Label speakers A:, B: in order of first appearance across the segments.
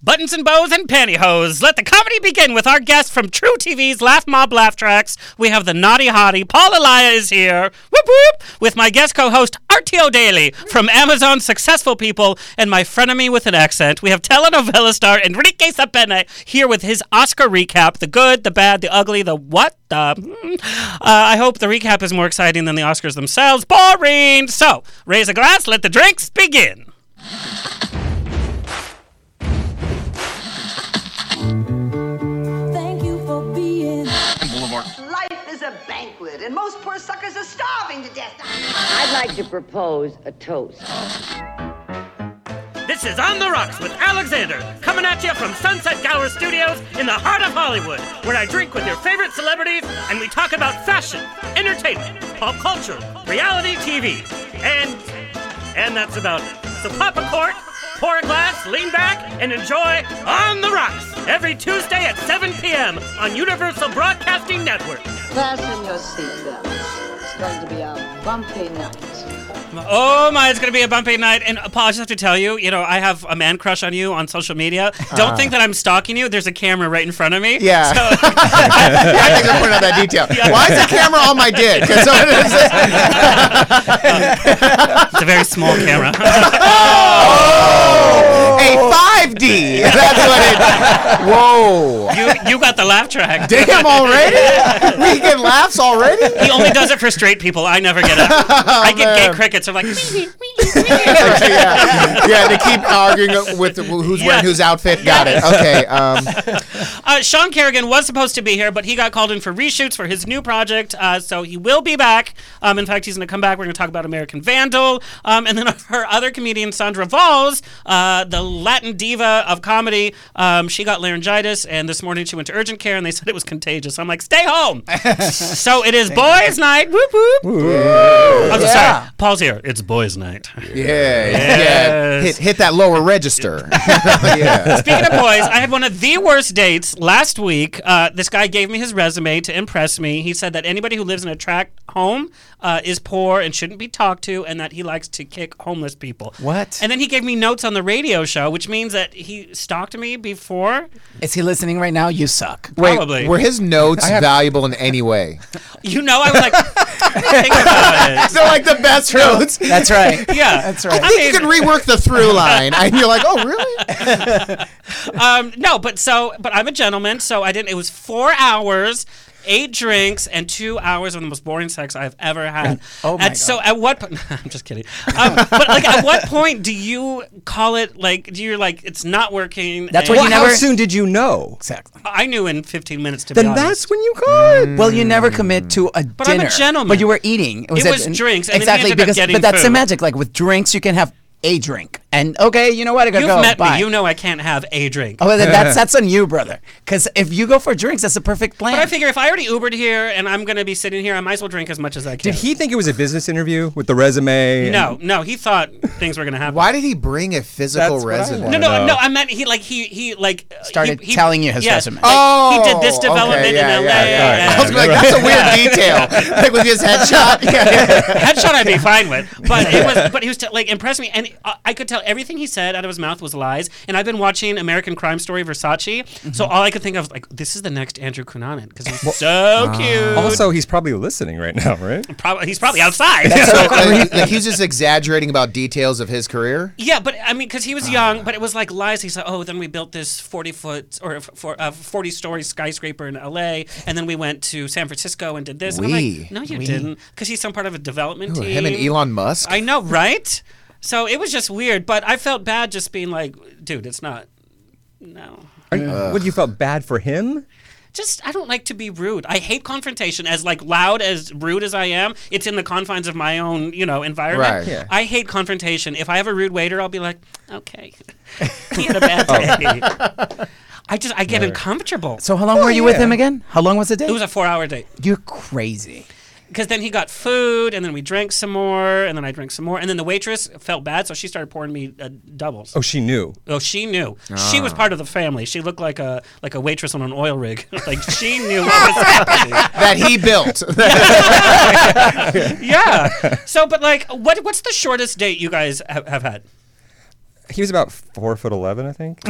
A: Buttons and bows and pantyhose. Let the comedy begin with our guest from True TV's Laugh Mob Laugh Tracks. We have the naughty hottie Paul Elia is here. Whoop whoop. With my guest co-host Artio Daly from Amazon Successful People and my frenemy with an accent. We have telenovela star Enrique Sapene here with his Oscar recap: the good, the bad, the ugly, the what? The mm. uh, I hope the recap is more exciting than the Oscars themselves. Boring. So raise a glass. Let the drinks begin.
B: Thank you for being.
C: Boulevard.
D: Life is a banquet, and most poor suckers are starving to death.
E: I'd like to propose a toast.
A: This is On the Rocks with Alexander, coming at you from Sunset Gower Studios in the heart of Hollywood, where I drink with your favorite celebrities and we talk about fashion, entertainment, pop culture, reality TV, and and that's about it. So pop a cork, pour a glass, lean back, and enjoy On the Rocks every Tuesday at 7 p.m. on Universal Broadcasting Network.
F: Fasten your seatbelts. It's going to be a bumpy night.
A: Oh my, it's gonna be a bumpy night. And Paul, I just have to tell you, you know, I have a man crush on you on social media. Don't think that I'm stalking you. There's a camera right in front of me.
G: Ah. Yeah.
A: So,
G: I think they're pointing out that detail. Why is the camera on my dick? 'Cause so it is-
A: it's a very small camera.
G: oh, a 5D. That's what it. Whoa.
A: you you got the laugh track.
G: Damn already? We get laughs already?
A: He only does it for straight people. I never get it. I get gay
G: Oh, man.
A: crickets. I'm like,
G: yeah. yeah, to keep arguing with who's
A: Yeah.
G: wearing whose outfit. Got it. Okay. Um,
A: uh, Sean Kerrigan was supposed to be here, but he got called in for reshoots for his new project, uh, so he will be back. Um, in fact, he's going to come back. We're going to talk about American Vandal, um, and then her other comedian Sandra Valls, uh, the Latin diva of comedy. Um, she got laryngitis, and this morning she went to urgent care, and they said it was contagious. I'm like, stay home. so it is boys' night. Whoop whoop. I'm so sorry. Paul's here. It's boys' night.
G: yeah. Yeah. Hit, hit that lower register. yeah.
A: Speaking of boys, I had one of the worst dates last week. Uh, this guy gave me his resume to impress me. He said that anybody who lives in a tract home uh, is poor and shouldn't be talked to, and that he likes to kick homeless people.
H: What?
A: And then he gave me notes on the radio show, which means that he stalked me before.
H: Is he listening right now? You suck.
G: Wait,
A: Probably.
G: were his notes valuable in any way?
A: You know, I was like, think about it.
G: They're like the best notes.
H: That's right.
A: Yeah,
H: That's
G: I
H: right.
G: think you can rework the through line, and you're like, "Oh, really?"
A: Um, no, but so, but I'm a gentleman, so I didn't. It was four hours. Eight drinks and two hours of the most boring sex I've ever had.
H: Oh my
A: and so, at what? Po- I'm just kidding. Um, but like, at what point do you call it? Like, do you like it's not working?
H: That's
A: and-
H: what you
I: How
H: never-
I: soon did you know?
H: Exactly.
A: I knew in 15 minutes. To be
I: Then
A: honest.
I: that's when you caught.
H: Well, you never commit to a
A: I'm a
H: dinner.
A: gentleman.
H: But you were eating.
A: It
H: at-
A: was drinks, and then he ended
H: exactly.
A: up
H: because,
A: getting
H: but that's
A: food.
H: the magic. Like with drinks, you can have a drink, and okay, you know what? I gotta
A: You've
H: go.
A: met
H: Bye.
A: me. You know I can't have a drink.
H: Oh, well, then that's that's on you, brother. Because if you go for drinks, that's the perfect plan.
A: But I figure if I already Ubered here and I'm gonna be sitting here, I might as well drink as much as I can.
I: Did he think it was a business interview with the resume?
A: No, no. He thought things were gonna happen.
G: Why did he bring a physical
I: That's what I
G: resume?
I: want.
A: No, no, no. I meant he like he he like uh,
H: Started
A: he- he-
H: telling you his
A: yeah,
H: resume.
A: like, he did this
G: Oh,
A: development
G: okay, yeah,
A: in
G: yeah,
A: L.A.
G: yeah,
A: and-
G: I was like, that's a weird detail. Like with his headshot. Yeah.
A: Headshot, I'd be fine with, but it was. But he was t- like impressed me, and I I could tell everything he said out of his mouth was lies. And I've been watching American Crime Story Versace,
G: Mm-hmm.
A: so all I could think of was like, this is the next Andrew Cunanan because he's
G: Ah.
A: so cute.
I: Also, he's probably listening right now, right?
A: Prob- he's probably outside.
G: So, like, like, he's just exaggerating about details of his career.
A: Yeah, but I mean, because he was
G: Ah.
A: young, but it was like lies. He said, "Oh, then we built this forty foot or f- for, uh, forty story skyscraper in L.A., and then we went to San Francisco and did this." And I'm
G: We.
A: like, "No, you didn't," because he's some part of a development
G: Ooh,
A: team.
G: him and Elon Musk.
A: I know, right? So it was just weird, but I felt bad just being like, "Dude, it's not." No,
I: Are you- What you felt bad for him?
A: just I don't like to be rude. I hate confrontation. As like loud as rude as I am, it's in the confines of my own, you know, environment.
G: Right.
I: Yeah.
A: I hate confrontation. If I have a rude waiter, I'll be like, okay, he had a bad day. I just I get uncomfortable.
H: so how long were you with
I: Oh, yeah.
H: him again? How long was the date?
A: It was a four-hour date
H: You're crazy.
A: because then he got food, and then we drank some more, and then I drank some more, and then the waitress felt bad, so she started pouring me uh, doubles.
I: Oh, she knew.
A: Oh, she knew. She was part of the family. She looked like a like a waitress on an oil rig. like she knew what was happening.
G: That he built.
A: yeah. So, but like, what what's the shortest date you guys have, have had?
I: He was about four foot eleven, I think.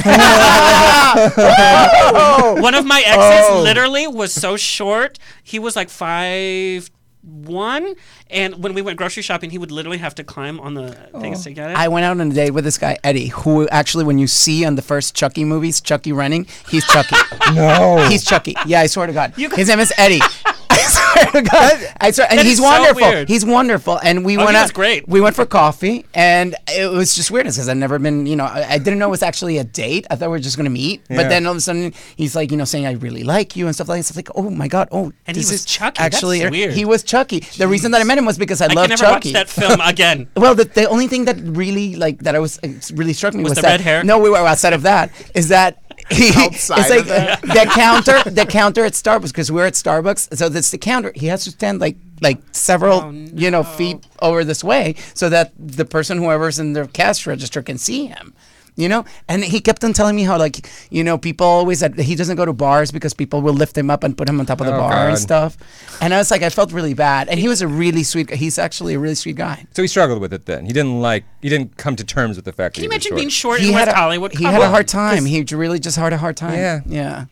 H: Oh.
A: One of my exes literally was so short. He was like five one, and when we went grocery shopping, he would literally have to climb on the things to get it.
H: Oh. I went out on a date with this guy Eddie, who actually, when you see on the first Chucky movies, Chucky running, he's Chucky.
I: no.
H: he's Chucky. Yeah, I swear to God. His name is Eddie. I swear to God. I swear, and
A: That
H: he's
A: is so
H: wonderful.
A: weird.
H: He's wonderful. And we
A: Oh,
H: went
A: he
H: out.
A: was great.
H: We went for coffee, and it was just weirdness because I'd never been. You know, I, I didn't know it was actually a date. I thought we were just gonna meet. But
I: Yeah.
H: then all of a sudden, he's like, you know, saying I really like you and stuff like that. It's like, oh my God, oh.
A: And he
H: this
A: was
H: is
A: Chucky. That's
H: Actually,
A: weird.
H: he was Chucky. The reason that I met him was because I,
A: I
H: love
A: can never
H: Chucky.
A: watch that film again.
H: Well, the, the only thing that really like that I was uh, really struck me was,
A: the
H: that
A: red hair?
H: no, we were outside of that. Is that he?
G: Outside
H: it's like
G: of that?
H: the counter, the counter at Starbucks because we're at Starbucks, so that's the counter. He has to stand like like several
A: Oh,
H: you know feet over this way so that the person whoever's in their cash register can see him. You know, and he kept on telling me how, like, you know, people always that he doesn't go to bars because people will lift him up and put him on top of the
I: Oh,
H: bar and
I: God.
H: stuff. And I was like, I felt really bad. And he was a really sweet. guy. He's actually a really sweet guy.
I: so he struggled with it then. He didn't like. He didn't come to terms with the fact
A: Can
I: that
A: you
I: he was
A: imagine
I: short.
A: being short in West
H: a,
A: Hollywood?
H: He
A: Come
H: had a
A: on.
H: hard time. He j- really just had a hard time.
I: Yeah.
H: Yeah.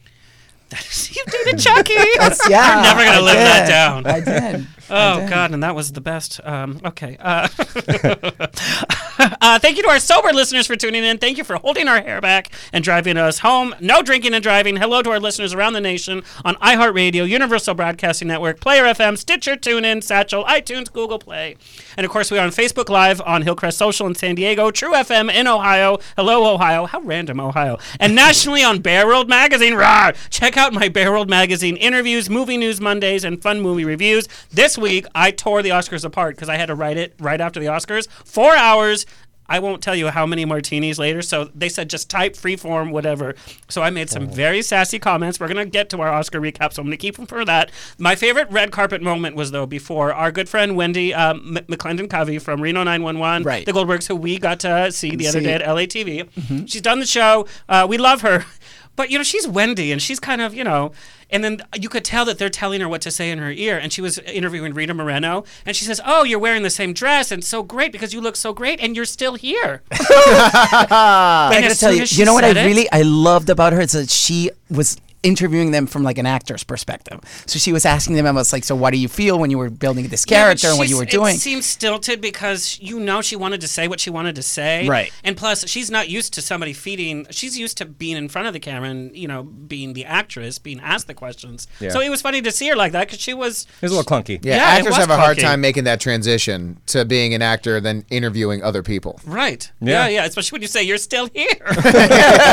A: you did it, Chucky.
H: yeah.
A: I'm never gonna
H: I
A: live that
H: did.
A: down.
H: I did.
A: Oh God, and that was the best. Um, okay. Uh, uh, thank you to our sober listeners for tuning in. Thank you for holding our hair back and driving us home. No drinking and driving. Hello to our listeners around the nation on iHeartRadio, Universal Broadcasting Network, Player FM, Stitcher, TuneIn, Satchel, iTunes, Google Play, and of course we are on Facebook Live on Hillcrest Social in San Diego, True FM in Ohio. Hello Ohio, how random Ohio, and nationally on Bear World Magazine. Rawr! Check out my Bear World Magazine interviews, movie news Mondays, and fun movie reviews. This week I tore the Oscars apart because I had to write it right after the Oscars. Four hours. I won't tell you how many martinis later. So they said just type freeform, whatever. So I made some very sassy comments. We're going to get to our Oscar recap, so I'm going to keep them for that. My favorite red carpet moment was, though, before our good friend Wendy um, M- McClendon Covey from Reno 911,
H: Right.
A: the Goldbergs, who we got to see the other
H: See. Mm-hmm.
A: day at LATV. She's done the show. Uh, we love her. But, you know, she's Wendy, and she's kind of, you know, and then you could tell that they're telling her what to say in her ear. And she was interviewing Rita Moreno, and she says, Oh, you're wearing the same dress, and so great because you look so great, and you're still here.
H: I
A: And
H: gotta
A: as
H: tell
A: soon
H: you,
A: as she
H: you know what I
A: said it-
H: really I loved about her is that she was interviewing them from like an actor's perspective. So she was asking them about like, so what do you feel when you were building this
A: Yeah, but
H: character and what
A: she's-
H: you were doing?
A: It seems stilted because you know she wanted to say what she wanted to say.
H: Right.
A: And plus, she's not used to somebody feeding. She's used to being in front of the camera and, you know, being the actress, being asked the questions.
I: Yeah.
A: So it was funny to see her like that because she was.
I: It was a little clunky.
G: Yeah,
A: Yeah, it
G: actors
A: was
G: have a hard
A: clunky.
G: time making that transition to being an actor than interviewing other people.
A: Right.
I: Yeah.
A: yeah, Especially when you say you're still here.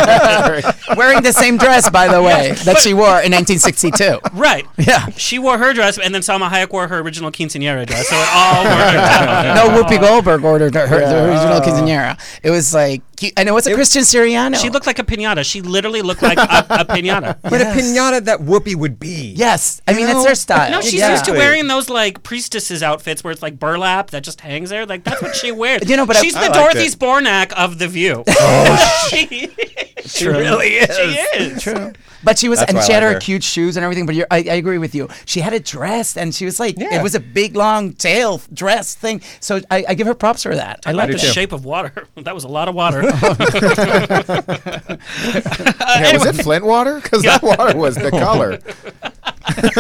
H: wearing the same dress, by the way, that she wore in 1962.
A: right.
H: Yeah.
A: She wore her dress, and then Salma Hayek wore her original quinceanera dress. So it all worked out.
H: No, Whoopi Goldberg ordered her, her the original quinceanera. It was like, and it was a Christian Siriano.
A: She looked like a pinata. She literally looked like a, a pinata.
I: But a pinata that Whoopi would be.
H: Yes, I mean that's
I: know?
H: their style.
A: No, she's
H: Yeah.
A: used to
I: Exactly.
A: wearing those like priestesses outfits where it's like burlap that just hangs there. Like that's what she wears.
H: You know, but I-
A: she's
H: I
A: the
G: liked
A: Dorothy's
G: it.
A: Bornak of the View. Oh, she, she really is. She is.
H: True. But she was,
I: That's
H: and
I: why I
H: she had
I: like
H: her
I: her.
H: cute shoes and everything. But you're, I, I agree with you. She had it dressed, and she was like,
I: Yeah.
H: it was a big long tail dress thing. So I, I give her props for that. I like
I: do
A: The
H: that.
I: too.
A: shape of water. That was a lot of water.
G: Yeah, was it Flint water? Because that water was the color.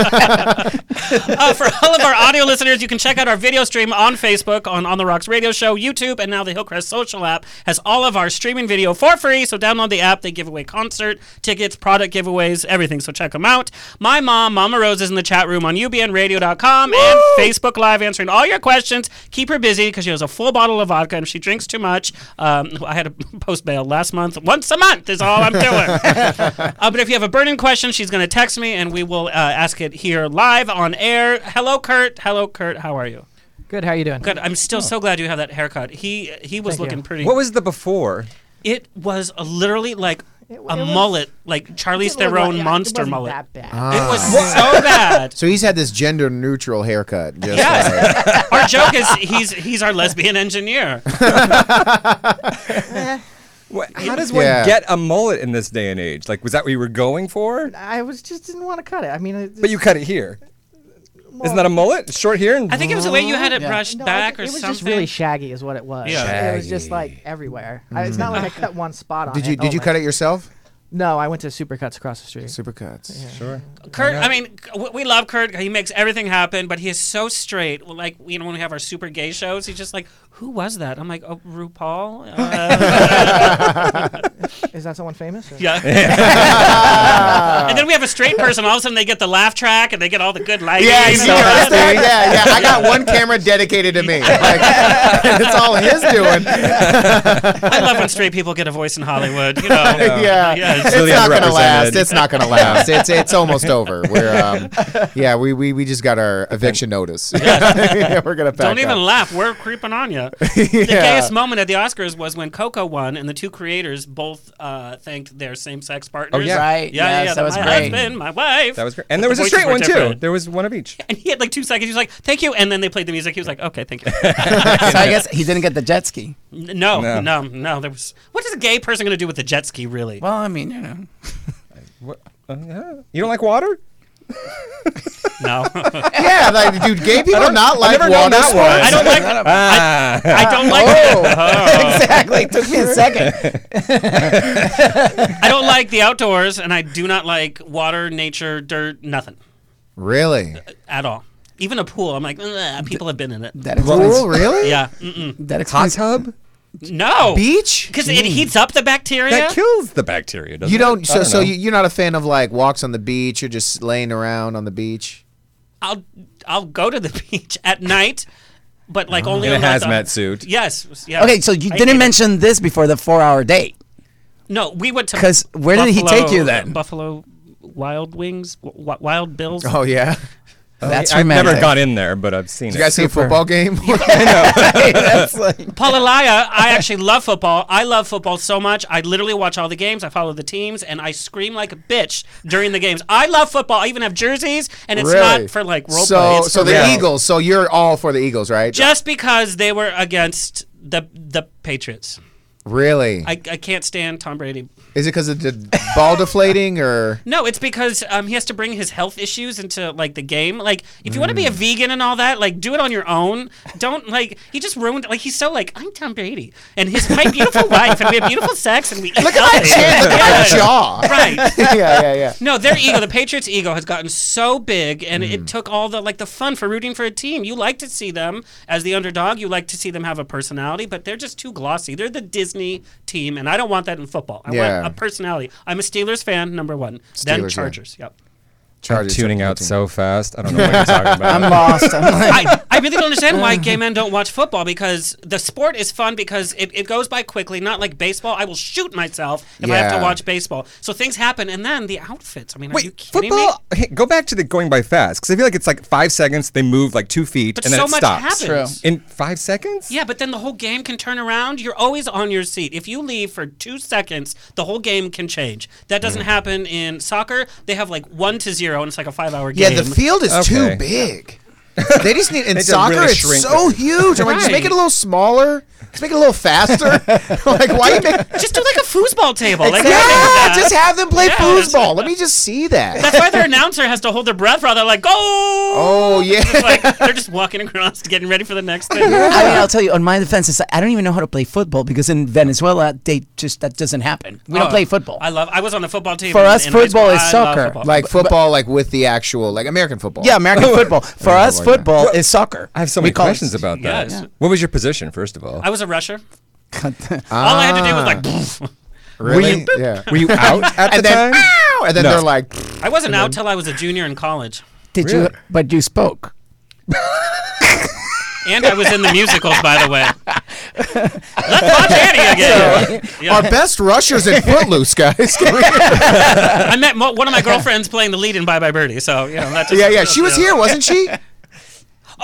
A: Uh, for all of our audio listeners, you can check out our video stream on Facebook, on On the Rocks Radio Show, YouTube, and now the Hillcrest Social app has all of our streaming video for free. So download the app. They give away concert tickets, product giveaways, everything. So check them out. My mom, Mama Rose, is in the chat room on ubnradio.com and Facebook Live answering all your questions. Keep her busy because she has a full bottle of vodka and if she drinks too much. Um, I had a post bail last month. Once a month is all I'm doing. Uh, but if you have a burning question, she's going to text me and we will uh, ask it here live on air. Hello, Kurt. Hello, Kurt. How are you?
B: Good. How are you doing? Oh.
A: Good. I'm still so glad you have that haircut. He he was looking pretty.
I: What was the before?
A: it was a, literally like a mullet, like Charlie's
B: It wasn't-
A: Theron
B: it
A: monster
B: wasn't
A: mullet.
B: that bad.
G: Uh.
A: It was so bad.
G: So he's had this gender neutral haircut. Just like-
A: Yes. our joke is he's he's our lesbian engineer.
I: What, how does one
G: Yeah.
I: get a mullet in this day and age? Like, was that what you were going for?
B: I was just didn't want to cut it. I mean, it,
I: But you cut it here. Isn't that a mullet? It's Short here and
A: I think it was the way you had it
H: Yeah.
A: brushed
B: No, I
A: back
B: think
A: or
B: it was
A: something.
B: just really shaggy, is what it was.
A: Yeah.
B: it was just like everywhere. I, it's not like I cut one spot on.
G: Mm-hmm. Did you
B: it
G: did you
I: Oh,
B: only.
G: cut it yourself?
B: No, I went to Supercuts across the street.
G: Supercuts.
I: Sure.
A: Kurt, I mean, we- we love Kurt. He makes everything happen, but he is so straight. Like, you know, when we have our super gay shows, he's just like, who was that? I'm like, oh, RuPaul? Uh,
B: Is that someone famous? or-
A: yeah.
G: Uh,
A: and then we have a straight person. All of a sudden, they get the laugh track and they get all the good lighting.
G: Yeah,
A: and
G: you
A: all that.
G: noticed that? Yeah, yeah. I got one camera dedicated to me. Like, it's all his doing.
A: I love when straight people get a voice in Hollywood. You know,
G: yeah.
A: Yeah, it's
G: It's
I: really
G: not gonna last.
I: underrepresented.
G: It's not gonna last. It's it's almost over. We're um, yeah, we, we we just got our eviction notice. yeah, we're gonna back
A: Don't even
G: up.
A: laugh. We're creeping on you. The gayest moment at the Oscars was when Coco won, and the two creators both uh, thanked their same-sex partners.
I: Oh, yeah.
H: Right,
A: Yeah, yeah,
H: yes,
A: yeah.
H: that was
A: my
H: great.
A: husband, my wife.
I: That was great. And there was
A: The
I: a straight
A: voices
I: one
A: were
I: too.
A: different.
I: There was one of each.
A: And he had like two seconds. He was like, "Thank you," and then they played the music. He was like, "Okay, thank you."
H: so I guess he didn't get the jet ski.
A: N- no, no,
I: No.
A: no, There was. What is a gay person going to do with a jet ski? Really?
H: Well, I mean, you know.
I: What? Uh, yeah. You don't like water?
A: No, I
G: Yeah, like, dude, gay people not like
I: never known
G: water
I: that one.
G: sports.
I: I
A: don't like.
I: Ah.
A: I don't like.
H: Oh.
A: Uh-huh.
G: Oh,
H: exactly. It took me a second.
A: I don't like the outdoors, and I do not like water, nature, dirt, nothing
G: Really?
A: at all. Even a pool, I'm like, "Ugh, people have been in it.
H: That explains.
G: Cool, really?
A: Yeah, mm-mm.
H: That explains.
I: tub?
A: no,
G: Beach?
A: because it heats up the bacteria.
I: That kills the bacteria, doesn't
G: You don't.
I: it?
G: So,
I: I
G: so
I: know.
G: you, you're not a fan of like walks on the beach. You're just laying around on the beach.
A: I'll I'll go to the beach at night, but like only
I: Oh. In a
A: on like, the-
I: hazmat suit.
A: Yes. yes.
H: Mm. Okay, so you
A: I hate
H: didn't
A: it.
H: mention this before the four-hour date.
A: No, we went to
H: 'Cause where did he take
A: Buffalo-
H: you then?
A: Buffalo Wild Wings, w- Wild Bills.
G: Oh yeah.
H: That's
I: I've
H: romantic.
I: never gone in there, but I've seen
G: You
I: it.
G: guys see a
H: Super.
G: football game?
H: That's like,
A: Palalaya, I actually love football. I love football so much. I literally watch all the games. I follow the teams, and I scream like a bitch during the games. I love football. I even have jerseys, and it's
G: Really?
A: not for like role play.
G: so,
A: It's
G: so
A: for
G: the
A: real.
G: Eagles. So you're all for the Eagles, right?
A: just because they were against the the Patriots.
G: really?
A: I, I can't stand Tom Brady.
G: Is it because of the ball deflating or?
A: No, it's because um, he has to bring his health issues into like the game. Like, if you want to be a vegan and all that, like, do it on your own. Don't like he just ruined. Like, he's so like I'm Tom Brady and his my beautiful wife and we have beautiful sex and we look at
G: Yeah, jaw.
A: Right.
G: yeah, yeah, yeah.
A: No, their ego, the Patriots' ego, has gotten so big, and it took all the like the fun for rooting for a team. You like to see them as the underdog. You like to see them have a personality, but they're just too glossy. They're the Disney team, and I don't want that in football. I
G: Yeah.
A: want a personality. I'm a Steelers fan, number one.
G: Steelers,
A: then
G: yeah.
A: Chargers. Yep.
I: I'm
G: Chargers
I: tuning
G: are
I: out
G: team.
I: so fast. I don't know what you're talking about.
H: I'm lost. I'm like,
A: I, I really don't understand why gay men don't watch football because the sport is fun because it, it goes by quickly, not like baseball. I will shoot myself if I have
G: Yeah.
A: to watch baseball. So things happen, and then the outfits. I mean, are you
I: Wait,
A: kidding me?
I: football? Hey, go back to the going by fast because I feel like it's like five seconds. They move like two feet,
A: But
I: and then
A: so
I: it
A: much
I: stops.
A: happens.
I: In five seconds?
A: Yeah, but then the whole game can turn around. You're always on your seat. If you leave for two seconds, the whole game can change. That doesn't
G: Mm.
A: happen in soccer. They have like one to zero, and it's like a five hour
G: Yeah,
A: game.
G: the field is too
I: Okay.
G: big. They just need in
I: They just
G: soccer.
I: really
G: it's
I: shrink
G: so
I: it.
G: huge. I'm like, just make
A: Right.
G: it a little smaller. Just make it a little faster. like, why you make?
A: Just do like a foosball table. Like,
G: Yeah, just have them play
A: Yeah, that's-
G: foosball. Let me just see that.
A: that's why their announcer has to hold their breath while they're like, go.
G: Oh yeah.
A: like they're just walking across, getting ready for the next thing.
H: I mean, I'll tell you, on my defense, it's like, I don't even know how to play football because in Venezuela, they just that doesn't happen. We don't
A: Oh,
H: play football.
A: I love. I was on the football team.
H: For
A: in-
H: us,
A: in high
H: football
A: school.
H: is
A: I love
H: soccer.
A: football.
G: Like football, like with the actual, like American football.
H: yeah, American football. For us,
G: Lord, yeah.
H: football is soccer.
I: I have so
H: We
I: many
H: call it-
I: questions about that.
A: Yes.
I: What was your position, first of all?
A: I was a rusher. All I had to do was like.
G: really. Yeah.
I: Were you out at the
G: And then,
I: time?
G: "Ow!" and then
I: No.
G: they're like,
H: Ah.
A: I wasn't out till I was a junior in college,
H: Did you?
I: Really?
H: But you spoke.
A: and I was in the musicals, by the way. Let's watch Annie again. Yeah.
G: our best rushers in Footloose, guys.
A: I met mo- one of my girlfriends playing the lead in Bye Bye Birdie, so you know that. Just
G: yeah, yeah. She was here, wasn't she?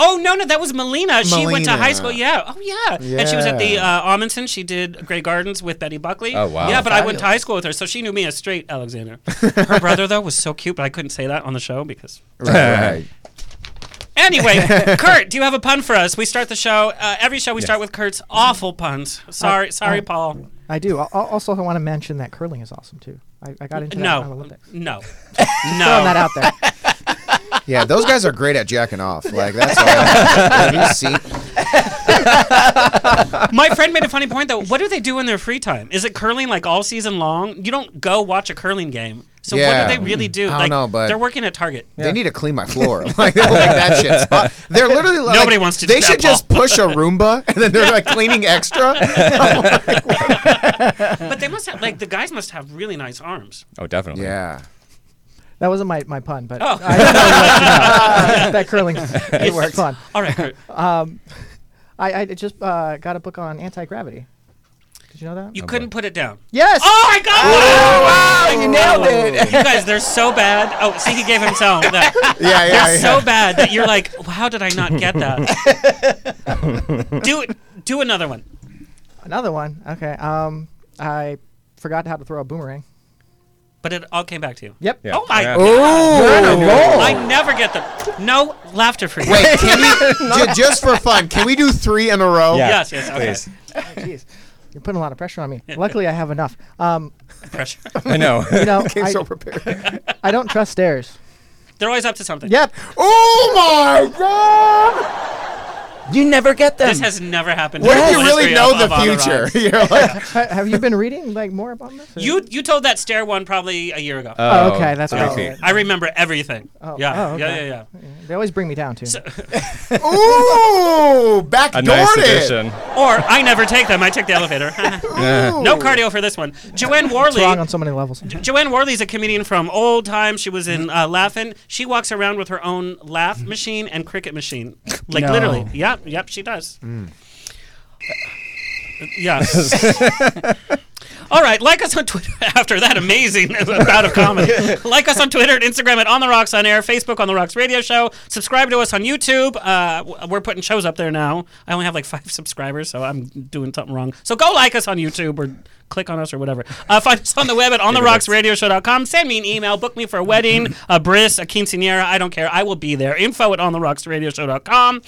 A: Oh no, no, that was Melina. She went to high
G: Melina.
A: school. Yeah. Oh yeah. And she was at the
G: Yeah.
A: uh, Amundsen. She did Grey Gardens with Betty Buckley.
I: Oh, wow.
A: Yeah, but I went to high school with her, so she knew me as straight Alexander. Her brother though was so cute, but I couldn't say that on the show because.
G: Right.
A: Anyway, Kurt, do you have a pun for us? We start the show. Uh, every show we start with Kurt's awful puns. Sorry, sorry, Paul.
B: I do. I also want to mention that curling is awesome too. I, I got into that in the
A: No,
B: Olympics.
A: no, no.
B: Throwing that out there.
G: Yeah, those guys are great at jacking off. Like that's all. Have you seen?
A: My friend made a funny point though. What do they do in their free time? Is it curling like all season long? You don't go watch a curling game. So
G: Yeah.
A: what do they really do?
G: I don't
A: like
G: know, but-
A: they're working at Target.
G: They need to clean my floor. Like, they don't like that shit spot. They're literally like,
A: Nobody wants to do
G: They
A: that,
G: should just push a Roomba and then they're like cleaning extra.
A: But they must have like the guys must have really nice arms.
C: Oh, definitely.
G: yeah.
B: That wasn't my, my pun, but
A: Oh.
B: I just wanted to let you know that curling it works. fun.
A: All right, Kurt,
B: I, I just uh, got a book on anti gravity. Did you know that?
A: you couldn't put it down.
B: yes.
A: Oh my god!
H: You nailed it.
A: You guys, they're so bad. Oh, see, he gave himself that.
G: Yeah, yeah,
A: They're so
G: yeah.
A: bad that you're like, how did I not get that? do it. Do another one.
B: Another one. Okay. Um, I forgot how to throw a boomerang.
A: But it all came back to you.
B: Yep.
C: Yeah.
A: Oh my
C: Yeah.
A: god!
G: Ooh.
A: I never get the no laughter for you.
G: Wait, can we, ju- just for fun, can we do three in a row?
C: Yeah.
A: Oh, Yes, yes, okay.
C: Please.
B: Oh, Jeez. You're putting a lot of pressure on me. Luckily, I have enough. Um,
A: Pressure.
C: I know.
B: you know,
G: Came
B: I,
G: so prepared.
B: I don't trust stairs.
A: They're always up to something.
B: Yep.
G: Oh my god!
H: You never get them.
A: This has never happened.
G: What
A: in
G: if
A: the
G: you really
A: history
G: know
A: of-
G: the
A: of Auto Rods.
G: future? You're like,
B: Ha- have you been reading like more about this? or-
A: You you told that stair one probably a year ago.
C: Uh,
B: Oh, okay, that's
C: three
B: right.
C: feet.
A: I remember everything.
B: Oh,
A: yeah.
B: oh,
A: yeah,
B: okay.
A: yeah,
B: They always bring me down too.
G: ooh,
C: A
G: backdoored
C: nice
G: it.
C: addition.
A: yeah. Or I never take them. I take the elevator. no cardio for this one. Joanne Worley.
B: Wrong on so many levels.
A: Joanne Worley's a comedian from old time. She was in uh, Laughing. She walks around with her own laugh machine and cricket machine. Like
H: No.
A: literally. Yep, yep, she does. Yes. All right, like us on Twitter after that amazing bout of comedy. like us on Twitter and Instagram at On The Rocks On Air, Facebook On The Rocks Radio Show. Subscribe to us on YouTube. Uh, w- we're putting shows up there now. I only have like five subscribers, so I'm doing something wrong. So go like us on YouTube or click on us or whatever. Uh, find us on the web at ontherocksradioshow.com. Send me an email. Book me for a wedding, a bris, a quinceanera. I don't care. I will be there. Info at ontherocksradioshow.com.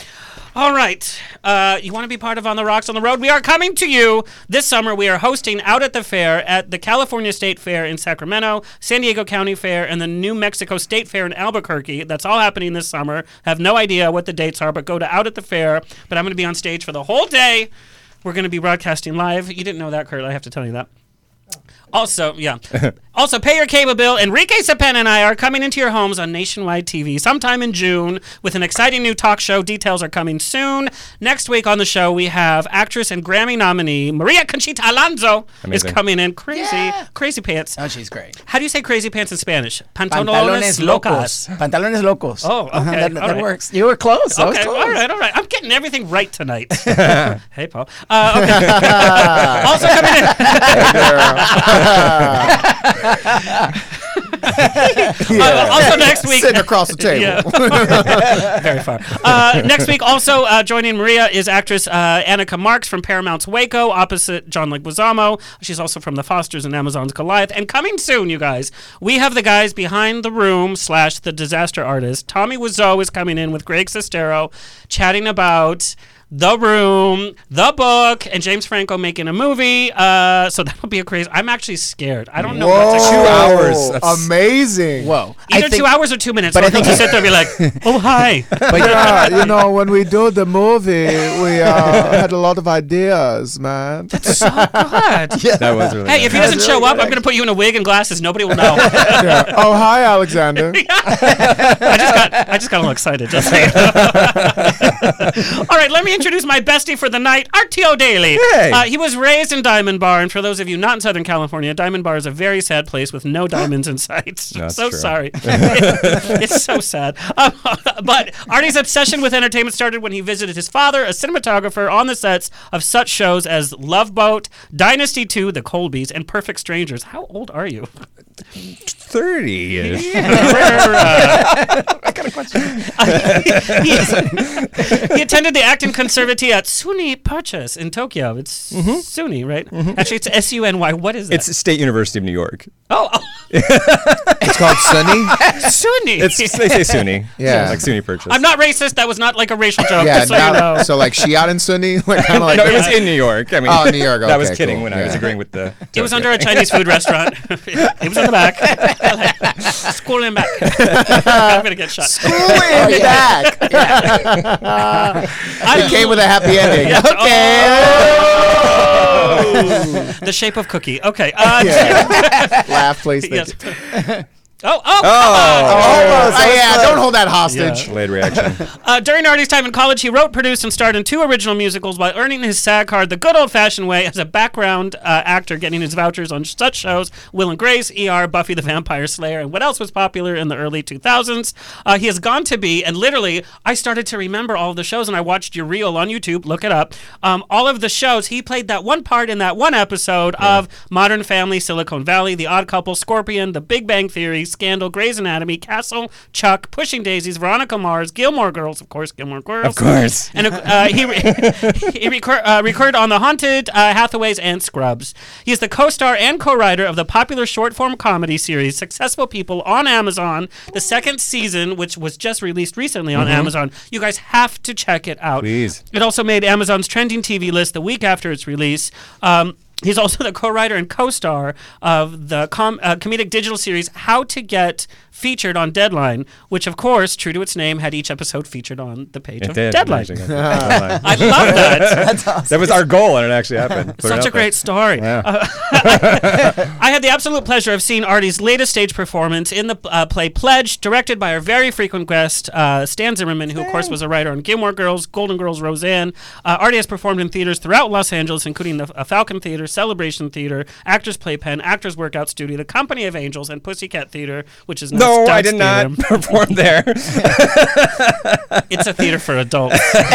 A: All right. Uh, you want to be part of On the Rocks on the Road? We are coming to you this summer. We are hosting out at the fair at the California State Fair in Sacramento, San Diego County Fair, and the New Mexico State Fair in Albuquerque. That's all happening this summer. Have no idea what the dates are, but go to Out at the Fair. But I'm going to be on stage for the whole day. We're going to be broadcasting live. You didn't know that, Kurt. I have to tell you that. Also, yeah. also, pay your cable bill. Enrique Sepen and I are coming into your homes on nationwide TV sometime in June with an exciting new talk show. Details are coming soon. Next week on the show, we have actress and Grammy nominee Maria Conchita Alonso is
C: Amazing.
A: coming in. Crazy, crazy pants.
H: oh, she's great.
A: How do you say crazy pants in Spanish?
H: Pantalones locos. Pantalones locos.
A: Oh,
H: Uh-huh,
A: okay,
H: that,
A: all
H: that
A: right.
H: works. You were close. I was
A: Okay,
H: close.
A: all right, all right. I'm getting everything right tonight. hey, Paul. Uh, okay. also coming in. Uh, also next week.
G: Sitting across the table.
A: Yeah. Very far. Uh, next week, also uh, joining Maria is actress uh, Annika Marks from Paramount's Waco, opposite John Leguizamo. She's also from The Fosters and Amazon's Goliath. And coming soon, you guys, we have the guys behind the room slash the disaster artist. Tommy Wiseau is coming in with Greg Sestero, chatting about. The Room, The Book, and James Franco making a movie. Uh, so that'll be a crazy. I'm actually scared. I don't know what's
G: Whoa,
I: hours. That's-
G: Amazing.
H: Whoa.
A: Either
H: I think,
A: two hours or two minutes.
H: but
A: so
H: I
A: I think
H: think-
A: you sit there and be like, oh, hi.
G: yeah, you know, when we do the movie, we uh, had a lot of ideas, man.
A: so good.
C: That was really
A: Hey, if he
C: nice.
A: doesn't show up, I'm going to put you in a wig and glasses. Nobody will know. I
G: Yeah. Oh, hi, Alexander.
A: just got, I just got a little excited. Just so you know. All right, let me introduce my bestie for the night, RTO Daly.
C: Hey.
A: Uh, he was raised in Diamond Bar, and for those of you not in Southern California, Diamond Bar is a very sad place with no diamonds in sight.
C: No, that's
A: so
C: true.
A: sorry. it's so sad. Um, but Artie's obsession with entertainment started when he visited his father, a cinematographer, on the sets of such shows as Love Boat, Dynasty 2, The Colbys, and Perfect Strangers. How old are you?
C: 30 ish.
A: he, he attended the acting conservatory at SUNY Purchase in Tokyo. It's SUNY, right? Actually, it's S U N Y. What is that?
C: It's State University of New York.
A: oh, oh,
G: It's called Sunny.
A: SUNY.
C: It's they say SUNY.
G: Yeah.
C: Like SUNY Purchase.
A: I'm not racist. That was not like a racial joke.
G: Yeah,
A: just so you
G: now-
A: know.
G: so like Shiat and Sunny, like kind of like
C: no, it was in New York. I mean,
G: Oh, New York,
C: I was
G: okay,
C: kidding
G: cool,
C: when I was
G: yeah.
C: agreeing with the.
A: It was under a Chinese food restaurant. it was in the back. School him back. I'm gonna get shot.
G: School in back.
A: I
G: It came with a happy ending.
A: Yes.
G: Okay.
A: Oh. the shape of cookie. Okay. Uh,
G: Laugh, please. Thank
A: yes.
G: you.
A: Oh, oh,
I: Oh.
G: Oh, yeah, don't hold that hostage.
C: Delayed reaction.
A: Uh, during Artie's time in college, he wrote, produced, and starred in two original musicals while earning his SAG card the good old fashioned way as a background uh, actor, getting his vouchers on such shows Will and Grace, ER, Buffy the Vampire Slayer, and what else was popular in the early 2000s. Uh, he has gone to be, and literally, I started to remember all the shows, and I watched your reel on YouTube. Look it up. Um, all of the shows, he played that one part in that one episode of Modern Family, Silicon Valley, The Odd Couple, Scorpion, The Big Bang Theory, Scandal, Grey's Anatomy, Castle, Chuck, Pushing Daisies, Veronica Mars, Gilmore Girls, of course, Gilmore Girls. Of
C: course.
A: And uh, he, he recur- uh, recurred on The Haunted, uh, Hathaways, and Scrubs. He is the co star and co writer of the popular short form comedy series Successful People on Amazon, the second season, which was just released recently on Amazon. You guys have to check it out.
C: Please.
A: It also made Amazon's trending TV list the week after its release. Um, he's also the co-writer and co-star of the com- uh, comedic digital series How to Get featured on Deadline, which, of course, true to its name, had each episode featured on the page of Deadline. I love that.
C: That was our goal, and it actually happened. Put it out
A: Such
C: there.
A: a great story. Uh, I had the absolute pleasure of seeing Artie's latest stage performance in the uh, play Pledge, directed by our very frequent guest, uh, Stan Zimmerman, who, of course, was a writer on Gilmore Girls, Golden Girls, Roseanne. Uh, Artie has performed in theaters throughout Los Angeles, including the uh, Falcon Theater, Celebration Theater, Actors Playpen, Actors Workout Studio, The Company of Angels, and Pussycat Theater, which is now
I: No, I
A: Stuntz
I: did not
A: Theater.
I: perform there.
A: It's a theater for adults. Man.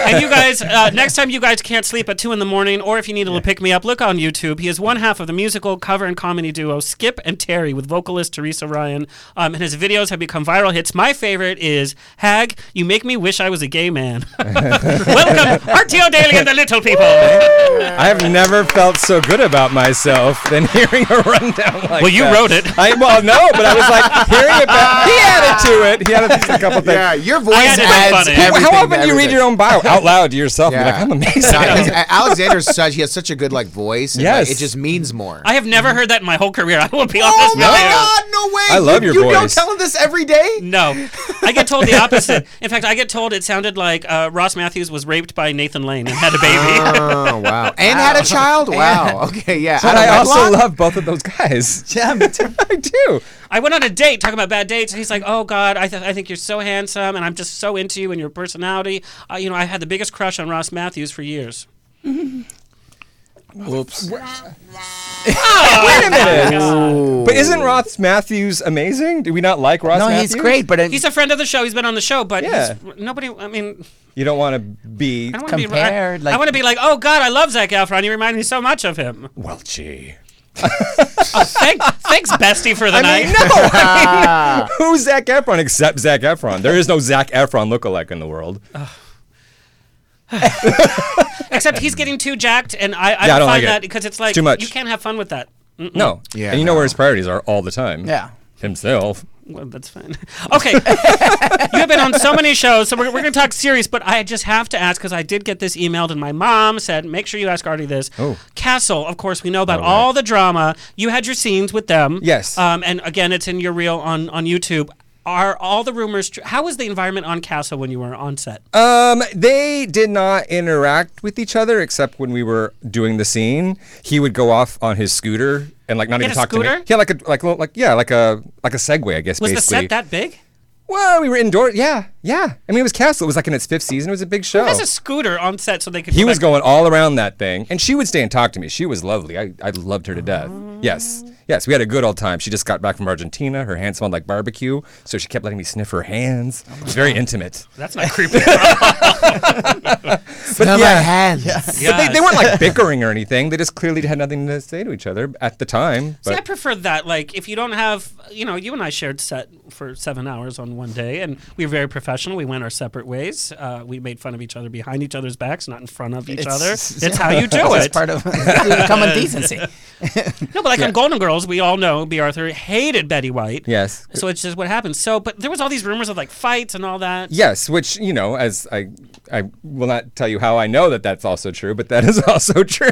A: and you guys, uh, next time you guys can't sleep at two in the morning, or if you need a little pick me up, look on YouTube. He is one half of the musical cover and comedy duo Skip and Terry with vocalist Teresa Ryan, um, and his videos have become viral hits. My favorite is Hag. You make me wish I was a gay man. Welcome, RTO Daily and the Little People.
I: I have never felt so good about myself than hearing a rundown like
A: Well, you
I: that.
A: wrote it.
I: I, well, no, but I was like hearing about. He added to it. He added just a couple things.
G: Yeah, your voice
A: I had to be
G: adds
A: funny.
G: everything
I: How
G: to
I: often do you read
G: everything.
I: your own bio out loud to yourself? and be
G: Yeah.
I: like, I'm amazing.
G: Nah, 'cause A- Alexander's such he has such a good like voice. and, like,
I: Yes.
G: it just means more.
A: I have never heard that in my whole career. I will be honest
G: oh
A: with
G: my
A: you.
G: God, no way!
I: I love
G: you,
I: your
G: You don't
I: voice.
G: tell him this every day.
A: No, I get told the opposite. In fact, I get told it sounded like uh, Ross Matthews was raped by Nathan Lane and had a baby.
G: Oh wow! And had a child. Wow. Okay. Yeah.
I: But
G: Out of
I: I also
G: wedlock?
I: love both of those guys.
H: Yeah, me too.
I: I do.
A: I went on a date talking about bad dates, and he's like, "Oh God, I, th- I think you're so handsome, and I'm just so into you and your personality. Uh, you know, I had the biggest crush on Ross Matthews for years."
H: Whoops.
A: Oh
I: Wait a minute. But isn't Ross Matthews amazing? Do we not like Ross
H: No,
I: Matthews?
H: he's great, but it,
A: He's a friend of the show. He's been on the show, but
I: Yeah.
A: he's- nobody. I mean,
I: You don't want to be.
A: I don't want to be. I,
H: Compared, like-
A: I want to be like, "Oh God, I love Zach Efron. You remind me so much of him." Uh,
I: Well, gee.
A: Thank, thanks, bestie, for the
I: I
A: night.
I: mean, no. I mean, who's Zach Efron except Zach Efron? There is no Zach Efron lookalike in the world.
H: Uh-huh.
A: Except he's getting too jacked, and I, I,
I: Yeah, I don't
A: find
I: like it.
A: that because it's like
I: too much.
A: You can't have fun with that. Mm,
I: No.
G: Yeah,
I: And you know
G: no.
I: where his priorities are all the time.
H: yeah.
I: Himself.
A: Well, that's fine. Okay. you have been on so many shows, so we're, we're going to talk serious, but I just have to ask because I did get this emailed, and my mom said, make sure you ask Artie this.
I: Oh.
A: Castle, of course, we know about all the drama. You had your scenes with them.
I: Yes.
A: Um, and again, it's in your reel on, on YouTube. Are all the rumors true? How was the environment on Castle when you were on set?
I: Um, they did not interact with each other except when we were doing the scene. He would go off on his scooter and like not
A: He had
I: even
A: a
I: talk to
A: scooter?
I: me. Yeah, like a like a- like yeah, like a like a Segway, I guess.
A: was the
I: basically.
A: set that big?
I: Well, we were indoors. Yeah, yeah. I mean, it was Castle. It was like in its fifth season. It was a big show.
A: There's a scooter on set so they could
I: Oh. He
A: go
I: was
A: back-
I: going all around that thing, and she would stay and talk to me. She was lovely. I, I loved her to death. Yes, yes, we had a good old time. She just got back from Argentina. Her hands smelled like barbecue, so she kept letting me sniff her hands. It was very intimate.
A: That's not creepy. at all.
I: But
G: Now my
I: yeah,
G: hands.
I: but they, they
A: Yes.
I: weren't like bickering or anything. They just clearly had nothing to say to each other at the time.
A: See, I
I: But
A: prefer that. Like, if you don't have, you know, you and I shared set for seven hours on one day, and we were very professional. We went our separate ways. Uh, we made fun of each other behind each other's backs, not in front of each
H: It's-
A: other. It's how you do
H: It's
A: it.
H: part of common decency.
A: No, but like on Golden Girls, we all know B. Arthur hated Betty White.
I: Yes.
A: So it's just what happened. So, but there was all these rumors of like fights and all that.
I: Yes, which you know, as I, I will not tell you how I know that that's also true, but that is also true.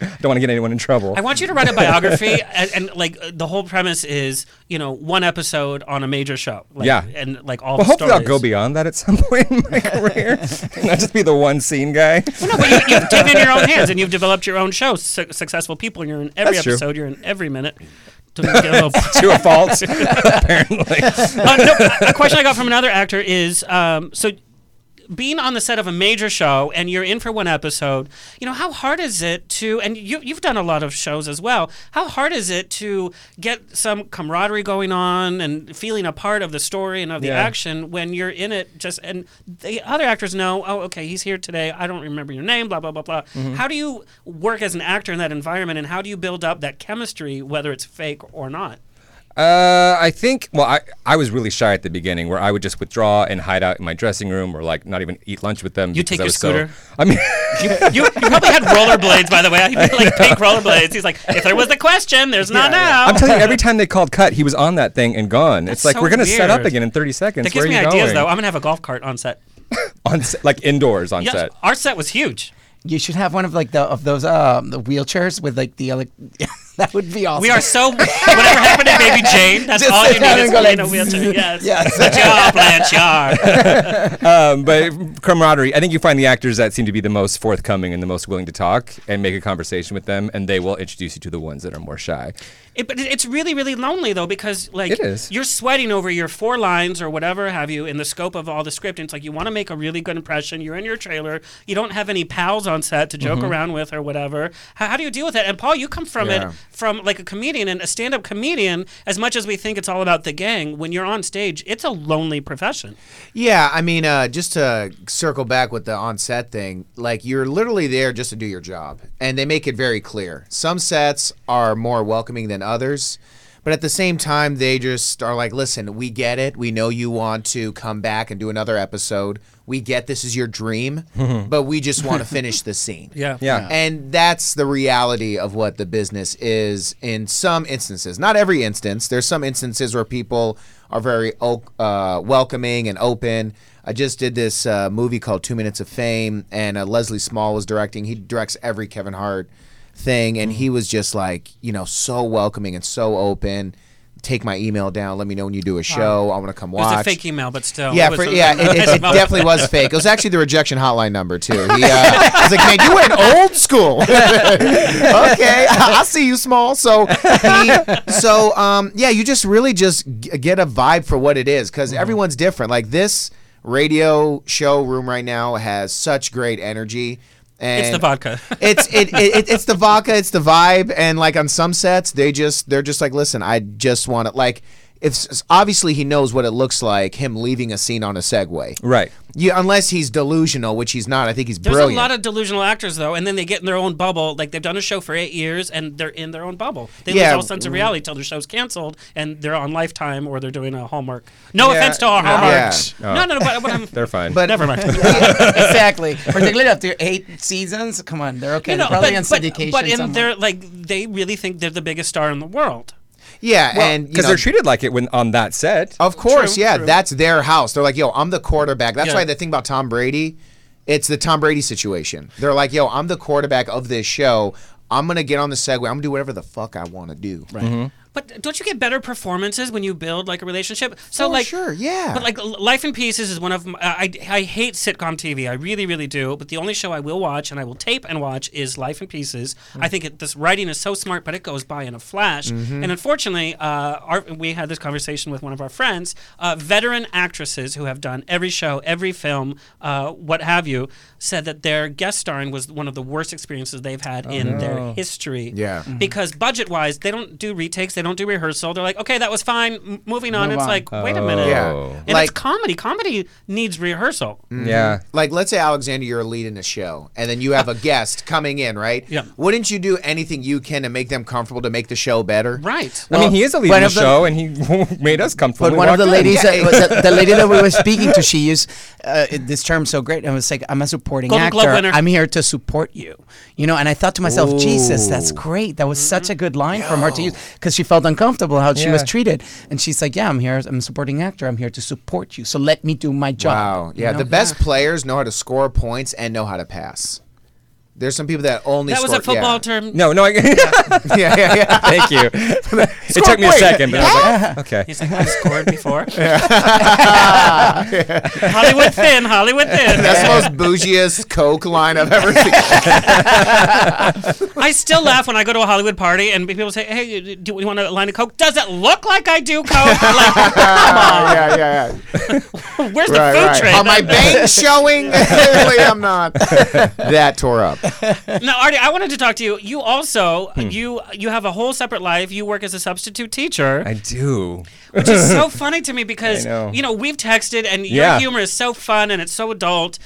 I: I don't want to get anyone in trouble.
A: I want you to write a biography, and, and like uh, the whole premise is, you know, one episode on a major show. Like,
I: Yeah.
A: and like all. the
I: well, hopefully I'll go
A: stories.
I: beyond that at some point in my career, not just be the one scene guy.
A: No, but you, you've taken it in your own hands, and you've developed your own show. Su- successful people, and you're in every
I: That's true.
A: episode. You're in every minute. To get a little
I: to a fault, apparently.
A: uh, no, a question I got from another actor is um, so being on the set of a major show and you're in for one episode, you know, how hard is it to, and you, you've done a lot of shows as well, how hard is it to get some camaraderie going on and feeling a part of the story and of the
I: Yeah.
A: action when you're in it just, and the other actors know, oh, okay, he's here today. I don't remember your name, blah, blah, blah, blah. How do you work as an actor in that environment and how do you build up that chemistry, whether it's fake or not?
I: Uh, I think. Well, I I was really shy at the beginning, where I would just withdraw and hide out in my dressing room, or like not even eat lunch with them.
A: You
I: because
A: take
I: I
A: your
I: was so-
A: scooter.
I: I mean,
A: You, you, you probably had rollerblades, by the way. He had, like pink rollerblades. He's like, if there was a question, there's not now.
I: I'm telling you, every time they called cut, he was on that thing and gone.
A: That's
I: it's like
A: so
I: we're gonna set up
A: weird.
I: again in 30 seconds.
A: that gives
I: Where
A: me
I: are you
A: ideas,
I: going?
A: though. I'm gonna have a golf cart on set.
I: on set, like indoors on
A: Yes,
I: set.
A: our set was huge.
H: You should have one of like the of those um the wheelchairs with like the elec- that would be awesome.
A: We are so whatever happened to Baby Jane. That's
H: Just
A: all
H: sit
A: you
H: down
A: need is
H: and go
A: to be in a
H: like
A: wheelchair. Yes.
H: Yes.
A: Good job, Blanchard.
I: Um, but camaraderie, I think you find the actors that seem to be the most forthcoming and the most willing to talk and make a conversation with them, and they will introduce you to the ones that are more shy.
A: It, but it- it's really, really lonely though because like
I: It is.
A: you're sweating over your four lines or whatever have you in the scope of all the script. And it's like you want to make a really good impression. You're in your trailer. You don't have any pals on set to
G: Mm-hmm.
A: joke around with or whatever. How, how do you deal with that? And Paul, you come from
G: Yeah.
A: it from like a comedian and a stand-up comedian. As much as we think it's all about the gang, when you're on stage, it's a lonely profession.
G: Yeah, I mean, uh, just to circle back with the on-set thing, like you're literally there just to do your job, and they make it very clear. Some sets are more welcoming than others, but at the same time, they just are like, "Listen, we get it. We know you want to come back and do another episode. We get this is your dream, but we just want to finish the scene."
A: Yeah.
I: Yeah.
G: And that's the reality of what the business is in some instances. Not every instance. There's some instances where people are very o- uh, welcoming and open. I just did this uh, movie called Two Minutes of Fame, and uh, Leslie Small was directing. He directs every Kevin Hart thing, and
A: Mm-hmm.
G: he was just like, you know, so welcoming and so open. Take my email down. Let me know when you do a show. I want to come
A: It was
G: watch.
A: a fake email, but still.
G: Yeah,
A: was
G: for,
A: a-
G: yeah, it, it, it definitely was fake. It was actually the rejection hotline number too. He, uh, I was like, "Man, you went old school." okay, I, I see you, small. So, he, so um, yeah, you just really just g- get a vibe for what it is because
A: Mm-hmm.
G: everyone's different. Like this radio show room right now has such great energy. And
A: It's the vodka.
G: it's it, it, it it's the vodka, it's the vibe, and like on some sets, they just they're just like, listen, I just want it. Like, if obviously he knows what it looks like, him leaving a scene on a Segway,
I: Right.
G: Yeah, unless he's delusional, which he's not. I think he's
A: There's
G: brilliant.
A: a lot of delusional actors though, and then they get in their own bubble. Like they've done a show for eight years, and they're in their own bubble. They lose
G: Yeah.
A: all sense of reality till their show's canceled, and they're on Lifetime or they're doing a Hallmark. No
I: Yeah,
A: offense to our
I: no.
A: Hallmark.
I: Yeah. Oh.
A: No, no, no. But, but I'm,
I: They're fine.
G: but
A: never mind.
H: exactly. Particularly after eight seasons, come on, they're okay.
A: You know,
H: They're probably
A: but,
H: on
A: but-
H: syndication.
A: but in
H: somewhere.
A: their like, they really think they're the biggest star in the world.
G: yeah, and you
I: because
G: know, Oh,
I: they're treated like it when on that set.
G: Of course,
A: True,
G: yeah.
A: true.
G: That's their house. They're like, yo, I'm the quarterback. That's
A: Yeah.
G: why the thing about Tom Brady, it's the Tom Brady situation. They're like, yo, I'm the quarterback of this show. I'm gonna get on the Segway. I'm gonna do whatever the fuck I want to do. Right.
A: Mm-hmm. But don't you get better performances when you build like a relationship? So
G: Oh,
A: like
G: sure, yeah.
A: But like L- Life in Pieces is one of m- uh, I I I hate sitcom TV. I really really do. But the only show I will watch and I will tape and watch is Life in Pieces. I think it, this writing is so smart, but it goes by in a flash. And unfortunately, uh, our, we had this conversation with one of our friends, uh, veteran actresses who have done every show, every film, uh, what have you, said that their guest starring was one of the worst experiences they've had in their history
G: Yeah. Mhm.
A: because budget wise, they don't do retakes. They They don't do rehearsal. They're like, okay, that was fine. M- moving on.
H: Move
A: it's
H: on.
A: like, wait a minute.
G: Yeah.
A: And
G: Like- Mm.
A: it's comedy. Comedy needs rehearsal.
I: Yeah.
G: like let's say Alexander, you're a lead in a show, and then you have a guest coming in, right?
A: Yeah.
G: Wouldn't you do anything you can to make them comfortable to make the show better?
A: Right.
I: I mean, he is a lead
H: one
I: in the
H: of the-
I: show, and he made us comfortable.
H: But
I: when we
H: one of the
I: walked in.
H: ladies, that was, the, the lady that we were speaking to, she used uh, this term so great. and was like, "I'm a supporting
A: Golden
H: actor.
A: Globe winner.
H: I'm here to support you." You know, and I thought to myself, "Jesus, that's great. That was such a good line from her to use because she felt uncomfortable how she was
I: Yeah.
H: treated." And she's like, "Yeah, I'm here. I'm a supporting actor. I'm here to support you. So let me do my job."
G: Wow.
H: you
G: Oh, Yeah.
H: know?
G: The best players know how to score points and know how to pass. There's some people that only
A: That was
G: score-
A: a football
G: yeah.
A: term.
I: No, no. I,
G: yeah, yeah, yeah.
I: thank you. it took me a second, but I was like, okay.
A: He's like, I've scored before. Hollywood thin, Hollywood thin.
G: That's the most bougiest Coke line I've ever seen.
A: I still laugh when I go to a Hollywood party and people say, "Hey, do you want a line of coke?" Does it look like I do coke? Like,
G: yeah, yeah, yeah.
A: where's the
G: Right,
A: food
G: right.
A: tray?
G: Are my bangs showing? Clearly, I'm not. That tore up.
A: Now, Artie, I wanted to talk to you. You also
G: Hmm.
A: you you have a whole separate life. You work as a substitute teacher,
I: I do.
A: which is so funny to me because
I: I know.
A: you know we've texted and your
I: Yeah.
A: humor is so fun and it's so adult.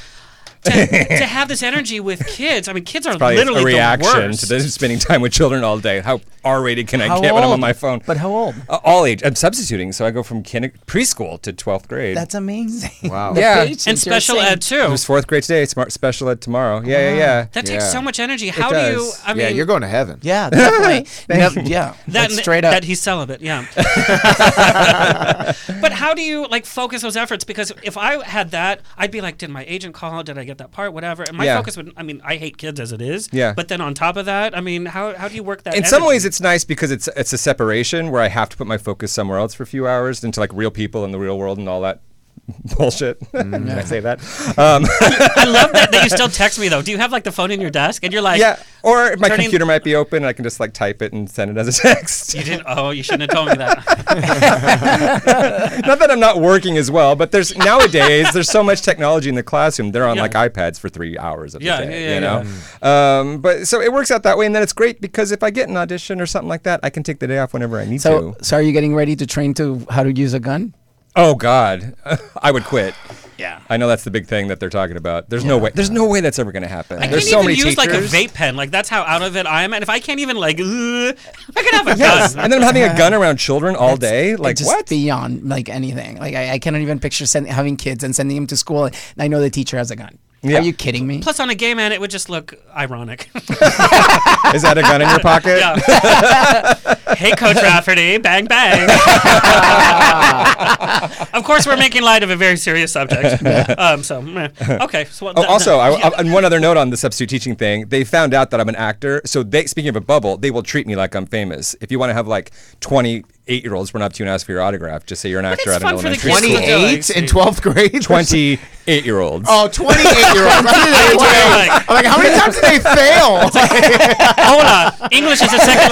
A: To, to have this energy with kids, I mean, kids are
I: Probably
A: literally
I: a
A: the
I: reaction
A: worst.
I: to this spending time with children all day. How R-rated can I
H: How
I: get when I'm
H: old?
I: on my phone?
H: But how old?
I: Uh, all age. I'm substituting, so I go from kinder- preschool to 12th grade.
H: That's amazing.
G: Wow.
H: The
I: Yeah.
H: patience
A: and
H: you're
A: special
H: saying.
A: ed
I: it
A: too.
I: was fourth grade today. Smart special ed tomorrow. Yeah, yeah, yeah.
A: That takes
G: Yeah.
A: so much energy. How do you?
I: does.
A: I mean,
G: Yeah, you're going to heaven.
H: Yeah, definitely. No, yeah,
A: that,
H: like straight up.
A: that he's celibate. Yeah. but how do you like focus those efforts? Because if I had that, I'd be like, did my agent call? Did I get that part? Whatever. And my
I: Yeah.
A: focus would. I mean, I hate kids as it is.
I: Yeah.
A: But then on top of that, I mean, how how do you work that?
I: in some
A: energy?
I: ways it's nice because it's it's a separation where I have to put my focus somewhere else for a few hours into like real people and the real world and all that bullshit.
A: Mm.
I: Can I say that? Um,
A: I love that, that you still text me though. Do you have like the phone in your desk and you're like,
I: yeah, or my
A: Turning-
I: computer might be open. I can just like type it and send it as a text.
A: You didn't. Oh, you shouldn't have told me that.
I: not that I'm not working as well, but there's nowadays there's so much technology in the classroom. They're on
A: Yeah.
I: like iPads for three hours of
A: Yeah,
I: the
A: yeah,
I: day,
A: Mm. yeah,
I: you know. Um, but so it works out that way, and then it's great because if I get an audition or something like that, I can take the day off whenever I need
H: so,
I: to.
H: so are you getting ready to train to how to use a gun?
I: Oh God, I would quit.
A: yeah.
I: I know that's the big thing that they're talking about. There's no way. There's no way that's ever going to happen.
A: I
I: there's
A: can't
I: so
A: even
I: many
A: use
I: teachers.
A: like a vape pen. Like that's how out of it I am. And if I can't even like, I can have a
I: Yes,
A: gun.
I: and then I'm having a gun around children all day. Like
H: just
I: what?
H: beyond like anything. Like I, I cannot even picture send, having kids and sending them to school. And I know the teacher has a gun.
I: Yeah.
H: Are you kidding me?
A: Plus, on a gay man, it would just look ironic.
I: Is that a gun in your pocket?
A: Yeah. hey, Coach Rafferty, bang bang. of course, we're making light of a very serious subject. Um, so meh. okay. So,
I: Oh, also, I, I, and one other note on the substitute teaching thing, they found out that I'm an actor. So, they, speaking of a bubble, they will treat me like I'm famous. If you want to have like 28 year olds run up to you and ask for your autograph, just say you're an
A: But
I: actor
A: it's
I: at an
A: fun for the
I: elementary
A: kids to
I: school.
A: do.
G: 28 in 12th grade?
I: 28 year olds.
G: Oh, 28 year old.
A: Like-
G: I'm like, how many times did they fail?
A: Oh, Hold on. English is a second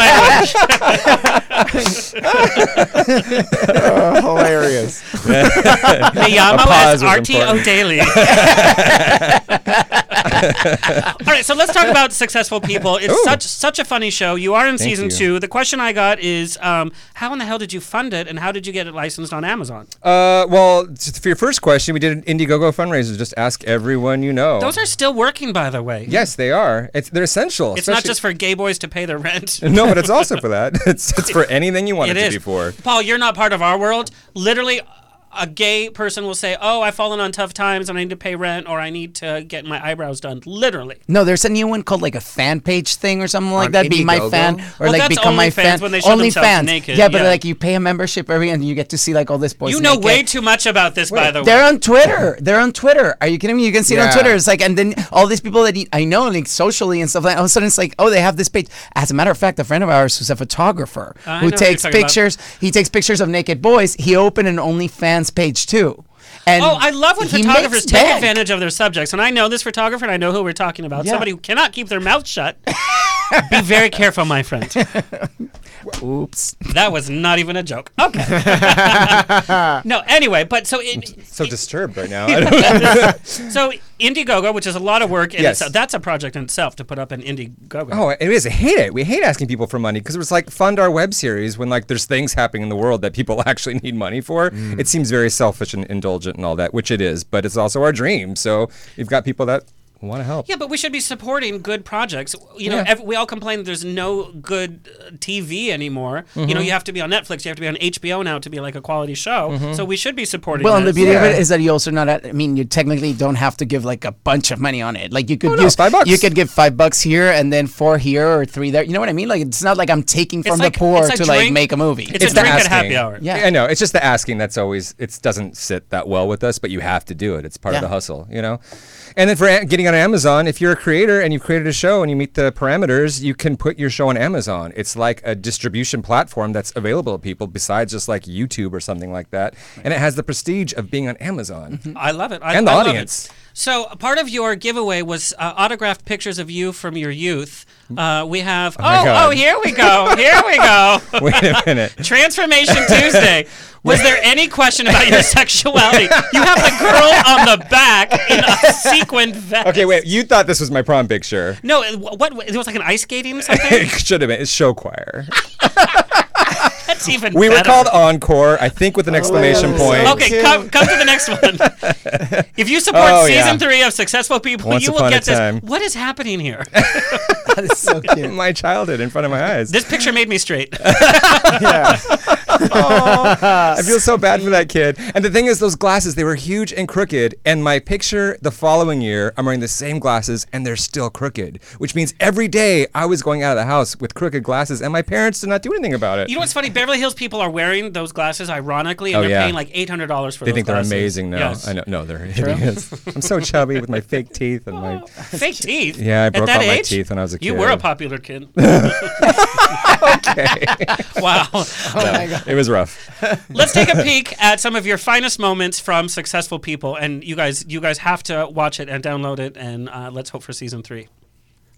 A: language.
G: Uh, hilarious.
A: Me llamo
I: pause
A: es
I: was
A: Artie
I: important.
A: O'Daly. All right, so let's talk about successful people. It's such such a funny show. You are in season
I: you.
A: two. The question I got is, um, how in the hell did you fund it, and how did you get it licensed on Amazon?
I: Uh, well, t- for your first question, we did an Indiegogo fundraiser. Just ask everyone you know.
A: Those are still working, by the way.
I: Yes, they are. It's, they're essential.
A: It's not
I: especially-
A: just for gay boys to pay their rent.
I: no, but it's also for that. It's, it's for anything you want it,
A: It is.
I: to be for.
A: Paul, you're not part of our world. Literally, a gay person will say, "Oh, I've fallen on tough times, and I need to pay rent, or I need to get my eyebrows done." Literally.
H: no, there's a new one called like a fan page thing or something like
G: On
H: that. Be my
G: Indiegogo?
H: fan or
A: Well,
H: like
A: Oh, that's
H: become my
A: OnlyFans
H: fan.
A: when they show themselves
H: fans.
A: naked,
H: Yeah, but
A: yeah.
H: like you pay a membership every and you get to see like all this boys.
A: You know
H: naked.
A: way too much about this, by the way.
H: They're on Twitter. They're on Twitter. Are you kidding me? You can see it on
G: Yeah.
H: Twitter. It's like, and then all these people that I know, like socially and stuff like. All of a sudden, it's like, oh, they have this page. As a matter of fact, a friend of ours who's a photographer
A: I know
H: who
A: what
H: takes
A: you're talking about.
H: pictures. He takes pictures of naked boys. He opened an OnlyFans page too. And
A: Oh, I love when
H: he
A: photographers
H: makes
A: take
H: bank.
A: advantage of their subjects. And I know this photographer, and I know who we're talking about.
H: Yeah.
A: Somebody who cannot keep their mouth shut. Be very careful, my friend.
H: Oops.
A: That was not even a joke. Okay. no, anyway, but so it,
I: So disturbed right now. I don't-
A: so Indiegogo, which is a lot of work, in
I: Yes.
A: itself, that's a project in itself to put up an Indiegogo.
I: oh, it is. I hate it. We hate asking people for money because it was like fund our web series when like there's things happening in the world that people actually need money for. It seems very selfish and indulgent and all that, which it is, but it's also our dream. So you've got people that want to help.
A: Yeah, but we should be supporting good projects. You know,
I: Yeah.
A: ev- we all complain that there's no good uh, TV anymore.
H: Mm-hmm.
A: You know, you have to be on Netflix, you have to be on HBO now to be like a quality show. So we should be supporting.
H: Mm-hmm. Well, and the
A: this.
H: beauty of it
I: Yeah.
H: is that you also not. At, I mean, you technically don't have to give like a bunch of money on it. Like you could
A: Oh,
I: no,
H: use
I: five bucks.
H: You could give five bucks here and then four here or three there. You know what I mean? Like it's not like I'm taking
A: It's
H: from
A: like-
H: the poor
A: it's a
H: to like
A: drink-
H: make a movie.
A: It's, a
I: the
A: drink at
I: asking.
A: happy hour.
H: Yeah.
I: I know. It's just the asking that's always it doesn't sit that well with us, but you have to do it. It's part
H: Yeah.
I: of the hustle, you know. And then for a- getting on Amazon, if you're a creator and you've created a show and you meet the parameters, you can put your show on Amazon. It's like a distribution platform that's available to people besides just like YouTube or something like that. And it has the prestige of being on Amazon.
H: Mm-hmm.
A: I love it. I,
I: And the
A: I love it.
I: audience.
A: So part of your giveaway was uh, autographed pictures of you from your youth. Uh, we have.
I: my
A: Oh,
I: God.
A: oh, here we go. Here we go.
I: Wait a minute.
A: Transformation Tuesday. Was there any question about your sexuality? You have the girl on the back in a sequined vest.
I: Okay, wait. You thought this was my prom picture.
A: No, it- wh- what, it was like an ice skating or something.
I: It should have been. It's show choir.
A: That's even.
I: We were
A: better.
I: called Encore, I think,
H: Oh,
I: with an exclamation point.
A: Okay,
B: Two.
A: come, come to the next one. If you support
I: Oh,
A: season
I: yeah.
A: three of Successful People,
I: Once
A: you will
I: upon a
A: get this.
I: time.
A: What is happening here?
H: It's so cute.
I: My childhood in front of my eyes.
A: this picture made me straight.
I: I feel so bad for that kid. And the thing is, those glasses, they were huge and crooked. And my picture the following year, I'm wearing the same glasses and they're still crooked, which means every day I was going out of the house with crooked glasses and my parents did not do anything about it.
A: You know what's funny? Beverly Hills people are wearing those glasses, ironically, and
I: Oh,
A: they're
I: yeah.
A: paying like eight hundred dollars for.
I: they
A: those
I: think they're
A: glasses.
I: amazing now.
A: Yes.
I: I know. No, they're hideous. I'm so chubby with my fake teeth and my.
A: Fake teeth.
I: Yeah, I broke
A: At that
I: out my
A: age,
I: teeth when I was a
A: You
I: kid.
A: were a popular kid.
I: Okay.
A: wow.
I: It was rough.
A: Let's take a peek at some of your finest moments from successful people, and you guys, you guys have to watch it and download it, and uh, let's hope for season three.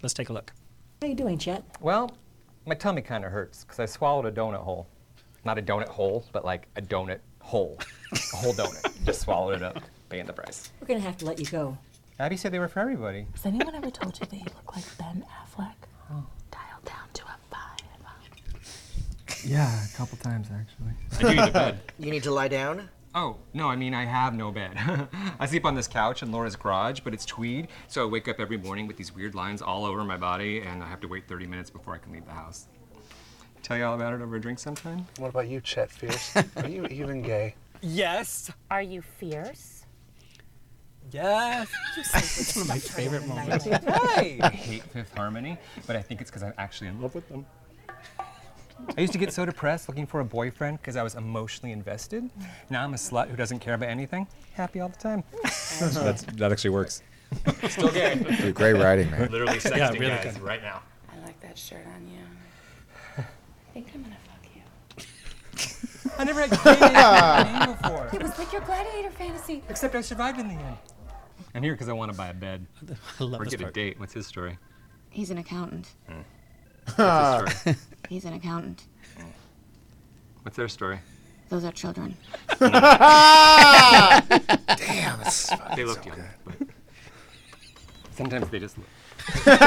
A: Let's take a look.
J: How you doing, Chet?
K: Well, my tummy kind of hurts because I swallowed a donut hole. Not a donut hole, but like a donut hole. a whole donut. Just swallowed it up, paying the price.
J: We're gonna have to let you go.
K: Abby said they were for everybody.
J: Has anyone ever told you that you look like Ben Affleck? Dial down to a five.
K: Yeah, a couple times actually.
D: You need to lie down?
K: Oh, no, I mean, I have no bed. I sleep on this couch in Laura's garage, but it's tweed, so I wake up every morning with these weird lines all over my body, and I have to wait 30 minutes before I can leave the house. Tell you all about it over a drink sometime?
L: What about you, Chet Fierce? Are you even gay?
K: Yes!
J: Are you fierce?
K: Yes!
J: That's one of my favorite moments.
K: Hey! I hate Fifth Harmony, but I think it's because I'm actually in love with them. I used to get so depressed looking for a boyfriend because I was emotionally invested. Now I'm a slut who doesn't care about anything. Happy all the time.
I: That's, that actually works.
K: Still gay.
G: Dude, great writing, man.
K: Literally sexting
A: Yeah, really guys
K: right now.
J: I like that shirt on you. I think I'm gonna fuck you.
K: I never had dated before.
J: It was like your gladiator fantasy.
K: Except I survived in the end. I'm here because I want to buy a bed
A: I love
K: or
A: this
K: get a
A: part.
K: date. What's his story?
E: He's an accountant.
K: What's, his story?
E: He's an accountant.
K: What's their story?
E: Those are children.
K: They look young. but Sometimes they just look.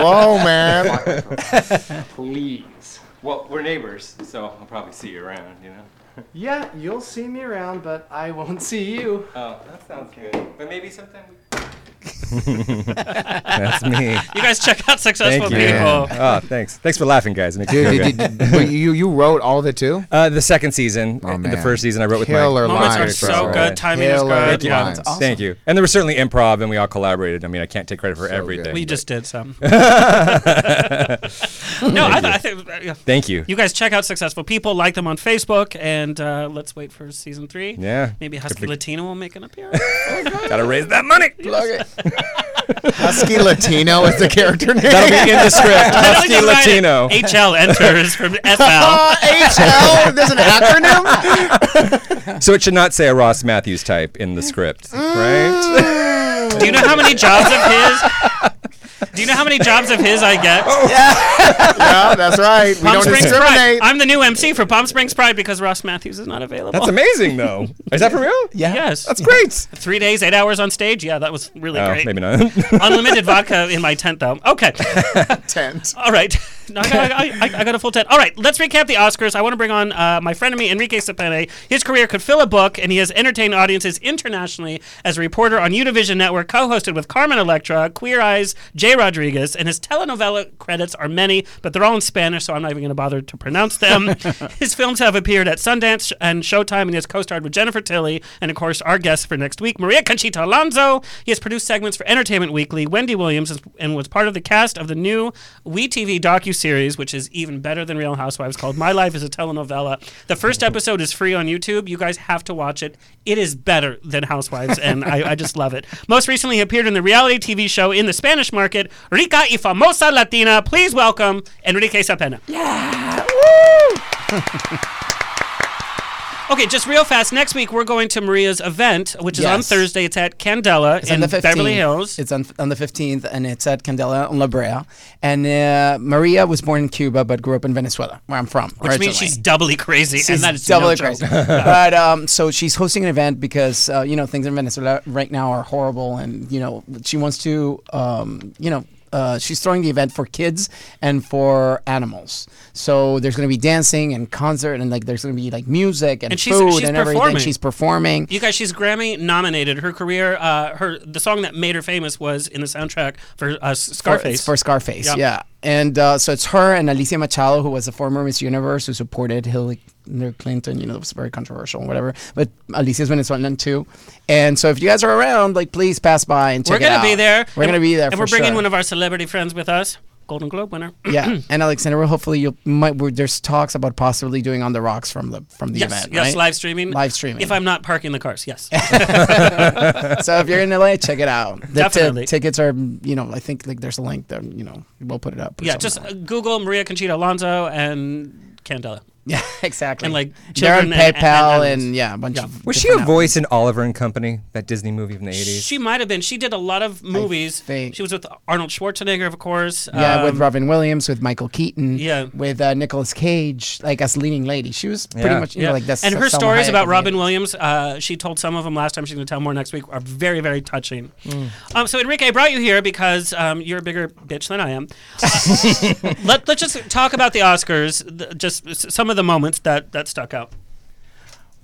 G: Whoa, man.
K: Please. Well, we're neighbors, so I'll probably see you around. You know.
L: Yeah, you'll see me around, but I won't see you.
K: Oh, that sounds good. But maybe sometime we.
I: That's me.
A: You guys check out successful
I: Thank you.
A: people.
I: Oh, thanks. Thanks for laughing, guys. It makes me feel
G: Dude,
I: good.
G: did, did, but you you wrote all of it too? Oh,
I: Uh, the second season, uh, the
G: man.
I: first season, I wrote with
G: Killer
I: my
A: Moments are
G: Liars,
A: so
G: bro.
A: good. Timing is
G: Killer
A: good. Yeah.
G: lines.
H: That's awesome.
I: Thank you. And there was certainly improv, and we all collaborated. I mean, I can't take credit for
G: good.
I: everything.
A: We
I: but
A: just did some. no, I, th- I think uh, yeah.
I: thank you.
A: you guys check out successful people, like them on Facebook, and uh, let's wait for season three.
I: Yeah.
A: Maybe Husky
I: Perfect.
A: Latino will make an appearance.
I: Gotta raise that money.
G: Husky Latino is the character name.
I: That'll be in the script.
A: Like
I: Husky
A: to write it.
I: Latino.
A: HL enters from SL.
G: HL. Uh, There's an acronym.
I: So it should not say a Ross Matthews type in the script, right?
A: Do you know how many jobs of his? Do you know how many jobs of his I get?
I: Oh,
G: yeah, that's right. We
A: Palm
G: don't
A: Springs Pride.
G: discriminate.
A: I'm the new MC for Palm Springs Pride because Ross Matthews is not available.
I: That's amazing, though. Is that for real?
H: Yeah.
A: Yes.
I: That's great.
A: Three days, eight hours on stage. Yeah, that was really
I: Oh,
A: great.
I: maybe not.
A: Unlimited vodka in my tent, though. Okay.
G: Tent.
A: All right. No, I, got, I, I- I got a full tent. All right. Let's recap the Oscars. I want to bring on uh, my friend and me, Enrique Sapene. His career could fill a book, and he has entertained audiences internationally as a reporter on Univision Network, co-hosted with Carmen Electra, Queer Eyes, Jay Rodriguez, and his telenovela credits are many, but they're all in Spanish, so I'm not even going to bother to pronounce them. his films have appeared at Sundance and Showtime, and he has co-starred with Jennifer Tilly, and of course our guest for next week, Maria Conchita Alonso. He has produced segments for Entertainment Weekly, Wendy Williams, is- and was part of the cast of the new We TV docu-series, which is even better than Real Housewives, called My Life is a Telenovela. The first episode is free on YouTube. You guys have to watch it. It is better than Housewives, and I, I just love it. Most recently, he appeared in the reality TV show in the Spanish market, Rica y Famosa Latina. Please welcome Enrique Sapena. Okay, just real fast. Next week we're going to Maria's event, which is on
H: Yes.
A: Thursday. It's at Candela
H: It's
A: in
H: on the 15th.
A: Beverly Hills.
H: It's on, on the 15th, and it's at Candela on La Brea. And uh, Maria was born in Cuba, but grew up in Venezuela, where I'm from.
A: Which means she's doubly crazy, and that is
H: doubly
A: no joke.
H: crazy. but um, so she's hosting an event because uh, you know things in Venezuela right now are horrible, and you know she wants to, um, you know. Uh, she's throwing the event for kids and for animals. So there's going to be dancing and concert and like there's going to be like music and,
A: And she's-
H: food
A: she's
H: and everything.
A: performing.
H: She's performing.
A: You guys, she's Grammy nominated. Her career, uh, her the song that made her famous was in the soundtrack for uh, S- Scarface.
H: For, for Scarface,
A: Yep.
H: yeah. And uh, so it's her and Alicia Machado, who was a former Miss Universe who supported Hillary Clinton. You know, it was very controversial and whatever. But Alicia's Venezuelan too. And so if you guys are around, like, please pass by and check
A: we're
H: it
A: gonna
H: out.
A: be there.
H: We're
A: and-
H: going to be there
A: and
H: for
A: we're bringing
H: sure.
A: one of our celebrity friends with us. Golden Globe winner.
H: yeah, and Alexander, well, hopefully you might. We're, there's talks about possibly doing on the rocks from the from the
A: yes,
H: event.
A: yes,
H: right?
A: live streaming.
H: Live streaming.
A: If I'm not parking the cars, yes.
H: so if you're in LA, check it out. The ti-
A: Definitely.
H: tickets are, you know, I think like there's a link there. You know, we'll put it up. or
A: yeah, just
H: something.
A: uh, Google Maria Conchita Alonso and Candela.
H: yeah, exactly.
A: And like
H: they're on
A: children and- and-
H: PayPal and,
A: animals.
H: yeah, a bunch
A: Yeah.
H: of.
I: Was she a
H: different
I: voice in Oliver and Company, that Disney movie from the 80s?
A: She might have been. She did a lot of movies. She was with Arnold Schwarzenegger, of course.
H: Yeah,
I: uh,
H: with
A: Um,
H: Robin Williams, with Michael Keaton,
A: Yeah.
H: with uh, Nicolas Cage, like as leading lady. She was pretty
I: Yeah.
H: much you know like this.
A: and her
H: Salma
A: stories
H: Hayek
A: about
H: of the
A: Robin Williams, uh, she told some of them last time. She's going to tell more next week. Are very very touching.
H: Mm.
A: Um, so Enrique, I brought you here because um, you're a bigger bitch than I am. Uh, let, let's just talk about the Oscars. th- just s- some of the moments that that stuck out.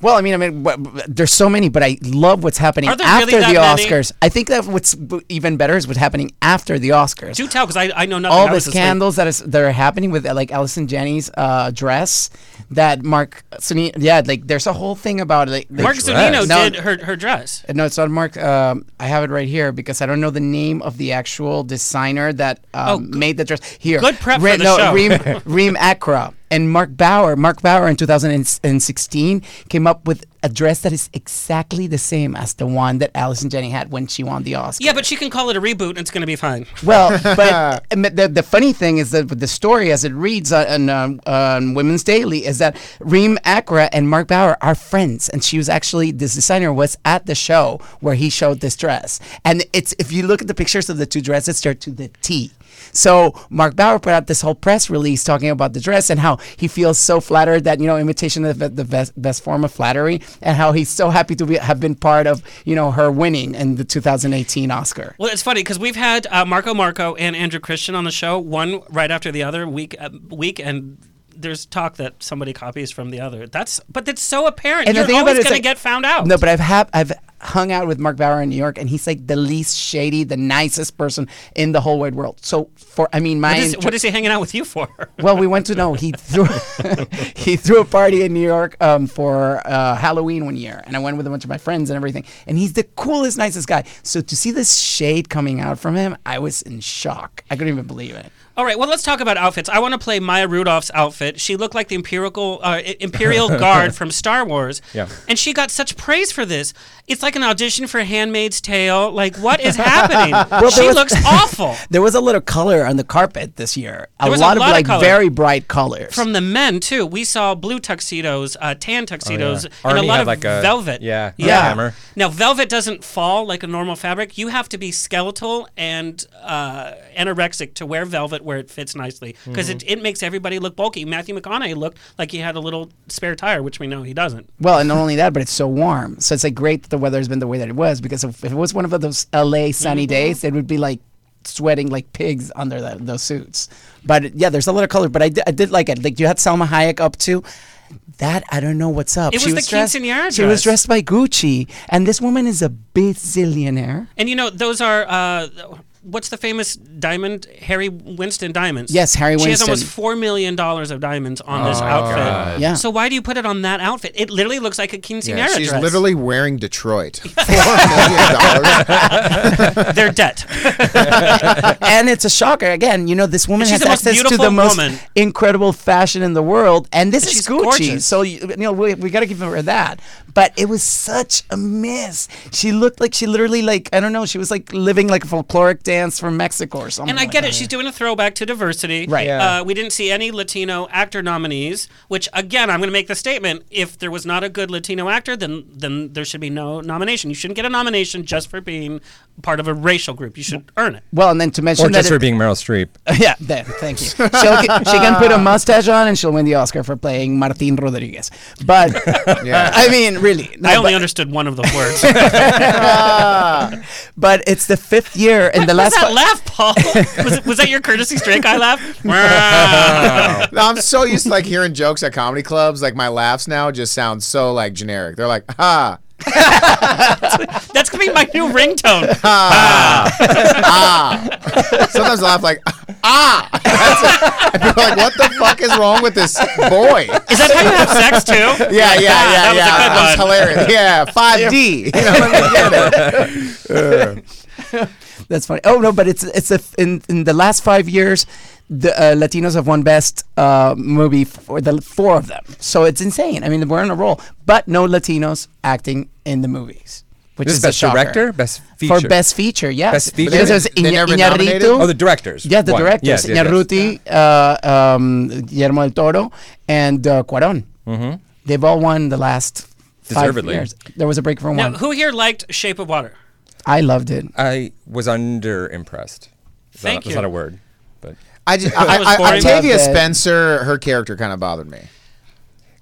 H: Well, I mean, I mean, wha- wha- there's so many, but I love what's happening
A: Are there
H: after
A: really that
H: the
A: many?
H: Oscars. I think that what's b- even better is what's happening after the Oscars.
A: Do tell because I, I know nothing.
H: All
A: I
H: the
A: was asleep.
H: scandals that is that are happening with uh, like Allison Janney's uh, dress that Mark Sunni yeah like there's a whole thing about like like-
A: Mark Zunino
H: No,
A: did her her dress.
H: No, it's not Mark. Um, I have it right here because I don't know the name of the actual designer that um, made the dress. Here,
A: Oh, good prep for
H: Re-
A: the
H: no,
A: show.
H: Reem, Reem Akra and Mark Bauer. Mark Bauer in 2016 came up with a dress that is exactly the same as the one that Allison Jenny had when she won the Oscar.
A: Yeah, but she can call it a reboot and it's going to be fine.
H: Well, but um, the, the funny thing is that with the story as it reads on, on, um, on Women's Daily is that Reem Akra and Mark Bauer are friends, and she was actually this designer was at the show where he showed this dress, and it's if you look at the pictures of the two dresses, they're to the T. So Mark Bauer put out this whole press release talking about the dress and how he feels so flattered that you know imitation is the, the best best form of flattery, and how he's so happy to be, have been part of you know her winning in the 2018 Oscar.
A: Well, it's funny because we've had uh, Marco Marco and Andrew Christian on the show, one right after the other, week uh, week, and there's talk that somebody copies from the other. That's but it's so apparent. You're always going
H: is,
A: to
H: like-
A: get found out.
H: No, but I've hap- I've hung out with Mark Bauer in New York, and he's like the least shady, the nicest person in the whole wide world. So for I mean, my
A: what is,
H: intro-
A: what is he hanging out with you for?
H: well, we went to no. He threw he threw a party in New York um, for uh, Halloween one year, and I went with a bunch of my friends and everything. And he's the coolest, nicest guy. So to see this shade coming out from him, I was in shock. I couldn't even believe it.
A: All right, well, let's talk about outfits. I want to play Maya Rudolph's outfit. She looked like the empirical uh, I- Imperial Guard from Star Wars.
I: Yeah.
A: And she got such praise for this. It's like an audition for Handmaid's Tale. Like, what is happening?
H: Well,
A: she
H: there was-
A: looks awful.
H: There was a little color on the carpet this year. A
A: There was a
H: lot of
A: lot of
H: like
A: color.
H: very bright colors.
A: From the men, too. We saw blue tuxedos, uh, tan tuxedos, and a lot
I: Arnie Oh, had
A: of
I: like a-
A: velvet.
I: yeah, a
A: Yeah.
I: hammer.
A: Now, velvet doesn't fall like a normal fabric. You have to be skeletal and uh, anorexic to wear velvet where it fits nicely because
I: Mm-hmm.
A: it, it makes everybody look bulky. Matthew McConaughey looked like he had a little spare tire, which we know he doesn't.
H: Well, and not only that, but it's so warm. So it's like great that the weather has been the way that it was because if, if it was one of those LA sunny days, it would be like sweating like pigs under the, those suits. But yeah, there's a lot of color. But I did, I did like it. Like you had Selma Hayek up too. That I don't know what's up.
A: It was the
H: dressed,
A: quinceañera
H: She
A: dress.
H: was dressed by Gucci, and this woman is a bazillionaire.
A: And you know, those are. Uh, What's the famous diamond? Harry Winston diamonds.
H: Yes, Harry
A: She has almost
H: Winston.
A: four million dollars of diamonds on this
G: Oh,
A: outfit.
G: God.
H: Yeah.
A: So why do you put it on that outfit? It literally looks like a quinceanera
G: Yeah, she's
A: dress.
G: literally wearing Detroit. Four million dollars.
A: Their debt.
G: Oh
H: and it's a shocker. Again, you know, this woman
A: And she's
H: has
A: the most
H: access to
A: beautiful
H: the most
A: woman.
H: incredible fashion in the world, and this is
A: she's
H: Gucci.
A: gorgeous.
H: So you, you know, we, we got to give her that. But it was such a miss. She looked like she literally like I don't know. She was like living like a folkloric dance from Mexico or something.
A: and I
H: like
A: get
H: that.
A: it. She's doing a throwback to diversity.
H: Right. Yeah.
A: Uh, we didn't see any Latino actor nominees. Which, again, I'm going to make the statement: if there was not a good Latino actor, then then there should be no nomination. You shouldn't get a nomination just for being part of a racial group. You should earn it.
H: Well, and then to mention
I: Or
H: that
I: just
H: it-
I: for being Meryl Streep.
A: Oh.
H: yeah, there, thank you. She'll, she can put a mustache on and she'll win the Oscar for playing Martin Rodriguez. But I mean, really, no,
A: I only
H: but-
A: understood one of the words.
H: but it's the fifth year and the
A: was
H: last
A: that
H: fi-
A: laugh, Paul? was, it, was that your courtesy straight guy laugh? Wow.
G: No, I'm so used to like hearing jokes at comedy clubs. Like my laughs now just sound so like generic. They're like, "Ah." ha,
A: That's gonna be my new ringtone.
G: ah. Sometimes I laugh like, ah. That's it. And people are like, what the fuck is wrong with this boy?
A: Is that how you have sex too?
G: Yeah, yeah, yeah,
A: that
G: yeah. That's
A: Was a good one.
G: hilarious. Yeah, 5D. You know, let me get it. Uh,
H: That's funny. Oh no, but it's it's a in in the last five years, the uh, Latinos have won best uh, movie for the four of them. So it's insane. I mean, we're on a roll, but no Latinos acting in the movies, which
I: This
H: is
I: is
H: a
I: best
H: shocker.
I: director, best feature.
H: for best feature. Yes,
I: Best feature?
H: Because there's
G: They never
H: Iña-
G: nominated?
H: Iñárritu.
I: Oh, the directors.
H: Yeah, the
I: One.
H: directors.
I: Yes, yes, yes.
H: Iñárritu, Uh, um, Guillermo del Toro, and uh, Cuarón. Mm-hmm. They've all won the last. Five
I: Deservedly.
H: years. There was a break for
A: Now,
H: one.
A: who here liked Shape of Water?
H: I loved it.
I: I was under impressed.
A: Thank
I: not, It's
A: you.
I: not a word, but
G: I just,
A: That was
G: I, I,
A: boring.
G: Octavia
H: Love that.
G: Spencer, her character kind of bothered me.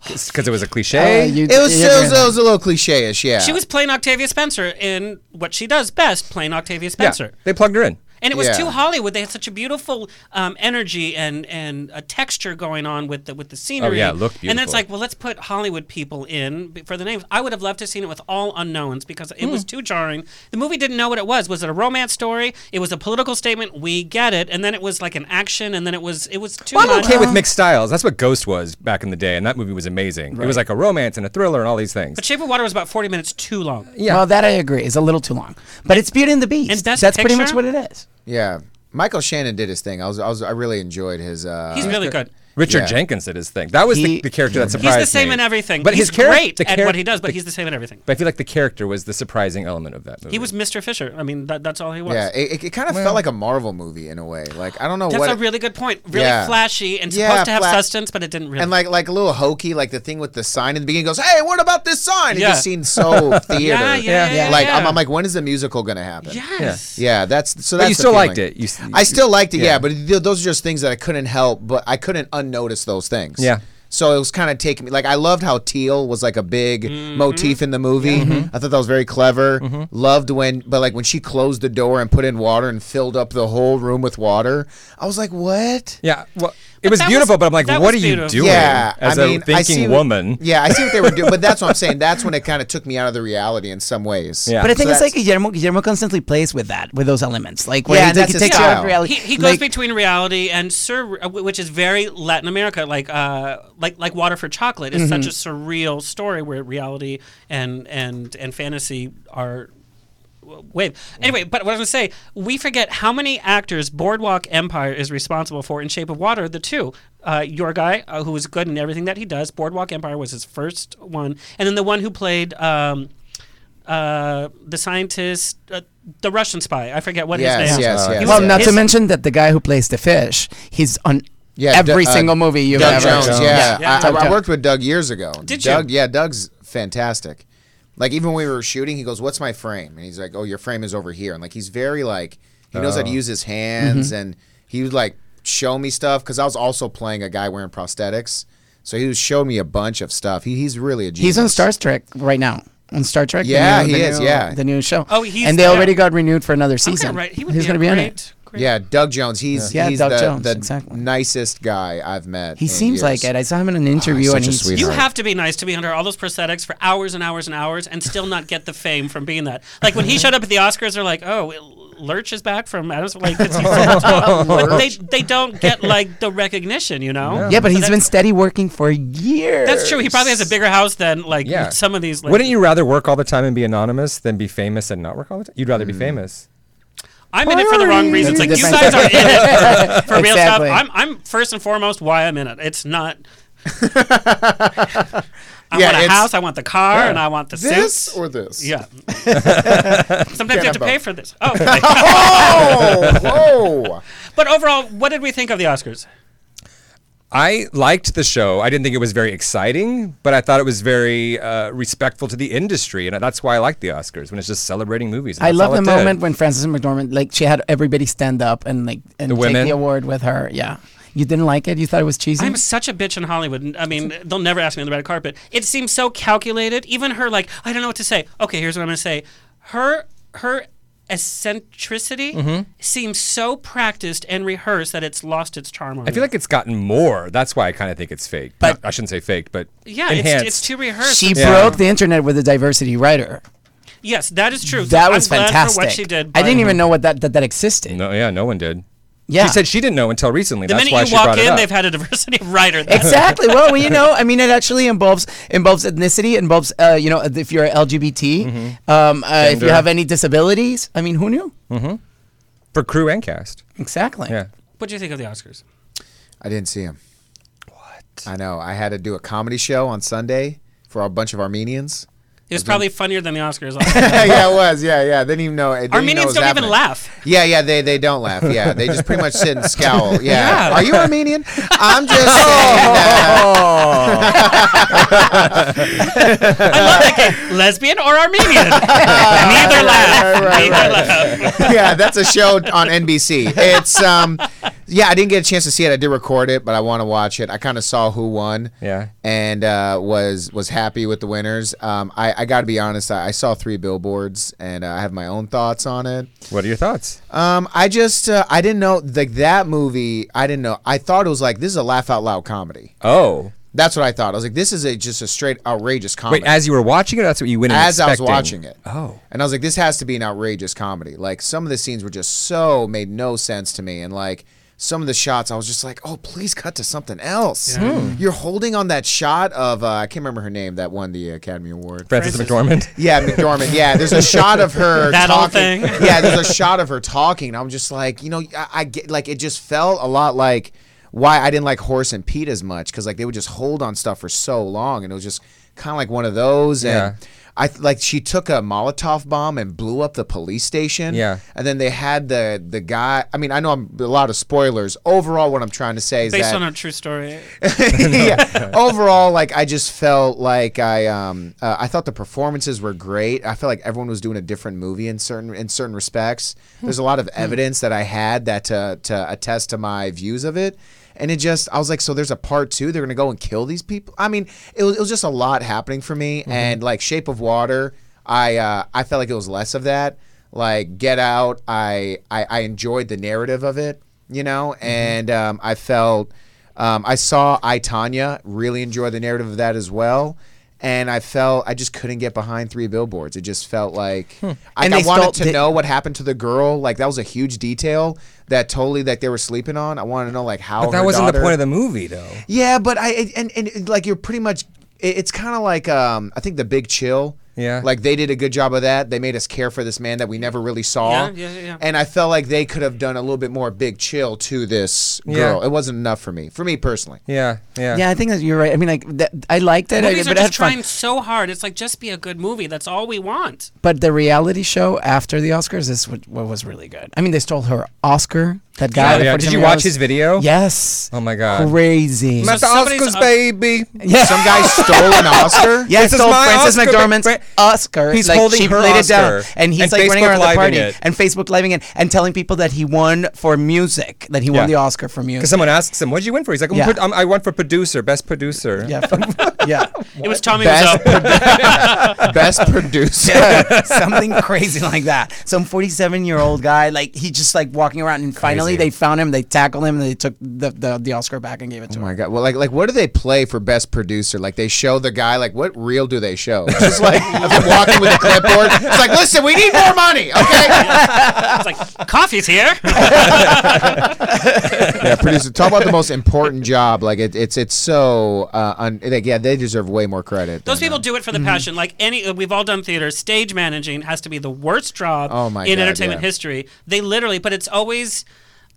I: because it was a
H: Uh,
A: Oh,
I: cliche.
H: you-
G: It was,
H: you
G: it
H: agree
G: was,
H: with
G: it was a little cliche-ish, yeah.
A: She was playing Octavia Spencer in what she does best, playing Octavia Spencer.
I: they plugged her in.
A: And it was
G: Yeah.
A: too Hollywood. They had such a beautiful um, energy and and a texture going on with the with the scenery.
I: Oh, yeah, it looked
A: And it's
I: beautiful.
A: like, well, let's put Hollywood people in b- for the names. I would have loved to have seen it with all unknowns because it
I: Hmm.
A: was too jarring. The movie didn't know what it was. Was it a romance story? It was a political statement. We get it. And then it was like an action. And then it was it was too.
I: Well, I'm
A: much.
I: okay with mixed styles. That's what Ghost was back in the day, and that movie was amazing. It was like a romance and a thriller and all these things.
A: But Shape of Water was about forty minutes too long.
I: Yeah.
H: Well, that I agree is a little too long, but it's Beauty and the Beast.
A: And Best
H: That's pretty much
A: Picture?
H: what it is.
G: yeah. Michael Shannon did his thing. I was, I was, I really enjoyed his. Uh,
A: He's really good.
I: Richard
G: Yeah.
I: Jenkins did his thing. That was
H: He-
I: the, the character that surprised
A: He's
I: me.
A: the same in everything.
I: But
A: he's
I: his character,
A: great at what he does. But he's the same in everything.
I: But I feel like the character was the surprising element of that movie.
A: He was Mr. Fisher. I mean, that, that's all he was.
G: Yeah, it, it, kind of felt like a Marvel movie in a way. Like I don't know
A: That's
G: what.
A: a really good point. Really
G: Yeah.
A: flashy and
G: Yeah,
A: supposed to have
G: fla-
A: substance, but it didn't really.
G: and like like a little hokey, like the thing with the sign in the beginning goes, "Hey, what about this sign?" It
A: Yeah.
G: just seemed so theater.
A: yeah, yeah, yeah,
G: Like I'm,
A: yeah.
G: I'm like, when is the musical gonna happen?
A: yes.
G: Yeah, that's so.
I: But
G: That's
I: you
G: the
I: still liked
G: feeling.
I: it. You s-
G: I still liked it, yeah.
I: yeah.
G: But th- those are just things that I couldn't help, but I couldn't unnotice those things.
I: Yeah.
G: So it was kind of taking me. Like I loved how teal was like a big
I: Mm-hmm.
G: motif in the movie. I thought that was very clever. Loved when, but like when she closed the door and put in water and filled up the whole room with water, I was like, what?
I: Yeah, well, it was
A: that
I: beautiful,
A: was-
I: but I'm like,
A: that
I: what are
A: was
I: you
A: beautiful.
I: doing
G: Yeah,
I: as
G: I mean,
I: a
G: I
I: thinking
G: see,
I: woman?
G: Yeah, I see what they were doing, but that's what I'm saying. That's when it kind of took me out of the reality in some ways.
I: Yeah.
H: But I
I: So
H: think it's like
G: that's-
H: Guillermo, Guillermo constantly plays with that, with those elements. Like, where
G: Yeah,
H: he,
G: and
H: like,
G: that's
H: he
G: his
H: takes you out of
G: style.
H: reality.
A: He, he goes
H: like,
A: between reality and sur, uh, wh- which is very Latin America, like uh, like like Water for Chocolate is
H: Mm-hmm.
A: such a surreal story where reality and and and fantasy are wave. Anyway, but what I was going to say, we forget how many actors Boardwalk Empire is responsible for in Shape of Water, the two. Uh, your guy, uh, who was good in everything that he does, Boardwalk Empire was his first one. And then the one who played um, uh, the scientist, uh, the Russian spy. I forget what
G: Yes,
A: his name
G: yes,
A: was.
G: yes.
A: He
H: Well,
A: was-
H: not to
A: his-
H: mention that the guy who plays the fish, he's on
G: Yeah,
H: every
G: Du- uh,
H: single movie you've
G: Doug
H: ever
G: Jones,
H: seen.
G: Yeah, I,
H: Doug
G: I, I
H: Jones.
G: worked with Doug years ago.
A: Did
G: Doug,
A: you?
G: Yeah, Doug's fantastic. Like even when we were shooting, he goes, "What's my frame?" And he's like, "Oh, your frame is over here." And like he's very like he knows how to
C: Oh.
G: use his hands,
H: Mm-hmm.
G: and he would like show me stuff because I was also playing a guy wearing prosthetics, so he would show me a bunch of stuff. He, he's really a genius.
H: He's on Star Trek right now. On Star Trek, the
G: Yeah,
H: new-
G: he
H: the
G: is,
H: new-
G: yeah.
H: the new show.
A: Oh, he's
H: and they
A: there.
H: already got renewed for another season.
A: right, he would
H: he's
A: be a
H: going to be on
A: great-
H: it.
G: yeah, Doug Jones. He's
H: Yeah,
G: he's
H: Doug
G: the,
H: Jones,
G: the
H: exactly.
G: nicest guy I've met.
H: He
G: in
H: seems like
G: years.
H: it. I saw him in an interview,
G: Oh, such
H: and
G: a
H: he's
G: sweetheart.
A: You have to be nice to be under all those prosthetics for hours and hours and hours and still not get the fame from being that. Like when he showed up at the Oscars, they're like, "Oh, Lurch is back from Adams." Like, it's, like, they they don't get like the recognition, you know?
H: yeah, but
A: So
H: he's been
A: that's-
H: steady working for years.
A: That's true. He probably has a bigger house than like
I: Yeah.
A: some of these. Like,
I: Wouldn't you rather work all the time and be anonymous than be famous and not work all the time? You'd rather be famous.
A: I'm in it for the wrong reasons. Like you
H: That's a
A: guys are in it for, for real
H: Exactly.
A: stuff. I'm I'm first and foremost why I'm in it. It's not. I
G: Yeah,
A: want a
G: it's-
A: house. I want the car, and I want the
G: this
A: suits.
G: or this.
A: Yeah. Sometimes you have to pay for this. Oh,
G: Oh, whoa.
A: but overall, what did we think of the Oscars?
I: I liked the show. I didn't think it was very exciting, but I thought it was very uh, respectful to the industry, and that's why I like the Oscars when it's just celebrating movies. and
H: I
I: that's
H: love
I: all
H: the
I: it did.
H: moment when Frances McDormand, like, she had everybody stand up and like and
I: The
H: take
I: women?
H: the award with her. Yeah, you didn't like it. You thought it was cheesy.
A: I'm such a bitch in Hollywood. I mean, they'll never ask me on the red carpet. It seems so calculated. Even her, like, I don't know what to say. Okay, here's what I'm gonna say. Her, her eccentricity seems so practiced and rehearsed that it's lost its charm. On
I: I feel like it's gotten more. That's why I kind of think it's fake.
H: But-
I: Not- I shouldn't say fake, but
A: yeah, it's,
I: enhanced.
A: it's too rehearsed.
H: she
A: It's-
H: broke the internet with a diversity writer.
A: Yes, that is true. So
H: That
A: I'm
H: was
A: glad
H: fantastic.
A: For what she did.
H: I didn't
A: but-
H: even know what that that, that existed.
I: no, yeah, no one did.
H: Yeah.
I: She said she didn't know until recently.
A: The
I: that's why
A: minute
I: she
A: you walk
I: brought it
A: in,
I: up.
A: they've had a diversity of writer. That's
H: exactly. Well, you know, I mean, it actually involves involves ethnicity, involves uh, you know, if you're LGBT, um, uh, if you
I: Mm-hmm. Gender.
H: have any disabilities. I mean, who knew?
I: for crew and cast.
H: Exactly.
I: Yeah.
A: What do you think of the Oscars?
G: I didn't see him. What? I know. I had to do a comedy show on Sunday for a bunch of Armenians.
A: It was probably funnier than the Oscars.
G: yeah, it was. Yeah, yeah. They didn't even know. They didn't know it
A: Armenians
G: was
A: don't even
G: happening.
A: laugh.
G: Yeah, yeah. They they don't laugh. Yeah, they just pretty much sit and scowl. Yeah.
A: Yeah. Oh.
G: Are you Armenian? I'm just. saying that-
A: I love that game. Lesbian or Armenian? Neither laugh.
G: right,
A: Neither laugh.
G: yeah, that's a show on NBC. It's um, yeah. I didn't get a chance to see it. I did record it, but I want to watch it. I kind of saw who won.
I: Yeah.
G: And uh, was was happy with the winners. Um, I I got to be honest. I, I saw three billboards, and uh, I have my own thoughts on it.
I: What are your thoughts?
G: Um, I just uh, I didn't know like that movie. I didn't know. I thought it was like this is a laugh out loud comedy.
I: Oh,
G: That's what I thought. I was like, this is a just a straight outrageous comedy.
I: wait. As you were watching it, or that's what you went. in
G: As I was
I: expecting?
G: watching it.
I: Oh,
G: and I was like, this has to be an outrageous comedy. Like some of the scenes were just so made no sense to me, and like some of the shots, I was just like, oh, please cut to something else. You're holding on that shot of uh, I can't remember her name that won the Academy Award.
I: Frances McDormand.
G: Yeah, McDormand. Yeah, there's a shot of her
A: That
G: talking.
A: old thing.
G: Yeah, there's a shot of her talking. and I'm just like, you know, I, I get like it just felt a lot like why I didn't like Horace and Pete as much because like they would just hold on stuff for so long, and it was just kind of like one of those. And
I: Yeah.
G: I th- like she took a Molotov bomb and blew up the police station.
I: Yeah.
G: and then they had the the guy. I mean, I know I'm a lot of spoilers. Overall, what I'm trying to say is
A: Based
G: that
A: on a true story.
G: yeah. Overall, like I just felt like I um uh, I thought the performances were great. I felt like everyone was doing a different movie in certain in certain respects. There's a lot of evidence that I had that to to attest to my views of it. And it just, I was like, so there's a part two. They're gonna go and kill these people. I mean, it was, it was just a lot happening for me. And like Shape of Water, I uh, I felt like it was less of that. Like Get Out, I I, I enjoyed the narrative of it, you know.
I: Mm-hmm.
G: And um, I felt um, I saw I Tanya really enjoy the narrative of that as well, and I felt I just couldn't get behind Three Billboards. It just felt like
I: Hmm.
G: I,
H: And
G: I
H: they stole-
G: wanted to
H: they-
G: know what happened to the girl. Like that was a huge detail that totally that they were sleeping on. I wanted to know like how
I: But that
G: her
I: wasn't the
G: daughter-
I: point of the movie, though.
G: yeah, but I and and, and like you're pretty much. it- It's kind of like um, I think the Big Chill.
I: Yeah.
G: Like they did a good job of that. They made us care for this man that we never really saw.
A: Yeah, yeah, yeah.
G: And I felt like they could have done a little bit more big chill to this girl.
I: Yeah.
G: It wasn't enough for me. For me personally.
I: Yeah.
H: Yeah. I think that you're right. I mean, like that, I liked it, I-
A: Movies
H: but
A: are
H: I
A: just
H: had fun.
A: trying so hard. It's like just be a good movie. That's all we want.
H: But the reality show after the Oscars is what, what was really good. I mean, they stole her Oscar. That guy. the
I: Yeah, Oh, yeah.
H: 47
I: Did you
H: year old
I: watch
H: was
I: his video?
H: Yes.
I: Oh my god.
H: Crazy.
I: Not the
A: somebody's
I: Oscars,
A: up-
I: baby.
H: Yeah.
G: Some guy stole an Oscar.
H: Yeah,
I: This
H: he
I: is
H: stole
I: my
H: Francis
I: Oscar,
H: McDormand's
I: but-
H: Oscar.
I: He's
H: like,
I: holding
H: she
I: her
H: laid it down,
I: Oscar
H: and he's
I: and
H: like running
I: Facebook
H: around the
I: Living
H: party
I: it.
H: and Facebook living it and telling people that he won for music, that he won the
I: Yeah.
H: Oscar for music.
I: Because someone asks him, "What did you win for?" He's like, I'm
H: Yeah.
I: pro- I'm- i won for producer, best producer."
H: yeah, for- yeah,
A: It was Tommy
G: Best
A: Wiseau.
G: Best producer.
H: Yeah, something crazy like that. Some 47 year old guy, like he just like walking around, and finally
I: Crazy.
H: they found him, they tackled him, and they took the the, the Oscar back and gave it to
G: Oh
H: him.
G: my god! Well, like, like, what do they play for best producer? Like, they show the guy. Like, what reel do they show? It's Just like of him walking with a clipboard. It's like, listen, we need more money. Okay.
A: It's like coffee's here.
G: yeah, producer. Talk about the most important job. Like, it, it's it's so. Uh, un- like, yeah, they deserve way more credit.
A: Those
G: than, uh,
A: people do it for
G: Mm-hmm.
A: the passion. Like any, uh, we've all done theater. Stage managing has to be the worst job
G: Oh my
A: in
G: God,
A: entertainment
G: yeah.
A: history. They literally, but it's always.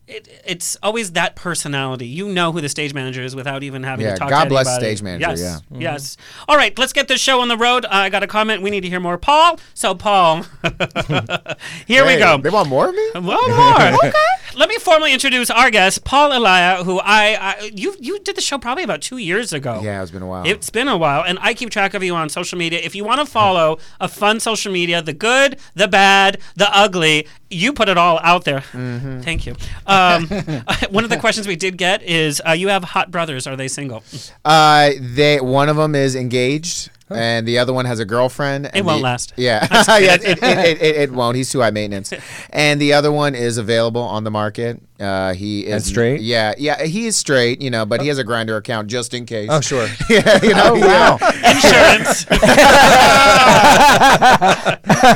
A: It, it's always that personality. You know who the stage manager is without even having
G: Yeah,
A: to talk
G: God
A: to
G: bless
A: anybody.
G: stage manager,
A: Yes,
G: yeah.
A: yes. All right, let's get this show on the road. Uh, I got a comment. We need to hear more, Paul. So, Paul, here
G: Uh,
A: we
G: hey,
A: go.
G: They want more of me.
A: One more. okay. Let me formally introduce our guest, Paul Elia, who I, I you you did the show probably about two years ago.
G: Yeah, it's been a while.
A: It's been a while, and I keep track of you on social media. If you want to follow a fun social media, the good, the bad, the ugly, you put it all out there. Thank you. Um, one of the questions we did get is, uh, you have hot brothers. Are they single?
G: Uh, they one of them is engaged. And the other one has a girlfriend. and
A: won't
G: the-
A: last.
G: Yeah, yeah, it, it, it, it, it won't. He's too high maintenance. And the other one is available on the market. Uh, he is
I: And straight?
G: Yeah, yeah, he is straight. You know, but he has a grinder account just in case.
I: Oh sure.
G: yeah, you know, Oh, wow.
A: Insurance.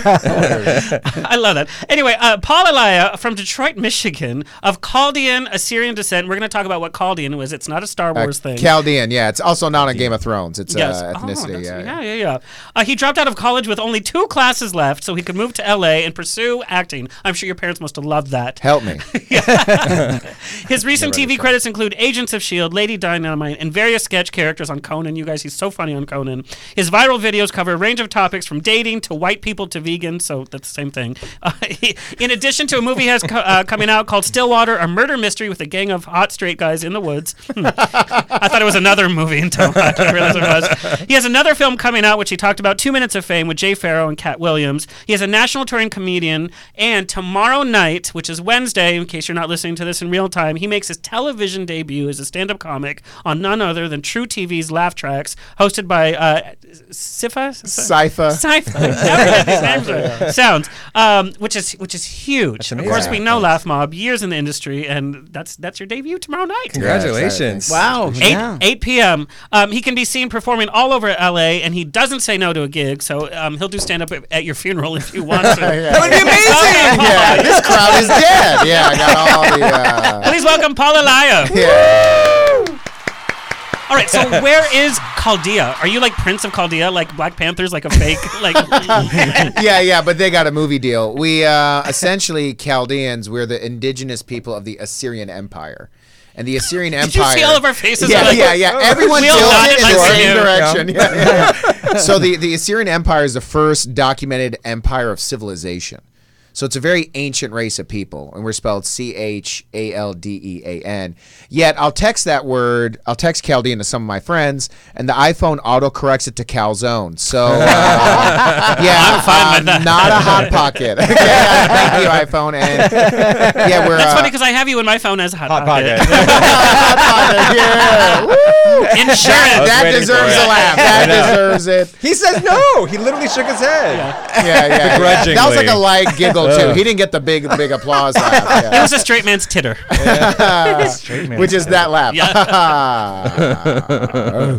A: I love that. Anyway, uh, Paul Elia from Detroit, Michigan, of Chaldean Assyrian descent. We're going to talk about what Chaldean was. It's not a Star
G: Uh,
A: Wars thing.
G: Chaldean, yeah. It's also not on Game of Thrones. It's
A: Yes.
G: uh,
A: Oh,
G: ethnicity.
A: that's-
G: yeah,
A: yeah, yeah. yeah. Uh, he dropped out of college with only two classes left, so he could move to LA and pursue acting. I'm sure your parents must have loved that.
G: Help me.
A: His recent TV credits include Agents of S.H.I.E.L.D., E Lady Dynamite, and various sketch characters on Conan. You guys, he's so funny on Conan. His viral videos cover a range of topics from dating to white people to vegans, so that's the same thing. Uh, he- in addition to a movie he has co- uh, coming out called Stillwater, a murder mystery with a gang of hot straight guys in the woods. Hmm. I thought it was another movie until I didn't realize what it was. He has another film coming out, which he talked about, Two Minutes of Fame, with Jay Farrow and Cat Williams. He is a national touring comedian. And tomorrow night, which is Wednesday, in case you're not listening to this in real time, he makes his television debut as a stand up comic on none other than True TV's Laugh Tracks, hosted by uh, Sifa?
G: Sypha.
A: Sypha. Never get these names right. Sounds, um, which is which is huge. Of course,
I: amazing.
A: we know Laugh Mob, years in the industry, and that's that's your debut tomorrow night.
I: Congratulations.
H: Wow.
A: Eight,
H: yeah.
A: 8 p.m. Um, he can be seen performing all over LA, and he doesn't say no to a gig, so um, he'll do stand up at, at your funeral if you want to.
G: That
A: would be amazing.
G: yeah, this crowd is dead. Yeah, I got all the. Uh,
A: Please welcome Paul Elia.
G: yeah.
A: All right, so where is Chaldea? Are you like Prince of Chaldea, like Black Panthers, like a fake, like?
G: yeah, yeah, but they got a movie deal. We uh, essentially Chaldeans. We're the indigenous people of the Assyrian Empire, and the Assyrian
A: Did you
G: Empire.
A: see all of our faces?
G: Yeah,
A: Like,
G: yeah, yeah. Everyone
A: We all
G: tilted
A: nodded
G: in the
A: like
G: same
A: you.
G: direction. Yeah, yeah. so the, the Assyrian Empire is the first documented empire of civilization. So it's a very ancient race of people, and we're spelled C H A L D E A N. Yet I'll text that word, I'll text Chaldean to some of my friends, and the iPhone auto corrects it to calzone. So uh, yeah, I'm
A: fine with that.
G: Not a hot pocket. okay, yeah, thank you, iPhone. And yeah, we're
A: That's
G: uh,
A: funny because I have you in my phone as a hot,
I: Hot
A: pocket.
I: pocket.
G: hot pocket. Yeah, woo.
A: Insurance.
G: That,
I: was
G: that
I: waiting for
G: deserves
I: it.
G: a laugh.
I: I
G: That
I: know.
G: deserves it.
I: He says no. He literally shook his head.
G: Yeah, yeah. yeah. That was like a
I: Begrudgingly.
G: light giggle too. He didn't get the big, big applause laugh,
A: It
G: yeah.
A: was a straight man's titter.
G: which is that laugh.
A: Yeah.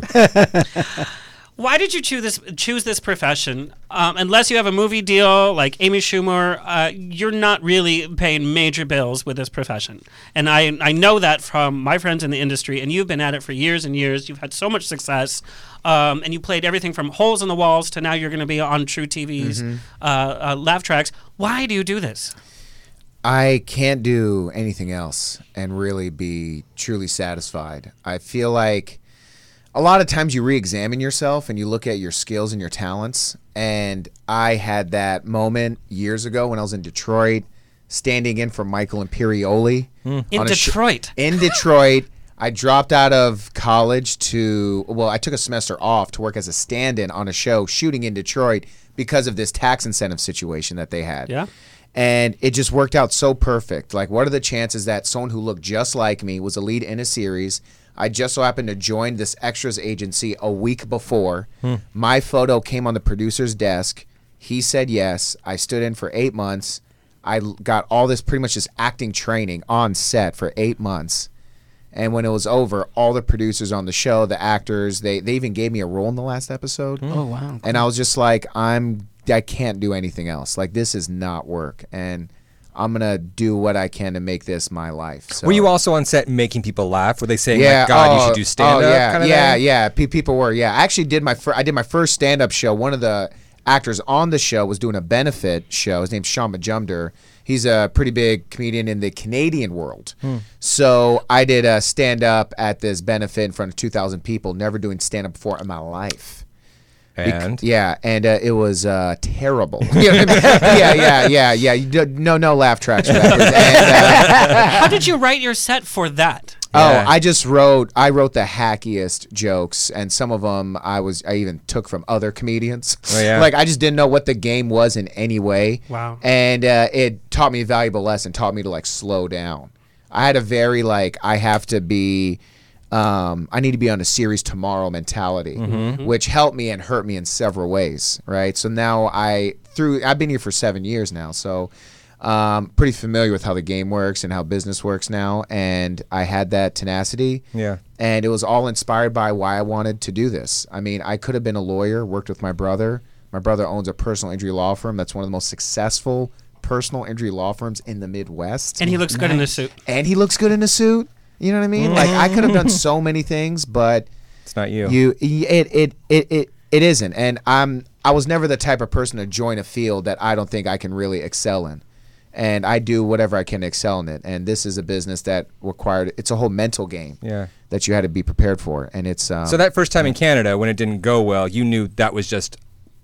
A: Why did you choose this choose this profession? Um, unless you have a movie deal like Amy Schumer, uh, you're not really paying major bills with this profession. And I I know that from my friends in the industry. And you've been at it for years and years. You've had so much success, um, and you played everything from holes in the walls to now you're going to be on True TV's
G: Mhm.
A: uh, uh, laugh tracks. Why do you do this?
G: I can't do anything else and really be truly satisfied. I feel like a lot of times you re-examine yourself and you look at your skills and your talents. And I had that moment years ago when I was in Detroit, standing in for Michael Imperioli
A: Mm. In
G: on a sh-
A: Detroit.
G: in Detroit. I dropped out of college to, well, I took a semester off to work as a stand in on a show shooting in Detroit because of this tax incentive situation that they had.
A: Yeah.
G: And it just worked out so perfect. Like, what are the chances that someone who looked just like me was a lead in a series? I just so happened to join this extras agency a week before.
M: Hmm.
G: My photo came on the producer's desk. He said yes. I stood in for eight months. I l- got all this pretty much just acting training on set for eight months. And when it was over, all the producers on the show, the actors, they, they even gave me a role in the last episode.
H: Oh, wow.
G: And I was just like, I'm I can't do anything else. Like this is not work. And I'm gonna do what I can to make this my life. So
I: Were you also on set making people laugh? Were they saying, like, God, you should do stand up?
G: Oh, yeah,
I: kind of
G: yeah,
I: thing?
G: yeah. Pe- people were. Yeah, I actually did my fir- I did my first stand up show. One of the actors on the show was doing a benefit show. His name's Sean Majumder. He's a pretty big comedian in the Canadian world.
M: Hmm.
G: So I did a stand up at this benefit in front of 2,000 people. Never doing stand up before in my life. Bec-
I: And?
G: yeah, and uh, it was uh, terrible. You know what I mean? yeah, yeah, yeah, yeah. You d- no, no laugh tracks. for that. And, uh,
A: How did you write your set for that?
G: Oh, I just wrote. I wrote the hackiest jokes, and some of them I was. I even took from other comedians.
I: Oh, yeah.
G: like I just didn't know what the game was in any way.
A: Wow.
G: And uh, it taught me a valuable lesson. Taught me to like slow down. I had a very like I have to be. Um, I need to be on a series tomorrow mentality,
M: Mhm.
G: which helped me and hurt me in several ways. Right. So now I through I've been here for seven years now. So um, pretty familiar with how the game works and how business works now. And I had that tenacity.
I: Yeah.
G: And it was all inspired by why I wanted to do this. I mean, I could have been a lawyer, worked with my brother. My brother owns a personal injury law firm that's one of the most successful personal injury law firms in the Midwest.
A: And he looks good in a suit.
G: And he looks good in a suit. You know what I mean? Like I could have done so many things, but
I: it's not you.
G: You it it it it it isn't. And I'm I was never the type of person to join a field that I don't think I can really excel in. And I do whatever I can to excel in it. And this is a business that required it's a whole mental game.
I: Yeah.
G: That you had to be prepared for. And it's um,
I: So that first time in Canada, when it didn't go well, you knew that was just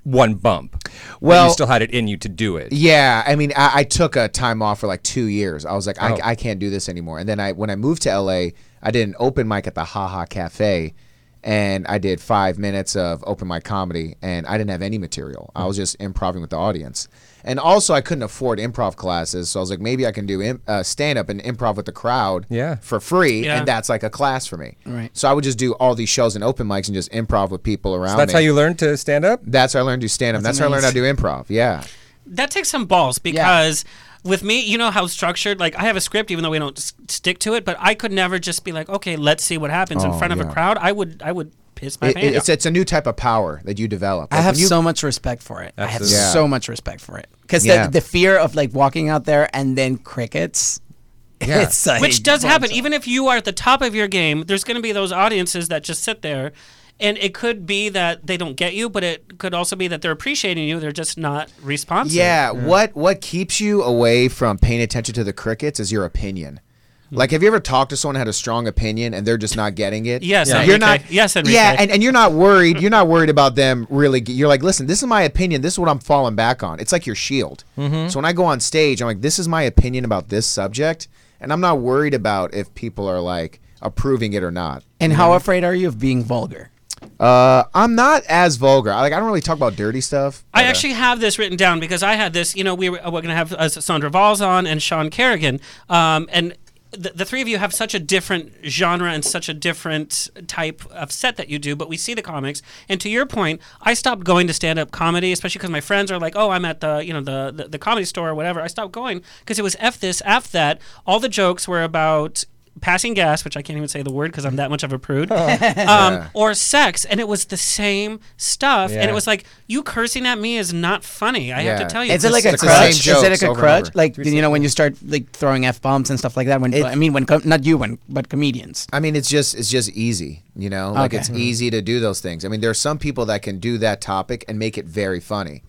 I: one bump. but you
G: Well-
I: still had it in you to do it.
G: Yeah, I mean, I, I took a time off for like two years. I was like,
I: Oh.
G: I, I can't do this anymore. And then I, when I moved to LA, I did an open mic at the Ha Ha Cafe, and I did five minutes of open mic comedy, and I didn't have any material. I was just improvising with the audience. And also, I couldn't afford improv classes, so I was like, maybe I can do im- uh, stand up and improv with the crowd,
I: Yeah.
G: for free,
I: Yeah.
G: and that's like a class for me.
I: Right.
G: So I would just do all these shows and open mics and just improv with people around.
I: So that's
G: me.
I: how you learned to stand up?
G: That's how I learned to do stand up.
I: That's
G: That's, how I learned how to do
I: amazing.
G: improv. Yeah.
A: That takes some balls because with me, you know how structured. Like I have a script, even though we don't s- stick to it. But I could never just be like, okay, let's see what happens in
G: Oh,
A: front of a
G: yeah.
A: crowd. I would, I would piss my
G: It- it-
A: pants.
G: it's, it's a new type of power that you develop.
H: I
G: Like,
H: have
G: when you-
H: so much respect for it. I have
G: Absolutely. Yeah.
H: so much respect for it because
G: Yeah.
H: the, the fear of like walking out there and then crickets. It's like,
A: Which does happen. Even if you are at the top of your game, there's going to be those audiences that just sit there. And it could be that they don't get you, but it could also be that they're appreciating you. They're just not responsive.
G: Yeah, What what keeps you away from paying attention to the crickets is your opinion.
A: Hmm.
G: Like, have you ever talked to someone who had a strong opinion and they're just not getting it?
A: Yes,
G: Yeah.
A: Enrique.
G: you're not.
A: Yes, Enrique.
G: yeah, and, and you're not worried. You're not worried about them really. Get, you're like, listen, this is my opinion. This is what I'm falling back on. It's like your shield.
A: Mm-hmm.
M: Mhm.
G: So when I go on stage, I'm like, this is my opinion about this subject, and I'm not worried about if people are like approving it or not.
H: And how afraid are you of being vulgar?
G: Uh, I'm not as vulgar. I, like, I don't really talk about dirty stuff.
A: I
G: but, uh,
A: actually have this written down because I had this. You know, we were, uh, we're going to have uh, Sandra Valls on and Sean Kerrigan, um, and the, the three of you have such a different genre and such a different type of set that you do. But we see the comics, and to your point, I stopped going to stand up comedy, especially because my friends are like, "Oh, I'm at the you know the the, the comedy store or whatever." I stopped going because it was f this, f that. All the jokes were about passing gas, which I can't even say the word because I'm that much of a prude,
M: Oh.
A: um,
M: Yeah.
A: or sex, and it was the same stuff. And
H: Yeah.
A: it was like you cursing at me is not funny. I have to tell you,
H: Is it like
A: this-
H: a crutch? Is it like a crutch? Like you know when you start like throwing f bombs and stuff like that. When I mean when com- not you when but comedians.
G: I mean, it's just it's just easy, you know. Like
H: Okay.
G: it's
I: Mm-hmm.
G: easy to do those things. I mean, there are some people that can do that topic and make it very funny.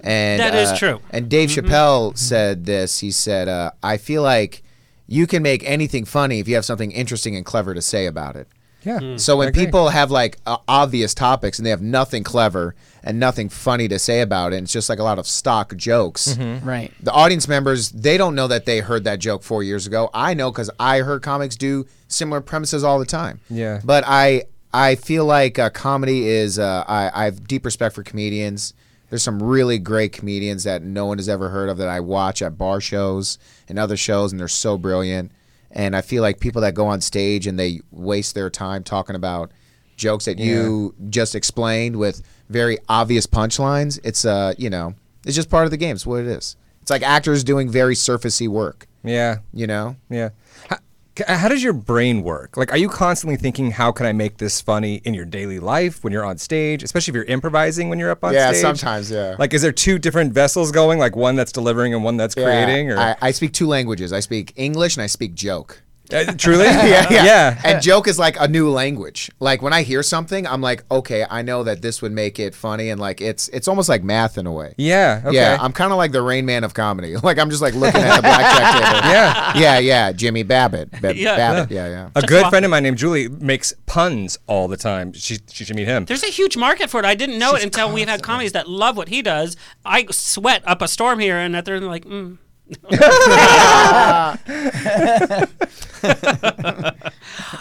G: And uh,
A: That is true.
G: And Dave
I: Mm-hmm.
A: Mhm.
G: Chappelle said this. He said, uh, "I feel like you can make anything funny if you have something interesting and clever to say about it."
I: Yeah.
A: Hmm.
I: Mm,
G: so
I: I
G: when
I: agree.
G: people have like uh, obvious topics and they have nothing clever and nothing funny to say about it, and it's just like a lot of stock jokes.
I: Mm-hmm.
H: Mhm. Right.
G: The audience members, they don't know that they heard that joke four years ago. I know because I heard comics do similar premises all the time.
I: Yeah.
G: But I I feel like uh, comedy is uh, I I have deep respect for comedians. There's some really great comedians that no one has ever heard of that I watch at bar shows and other shows, and they're so brilliant. And I feel like people that go on stage and they waste their time talking about jokes that you just explained with very obvious punchlines. It's uh you know it's just part of the game. It's what it is. It's like actors doing very surfacey work.
I: Yeah.
G: You know?
I: Yeah. How, c- how does your brain work? Like, are you constantly thinking, how can I make this funny in your daily life when you're on stage, especially if you're improvising when you're up on
G: Yeah,
I: stage?
G: sometimes, yeah.
I: Like, is there two different vessels going, like one that's delivering and one that's
G: Yeah,
I: creating? Or
G: I, I speak two languages. I speak English and I speak joke.
I: Uh, truly?
G: yeah, yeah,
I: Yeah.
G: And joke is like a new language. Like when I hear something, I'm like, okay, I know that this would make it funny, and like it's it's almost like math in a way.
I: Yeah. Okay.
G: Yeah, I'm kind of like the Rain Man of comedy. Like I'm just like looking at the blackjack table.
I: Yeah.
G: yeah, yeah. Jimmy Babbitt. Ba- Babbitt. Yeah, yeah.
I: A good friend of mine named Julie makes puns all the time. She, she should meet him.
A: There's a huge market for it. I didn't know it until we've had comedies that love what he does. I sweat up a storm here, and that they're like, mm.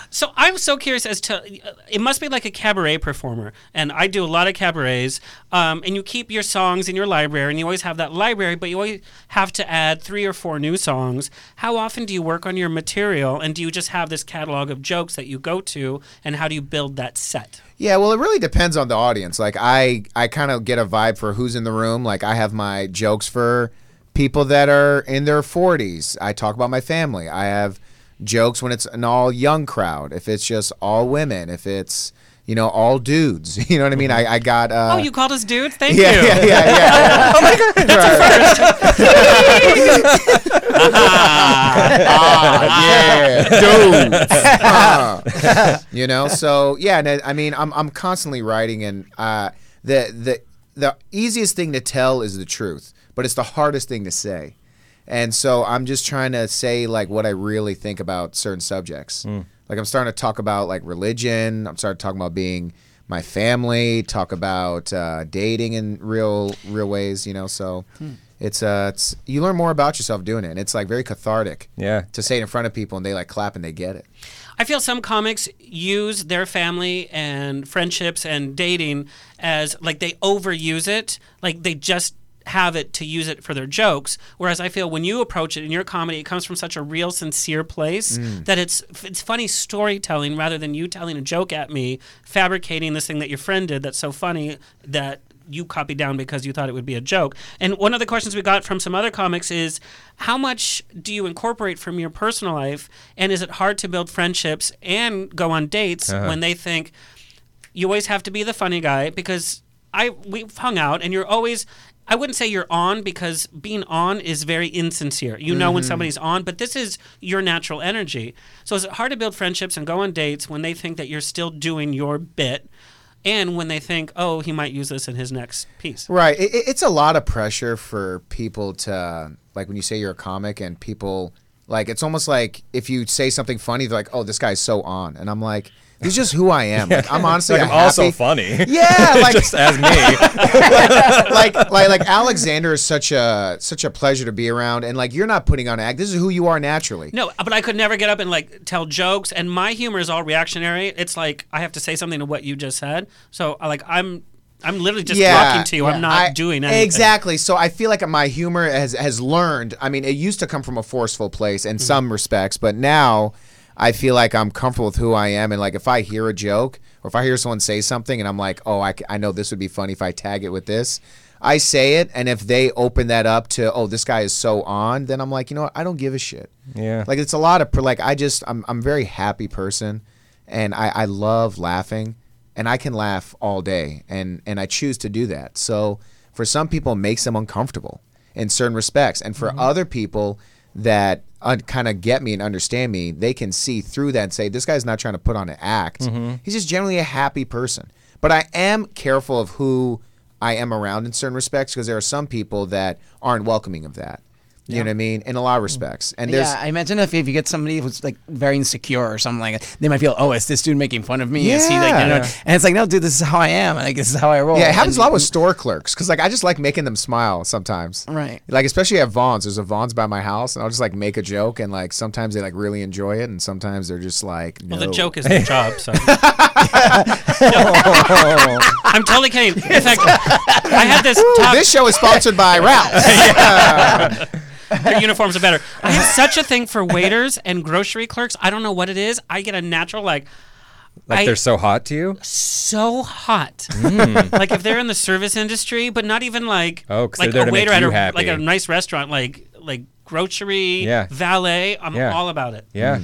A: so I'm so curious as to it must be like a cabaret performer, and I do a lot of cabarets. Um, and you keep your songs in your library, and you always have that library, but you always have to add three or four new songs. How often do you work on your material, and do you just have this catalog of jokes that you go to, and how do you build that set?
G: Yeah, well, it really depends on the audience. Like I, I kind of get a vibe for who's in the room. Like I have my jokes for people that are in their 40s. I talk about my family. I have jokes when it's an all young crowd. If it's just all women. If it's you know all dudes. You know what I mean? I, I got. Uh,
A: oh, you called us dudes? Thank
G: yeah,
A: you.
G: yeah, yeah, yeah, yeah.
A: oh my god. That's a first.
G: ah, yeah, dudes. Ah. you know, so yeah, and I, I mean, I'm I'm constantly writing, and uh, the the the easiest thing to tell is the truth, but it's the hardest thing to say, and so I'm just trying to say like what I really think about certain subjects.
I: Hmm.
G: Like I'm starting to talk about like religion. I'm starting to talk about being my family. Talk about uh, dating in real real ways. You know, so.
I: Hmm.
G: It's uh, it's you learn more about yourself doing it, and it's like very cathartic.
I: Yeah.
G: To say it in front of people and they like clap and they get it.
A: I feel some comics use their family and friendships and dating as like they overuse it, like they just have it to use it for their jokes. Whereas I feel when you approach it in your comedy, it comes from such a real, sincere place
M: Mm.
A: that it's it's funny storytelling rather than you telling a joke at me, fabricating this thing that your friend did that's so funny that you copied down because you thought it would be a joke. And one of the questions we got from some other comics is how much do you incorporate from your personal life and is it hard to build friendships and go on dates
M: Uh-huh.
A: when they think you always have to be the funny guy because I we've hung out and you're always I wouldn't say you're on because being on is very insincere. You know
G: Mm-hmm.
A: when
M: Mhm.
A: somebody's on, but this is your natural energy. So is it hard to build friendships and go on dates when they think that you're still doing your bit and when they think, "Oh, he might use this in his next piece."
G: Right. It, it- it's a lot of pressure for people to like when you say you're a comic and people like it's almost like if you say something funny, they're like, "Oh, this guy's so on," and I'm like, "This is just who I am. Like, I'm honestly
I: Like,
G: a
I: I'm also
G: happy-
I: funny.
G: Yeah, like
I: just as me.
G: like, like like Alexander is such a such a pleasure to be around, and like you're not putting on an act. This is who you are naturally.
A: No, but I could never get up and like tell jokes, and my humor is all reactionary. It's like I have to say something to what you just said. So, I like I'm, I'm literally just talking to you. I'm not
G: I-
A: doing anything.
G: Exactly. So I feel like my humor has has learned. I mean, it used to come from a forceful place
A: Mm-hmm.
G: in some respects, but now I feel like I'm comfortable with who I am. And like, if I hear a joke or if I hear someone say something, and I'm like, oh, I, c- I know this would be funny if I tag it with this. I say it, and if they open that up to, oh, this guy is so on, then I'm like, you know what? I don't give a shit.
I: Yeah.
G: Like it's a lot of pr- like I just I'm I'm a very happy person, and I I love laughing, and I can laugh all day, and and I choose to do that. So for some people, it makes them uncomfortable in certain respects, and for other people that uh, kind of get me and understand me, they can see through that and say this guy's not trying to put on an act.
I: Mhm.
G: He's just generally a happy person. But I am careful of who I am around in certain respects because there are some people that aren't welcoming of that. You know what I mean? In a lot of respects. And there's
H: yeah, I imagine if, if you get somebody who's like very insecure or something like that, they might feel, oh, is this dude making fun of me? Is he like, you know?
G: Yeah.
H: And it's like, no, dude, this is how I am. and, Like, this is how I roll.
G: Yeah, it happens
H: Oh, And-
G: a lot with store clerks because like I just like making them smile sometimes.
H: Right.
G: Like especially at Vaughn's, there's a Vaughn's by my house, and I'll just like make a joke, and like sometimes they like really enjoy it, and sometimes they're just like, no.
A: Well, the joke is the job, so. I'm totally kidding. In fact, I had this
G: Ooh,
A: talk.
G: this show is sponsored by Ralph's.
A: Their uniforms are better. I have such a thing for waiters and grocery clerks. I don't know what it is. I get a natural like.
I: Like
A: I-
I: they're so hot to you?
H: Mm.
A: so hot.
I: Mm.
A: like if they're in the service industry, but not even like
I: Oh, 'cause
A: like
I: they're there
A: a
I: to make
A: waiter at
I: you
A: a like a
I: happy.
A: nice restaurant, like like grocery,
I: Yeah.
A: valet. I'm
I: Yeah.
A: all about it.
I: Yeah.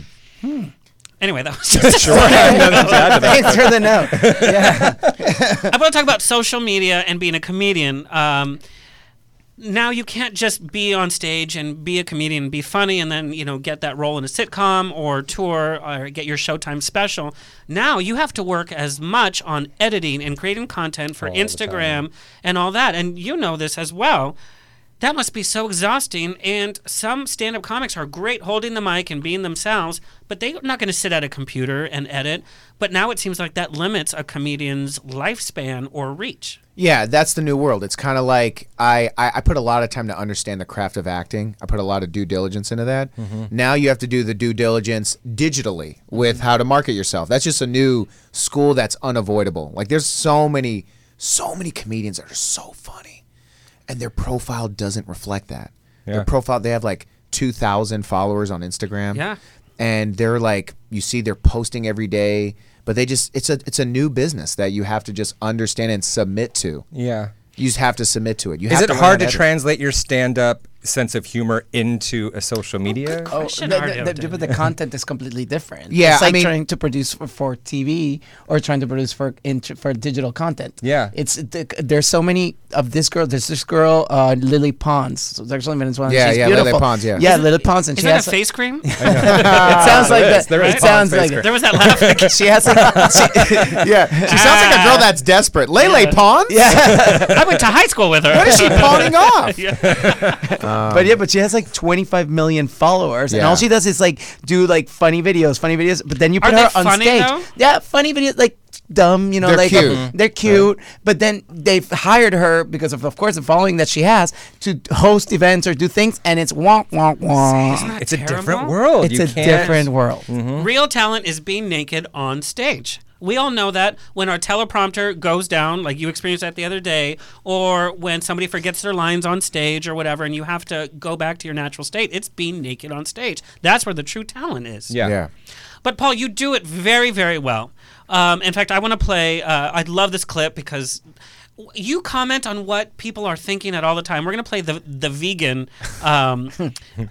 A: Anyway, that was just
I: Sure, I have nothing to add to that. Thanks for the note.
A: Yeah. I want to talk about social media and being a comedian. Um, now you can't just be on stage and be a comedian and be funny and then you know get that role in a sitcom or tour or get your showtime special now you have to work as much on editing and creating content for
I: All the
A: instagram and all that and you know this as well that must be so exhausting and some stand-up comics are great holding the mic and being themselves but they're not going to sit at a computer and edit but now it seems like that limits a comedian's lifespan or reach
G: Yeah, that's the new world. It's kind of like I, I I put a lot of time to understand the craft of acting. I put a lot of due diligence into that.
I: Mhm.
G: Now you have to do the due diligence digitally with how to market yourself. That's just a new school that's unavoidable. Like there's so many so many comedians that are so funny and their profile doesn't reflect that.
I: Yeah.
G: Their profile they have like 2000 followers on Instagram.
A: Yeah.
G: And they're like you see they're posting every day, but they just it's a it's a new business that you have to just understand and submit to.
I: Yeah.
G: You just have to submit to it. You
I: is
G: have
I: it
G: to learn
I: hard
G: how
I: to
G: edit.
I: translate your stand up sense of humor into a social media?
H: Oh,
A: question,
H: the,
A: Ardo,
H: the, the, but the content is completely different.
I: Yeah,
H: it's
I: I
H: like
I: mean-
H: trying to produce for, for TV or trying to produce for int- for digital content.
I: Yeah.
H: it's the, there's so many of this girl. There's this girl uh, Lily Pons. So There's only one.
G: Yeah,
H: she's
G: yeah, Lily
H: beautiful.
G: Pons, yeah.
H: yeah, Lily Pons, and
A: is
H: she
A: that
H: has
A: a face cream
H: it sounds like that. It sounds like it.
A: there was that laugh
H: she has. Like, she,
G: yeah, she sounds like a girl that's desperate. Lele Pons?
H: Yeah.
A: I went to high school with her.
G: What is she pawning off?
H: but yeah, but she has like 25 million followers, and
G: Yeah.
H: all she does is like do like funny videos, funny videos. But then you
A: Are
H: put
A: they
H: her on
A: funny,
H: stage.
A: though?
H: Yeah, funny videos, like dumb, you know,
G: They're
H: like
G: cute.
H: uh, they're cute. But then they've hired her because of, of course, the following that she has to host events or do things, and it's wonk wonk wonk.
I: It's a different world.
H: It's
I: You
H: a
I: can't-
H: different world.
A: Real talent is being naked on stage. We all know that when our teleprompter goes down, like you experienced that the other day, or when somebody forgets their lines on stage or whatever, and you have to go back to your natural state, it's being naked on stage. That's where the true talent is.
I: Yeah.
G: Yeah.
A: But Paul, you do it very, very well. Um, in fact, I want to play. Uh, I love this clip because w- you comment on what people are thinking at all the time. We're going to play the the vegan um,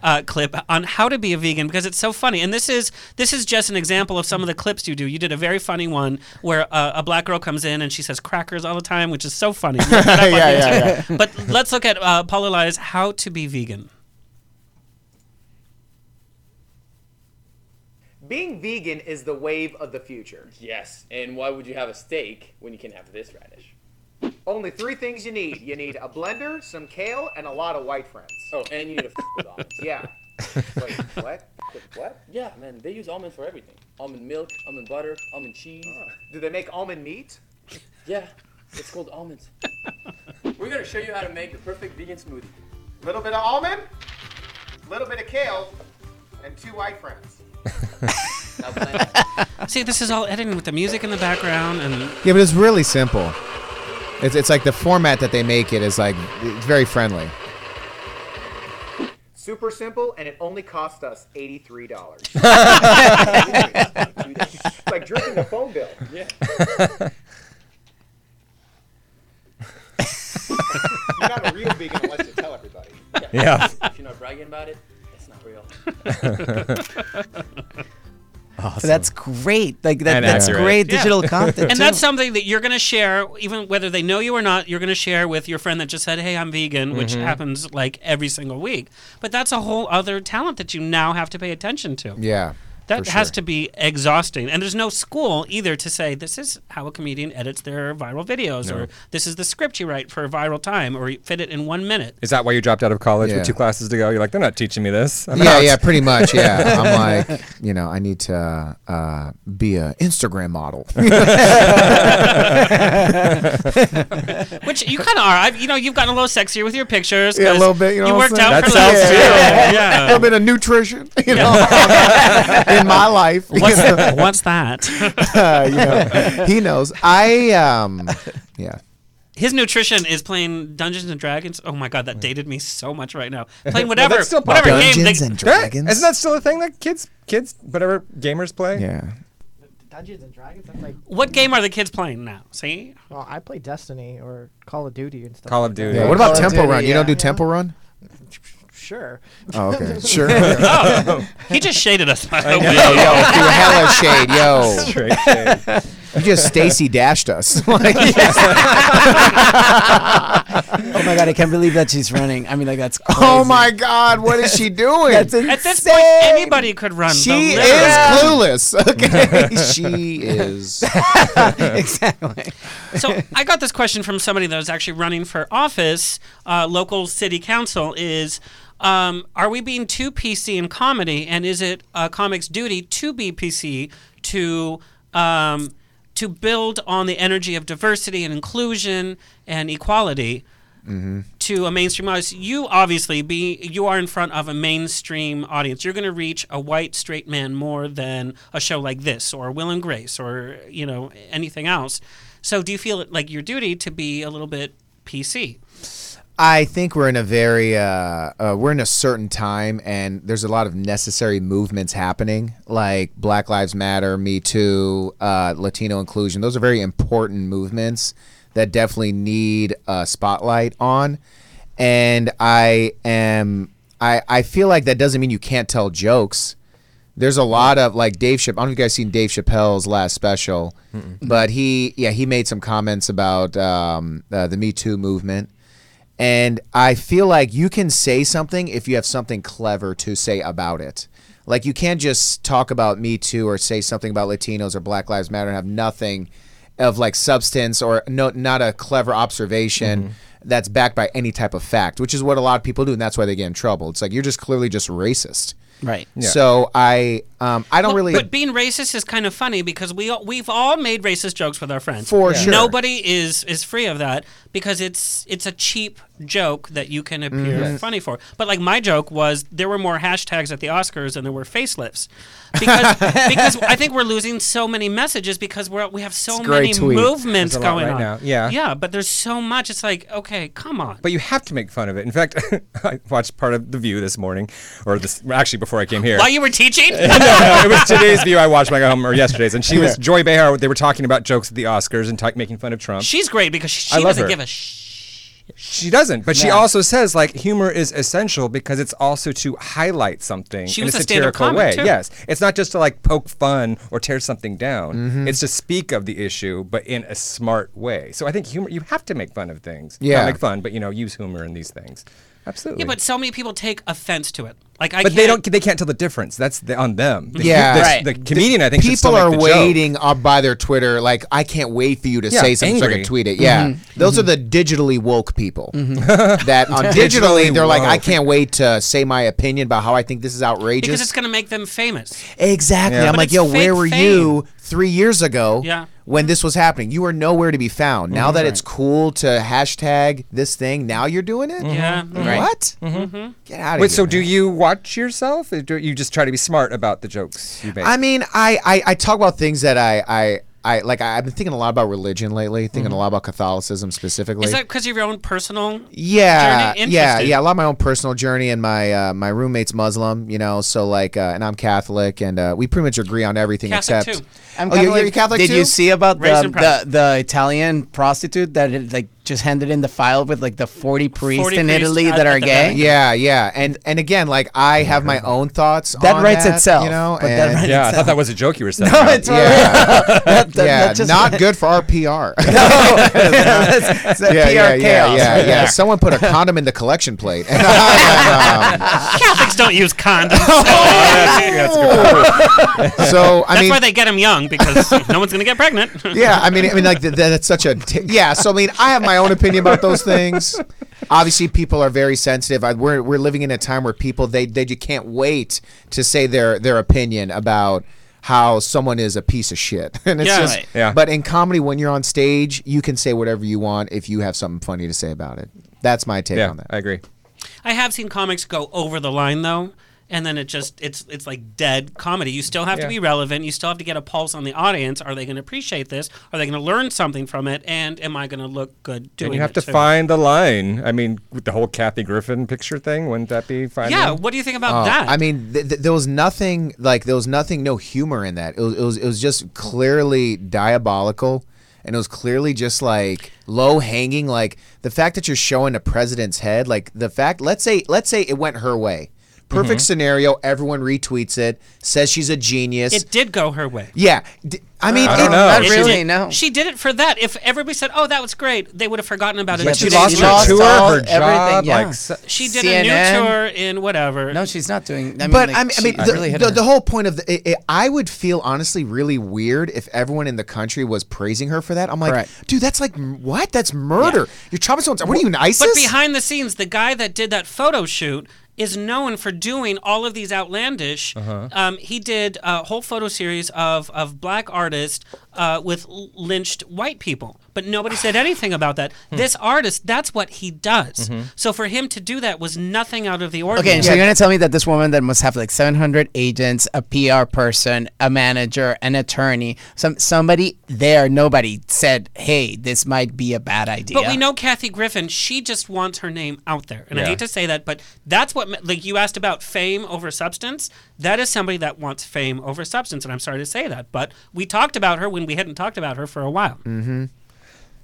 A: uh, clip on how to be a vegan because it's so funny. And this is this is just an example of some of the clips you do. You did a very funny one where uh, a black girl comes in and she says crackers all the time, which is so funny. Look it up on
G: Yeah, yeah,
A: YouTube. But let's look at uh, Paul Elias how to be vegan.
M: Being vegan is the wave of the future.
N: Yes, and why would you have a steak when you can have this radish?
M: Only three things you need. You need a blender, some kale, and a lot of white friends.
N: Oh, and you need a f- with almonds.
M: Yeah. Wait, what? What?
N: Yeah, man, they use almonds for everything. Almond milk, almond butter, almond cheese.
M: Do they make almond meat?
N: Yeah, it's called almonds. We're gonna show you how to make the perfect vegan smoothie.
M: Little bit of almond, little bit of kale, and two white friends.
A: See, this is all editing with the music in the background and.
G: Yeah, but it's really simple. It's, it's like the format that they make it is like it's very friendly.
M: Super simple, and it only cost us eighty-three dollars. like drinking a phone bill.
N: Yeah.
M: You're not a real vegan unless you tell everybody.
I: Yeah.
N: If you're not bragging about it, that's not real.
H: So that's great. Like that,
I: And
H: that's
I: accurate.
H: great
A: Yeah.
H: digital content.
A: And that's
H: too.
A: something that you're going to share, even whether they know you or not, you're going to share with your friend that just said, Hey, I'm vegan, which
G: Mm-hmm.
I: Mhm.
A: happens like every single week. But that's a whole other talent that you now have to pay attention to.
G: Yeah,
A: That
G: for
A: has
G: sure.
A: to be exhausting. And there's no school either to say, This is how a comedian edits their viral videos,
I: No.
A: or this is the script you write for a viral time, or you fit it in one minute.
I: Is that why you dropped out of college
G: Yeah.
I: with two classes to go? You're like, they're not teaching me this. I'm
G: yeah,
I: out."
G: yeah, pretty much. Yeah, I'm like, you know, I need to uh, be a Instagram model.
A: Which you kind of are. I've, you know, you've gotten a little sexier with your pictures.
G: Yeah, a
A: 'cause
G: little bit. You know, what I'm
A: worked
G: saying?
A: out for less too.
G: A little bit of nutrition, you know, in my life. you
A: What's,
G: know.
A: what's that?
G: Uh, you know, he knows. I um, yeah.
A: His nutrition is playing Dungeons and Dragons. Oh my god, that dated me so much right now. Playing
I: Well,
A: whatever,
I: that's still
A: whatever
I: popular.
A: game.
G: Dungeons
A: they-
G: and
I: Yeah,
G: Dragons.
I: "Eh, Isn't that still a thing that kids, kids, whatever gamers play?
G: Yeah.
B: Dungeons and Dragons. I'm like,
A: What game are the kids playing now? See,
B: well, I play Destiny or Call of Duty and stuff.
I: Call of
B: like
I: Duty.
B: That.
G: Yeah, what about
I: Call of
G: Temple
I: Duty,
G: Run? You
I: yeah.
G: don't do Temple Run?
B: Sure.
G: Oh, okay, sure.
A: Oh, he just shaded us. By the
G: Yo, yo,
A: way.
G: through hella shade, yo.
I: Straight shade.
G: You just Stacy dashed us. Like,
H: Oh my god, I can't believe that she's running. I mean, like that's. Crazy.
G: Oh my God, what is she doing?
H: That's
A: At this point, anybody could run. the
G: She is
A: list.
G: clueless. Okay, she is.
H: exactly.
A: so I got this question from somebody that was actually running for office, uh, local city council. Is um, are we being too PC in comedy, and is it a comic's duty to be PC to um, to build on the energy of diversity and inclusion and equality? to a mainstream audience, you obviously be you are in front of a mainstream audience. You're going to reach a white straight man more than a show like this or Will and Grace or you know anything else. So do you feel it like your duty to be a little bit PC?
G: I think we're in a very uh, uh, we're in a certain time, and there's a lot of necessary movements happening, like Black Lives Matter, Me Too, uh, Latino inclusion. Those are very important movements that definitely need a spotlight on. And I am I I feel like that doesn't mean you can't tell jokes. There's a lot of like Dave Chappelle. I don't know if you guys seen Dave Chappelle's last special, but he yeah he made some comments about um, uh, the Me Too movement. And I feel like you can say something if you have something clever to say about it. Like you can't just talk about Me Too or say something about Latinos or Black Lives Matter and have nothing of like substance or no not a clever observation
A: Mm-hmm.
G: that's backed by any type of fact, which is what a lot of people do, and that's why they get in trouble. It's like you're just clearly just racist.
H: Right.
G: So I um, I don't
A: Well,
G: really
A: But being racist is kind of funny because we all, we've all made racist jokes with our friends.
G: For Yeah. sure.
A: nobody is is free of that because it's it's a cheap joke that you can appear
I: Mm-hmm.
G: Mhm. Yes.
A: funny for. But like my joke was, there were more hashtags at the Oscars than there were facelifts because because I think we're losing so many messages because we're we have so
I: It's a
A: many
I: great tweet.
A: movements
I: There's a lot
A: going
I: right
A: on.
I: now. Yeah.
A: yeah, but there's so much. It's like okay, come on.
I: But you have to make fun of it. In fact, I watched part of The View this morning, or this actually before I came here.
A: While you were teaching.
I: no, no, it was today's view I watched when I got home, or yesterday's, and she was Joy Behar. They were talking about jokes at the Oscars and ta- making fun of Trump.
A: She's great because she
I: I love
A: doesn't
I: her.
A: give a sh-
I: She doesn't, but she
A: No.
I: also says like humor is essential because it's also to highlight something
A: She
I: in
A: was
I: a
A: a stand-up
I: satirical way.
A: comic, too.
I: Yes, it's not just to like poke fun or tear something down.
A: Mm-hmm.
I: It's to speak of the issue, but in a smart way. So I think humor you have to make fun of things. Not
G: Yeah.
I: make fun, but you know use humor in these things. Absolutely.
A: yeah, but so many people take offense to it. Like I
I: but
A: can't,
I: they don't. They can't tell the difference. That's the, on them. The,
G: Yeah,
I: the, the comedian. I think should still
G: people
I: make
G: are
I: the joke.
G: waiting up by their Twitter. Like, I can't wait for you to
I: Yeah,
G: say something so I
I: angry.
G: can tweet it. Yeah,
I: Mhm.
G: those are the digitally woke people that on digitally
I: Mm-hmm. Digitally
G: they're like, I
I: woke.
G: can't wait to say my opinion about how I think this is outrageous.
A: because it's going to make them famous.
G: Exactly.
A: Yeah.
G: I'm
A: But
G: like,
A: it's
G: yo,
A: fake
G: where were you three years ago
A: Yeah.
G: when this was happening? You were nowhere to be found. Now
I: Mm-hmm.
G: that it's cool to hashtag this thing, now you're doing it?
A: Yeah. Mm-hmm.
G: Like,
I: Right.
G: What?
A: Mhm.
G: Get out of
I: Wait,
G: here.
I: so do you watch yourself? Or do you just try to be smart about the jokes you make?
G: I mean, I, I, I talk about things that I, I, I like. I, I've been thinking a lot about religion lately, thinking
A: Mm-hmm.
G: a lot about Catholicism specifically.
A: Is that because of your own personal?
G: yeah,
A: journey? Interesting.
G: yeah, yeah. A lot of my own personal journey, and my uh, my roommate's Muslim, you know. So like, uh, and I'm Catholic, and uh, we pretty much agree on everything
A: Catholic
G: except.
A: too.
H: I'm
G: oh, you're,
H: Catholic.
G: you're Catholic
H: Did
G: too?
H: you see about
A: Raised
H: the,
A: and proud.
H: the the Italian prostitute that had, like just handed in the file with like the 40 priests
G: 40
H: in
G: priests
H: Italy
G: at-
H: that
G: at
H: are
G: the
H: gay.
G: back. Yeah, yeah, and and again, like I have my own thoughts.
H: Oh That
G: on
H: writes
G: that,
H: itself,
G: you know.
H: but that
G: and-
H: writes
I: Yeah, I thought that was a joke you were saying.
G: No,
I: it's
G: yeah,
H: that-
G: yeah,
H: that just-
G: not good for our PR.
H: it's a
G: yeah,
H: PR
G: yeah, yeah,
H: chaos.
G: yeah, yeah. Someone put a condom in the collection plate. And I am, um,
A: Catholics don't use condoms.
I: Oh,
G: So, I
A: that's
G: mean-
A: why they get them young because no one's gonna get pregnant.
G: yeah, I mean, I mean, like th- that's such a t- yeah. So I mean, I have my own opinion about those things. Obviously, people are very sensitive. I, we're we're living in a time where people they they just can't wait to say their their opinion about how someone is a piece of shit. And it's
A: Yeah.
G: just
A: Right. Yeah.
G: But in comedy, when you're on stage, you can say whatever you want if you have something funny to say about it. That's my take
I: Yeah,
G: on that.
I: I agree.
A: I have seen comics go over the line though, and then it just it's it's like dead comedy. You still have
I: Yeah.
A: to be relevant. You still have to get a pulse on the audience. Are they going to appreciate this? Are they going to learn something from it? And am I going to look good doing
I: and you have
A: it
I: to
A: too?
I: find the line. I mean, with the whole Kathy Griffin picture thing, wouldn't that be fine?
A: Yeah, what do you think about
G: Oh,
A: that?
G: I mean, th- th- there was nothing like there was nothing, no humor in that. It was, it was it was just clearly diabolical, and it was clearly just like low hanging. Like the fact that you're showing a president's head, like the fact. Let's say let's say it went her way. Perfect
A: Mhm.
G: scenario. Everyone retweets it. Says she's a genius.
A: it did go her way.
G: yeah. D- I mean,
H: I
G: it-
H: don't know. Not
A: It
H: really,
A: did-
H: no.
A: She did it for that. If everybody said, "Oh, that was great," they would have forgotten about it.
H: Yeah,
A: in
H: she
A: two
H: lost
A: days.
H: her Lost tour, all-
I: her job,
H: everything, yeah.
I: like s-
A: She did a
H: CNN.
A: new tour in whatever.
H: No, she's not doing. I mean,
G: but
H: like,
G: I mean, I
H: she
G: mean the,
H: really hit
G: the,
H: her.
G: the whole point of the, it, it- I would feel honestly really weird if everyone in the country was praising her for that. I'm like,
H: Correct.
G: dude, that's like m- what? That's murder. You're trauma so What are you, an ISIS?
A: But behind the scenes, the guy that did that photo shoot is known for doing all of these outlandish.
I: Uh-huh.
A: Um, he did a whole photo series of of black artists uh, with l- lynched white people, but nobody said anything about that.
H: Hmm.
A: This artist, that's what he does.
H: Mhm.
A: So for him to do that was nothing out of the ordinary.
H: Okay, so you're gonna tell me that this woman that must have like 700 agents, a PR person, a manager, an attorney, some somebody there, nobody said, "Hey, this might be a bad idea."
A: But we know Kathy Griffin. She just wants her name out there, and I
H: Yeah.
A: hate to say that, but that's what ma- like you asked about fame over substance. That is somebody that wants fame over substance, and I'm sorry to say that, but we talked about her when we hadn't talked about her for a while.
G: Mm.
I: Mm-hmm.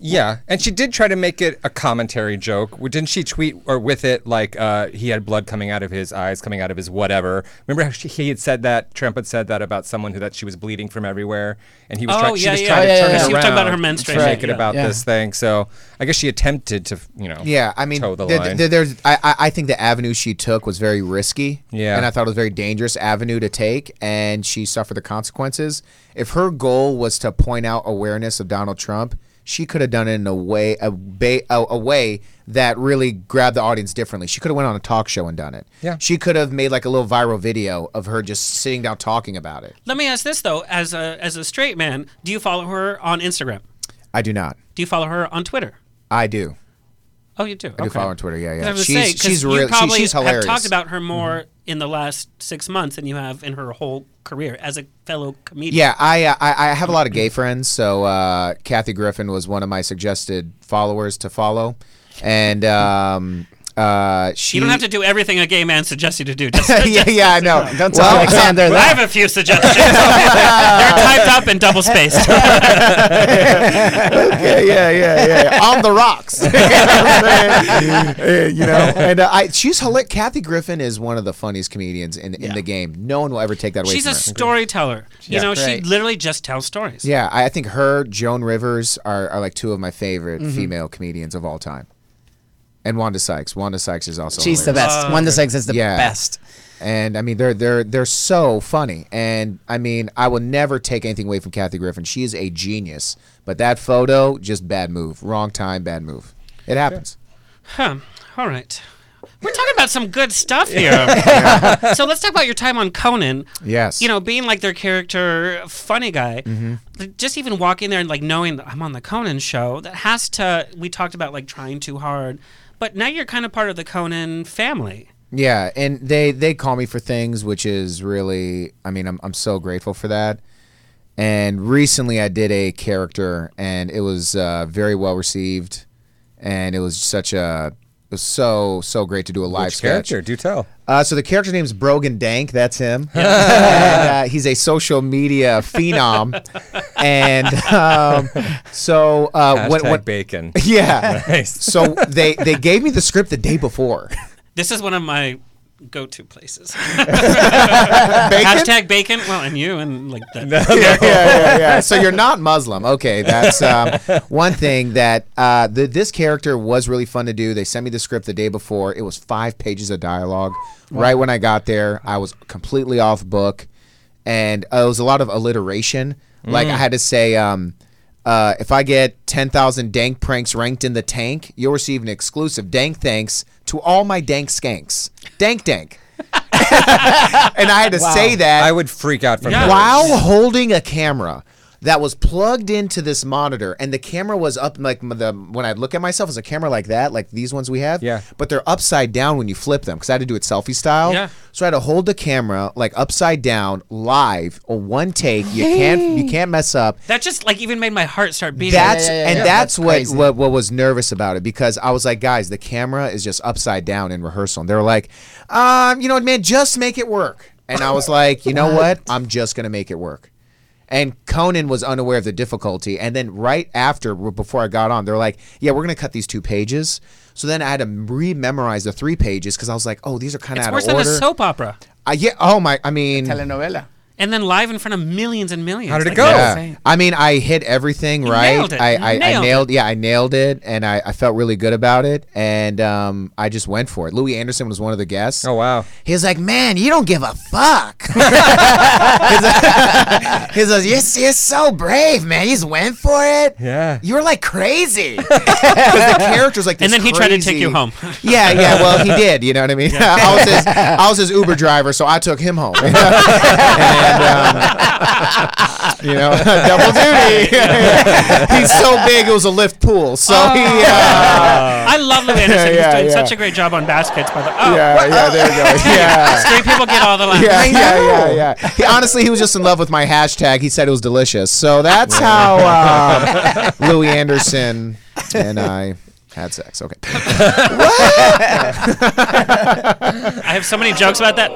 I: Yeah, and she did try to make it a commentary joke. W- Didn't she tweet or with it like uh, he had blood coming out of his eyes, coming out of his whatever? Remember how she, he had said that Trump had said that about someone who that she was bleeding from everywhere, and he was
A: Oh,
I: trying. she
A: yeah,
I: was
A: yeah.
I: trying
A: Oh,
I: to
A: yeah,
I: turn
A: yeah.
I: it
A: She was talking about
I: around
A: her
I: and
A: menstruation,
I: Make it
A: yeah.
I: about
A: Yeah.
I: this thing. So I guess she attempted to, you know.
G: yeah, I mean,
I: toe the
G: there-
I: line.
G: there- there's. I, I- I think the avenue she took was very risky.
I: Yeah.
G: and I thought it was a very dangerous avenue to take, and she suffered the consequences. If her goal was to point out awareness of Donald Trump, she could have done it in a way a, ba- a, a way that really grabbed the audience differently. She could have went on a talk show and done it.
A: Yeah.
G: she could have made like a little viral video of her just sitting down talking about it.
A: Let me ask this though: as a as a straight man, do you follow her on Instagram?
G: I do not.
A: Do you follow her on Twitter?
G: I do.
A: Oh, you do.
G: I do
A: okay.
G: follow her on Twitter. Yeah, yeah.
A: I was
G: She's-
A: gonna say, 'cause
G: she's
A: you
G: real- she-
A: probably
G: she's hilarious. Mm-hmm.
A: Have talked about her more in the last six months than you have in her whole career as a fellow comedian.
G: Yeah, I, uh, I I have a lot of gay friends, so uh, Kathy Griffin was one of my suggested followers to follow, and um, uh, she.
A: you don't have to do everything a gay man suggests you to do. Just,
G: yeah, yeah, I know. Don't
A: tell Alexander that. I have a few suggestions. They're typed up and double spaced.
G: okay, yeah, yeah, yeah, yeah. On the rocks. you know, what I'm saying? you know, and uh, I, she's hilarious. Kathy Griffin is one of the funniest comedians in, in the game. No one will ever take that away
A: She's
G: from
A: a
G: her.
A: storyteller.
G: Yeah.
A: You know, she
G: Right.
A: literally just tells stories.
G: Yeah, I, I think her, Joan Rivers are, are like two of my favorite
A: Mhm.
G: female comedians of all time. And Wanda Sykes. Wanda Sykes is also
H: She's the
G: hilarious.
H: best. Oh, Wanda okay. Sykes is the best.
G: And I mean they're they're they're so funny. And I mean, I will never take anything away from Kathy Griffin. She is a genius. But that photo, just bad move. Wrong time, bad move. It happens.
A: Huh. All right. We're talking about some good stuff here.
G: Yeah.
A: So let's talk about your time on Conan.
G: Yes.
A: You know, being like their character, funny guy.
G: Mhm.
A: Just even walking there and like knowing that I'm on the Conan show, that has to, we talked about like trying too hard, but now you're kind of part of the Conan family.
G: Yeah, and they they call me for things, which is really, I mean, I'm I'm so grateful for that. And recently, I did a character, and it was uh, very well received, and it was such a was so so great to do a live
I: Which
G: sketch.
I: character? Do tell.
G: Uh, so the character name's Brogan Dank. That's him. and, uh, he's a social media phenom. and um, so uh,
I: Hashtag
G: when, when-
I: bacon.
G: Yeah.
I: Nice.
G: So they they gave me the script the day before.
A: This is one of my go-to places. Hashtag bacon. Well, and you and like that.
G: yeah, yeah, yeah, yeah. So you're not Muslim. Okay, that's um, one thing that uh, the, this character was really fun to do. They sent me the script the day before. It was five pages of dialogue.
B: Wow.
G: Right when I got there, I was completely off book, and uh, it was a lot of alliteration. Like
B: Mm.
G: I had to say. Um, uh, if I get 10,000 dank pranks ranked in the tank, you'll receive an exclusive dank thanks to all my dank skanks. Dank dank. and I had to
I: Wow.
G: say that.
I: I would freak out from that.
G: While holding a camera that was plugged into this monitor, and the camera was up like m- the when I look at myself, it's a camera like that, like these ones we have. Yeah. But they're upside down when you flip them, because I had to do it selfie style.
A: Yeah.
G: So I had to hold the camera like upside down, live, or one take. You can't you can't mess up.
A: That just like even made my heart start beating.
G: That's and that's, what, what what was nervous about it because I was like, guys, the camera is just upside down in rehearsal. And they were like, um, you know what, man, just make it work. And I was like, you know what? I'm just gonna make it work. And Conan was unaware of the difficulty. And then right after, w- before I got on, they're like, yeah, we're gonna cut these two pages. So then I had to re-memorize the three pages because I was like, oh, these are kind of
A: It's
G: out
A: worse
G: of
A: than a
G: order.
A: soap opera.
G: I- yeah. Oh my. I mean.
H: telenovela.
A: And then live in front of millions and millions. Like,
G: Yeah.
A: that's insane.
G: I mean, I hit everything right.
A: nailed it.
G: I,
A: You
G: I,
A: nailed
G: I nailed. Yeah, I nailed it, and I, I felt really good about it, and um, I just went for it. Louis Anderson was one of the guests. Oh
I: wow.
G: He was like, "Man, you don't give a fuck." he says, "You're, you're so brave, man. You just went for it.
I: Yeah,
G: you were like crazy." 'Cause the character's like,
A: And
G: this
A: then he tried to take
G: crazy-
A: you home.
G: yeah, yeah. Well, he did. You know what I mean?
A: Yeah.
G: I was his, I was his Uber driver, so I took him home. and, um, you know, double duty. He's so big, it was a lift pool. So he. Uh,
A: I love Lou Anderson.
G: Yeah,
A: He's doing
G: yeah.
A: such a great job on baskets. By the oh,
G: Yeah, yeah, there you go. Yeah.
A: Straight people get all the laughs.
G: Yeah, yeah, yeah, yeah. He, honestly, he was just in love with my hashtag. He said it was delicious. So that's how um, Louis Anderson and I had sex. Okay.
A: I have so many jokes about that.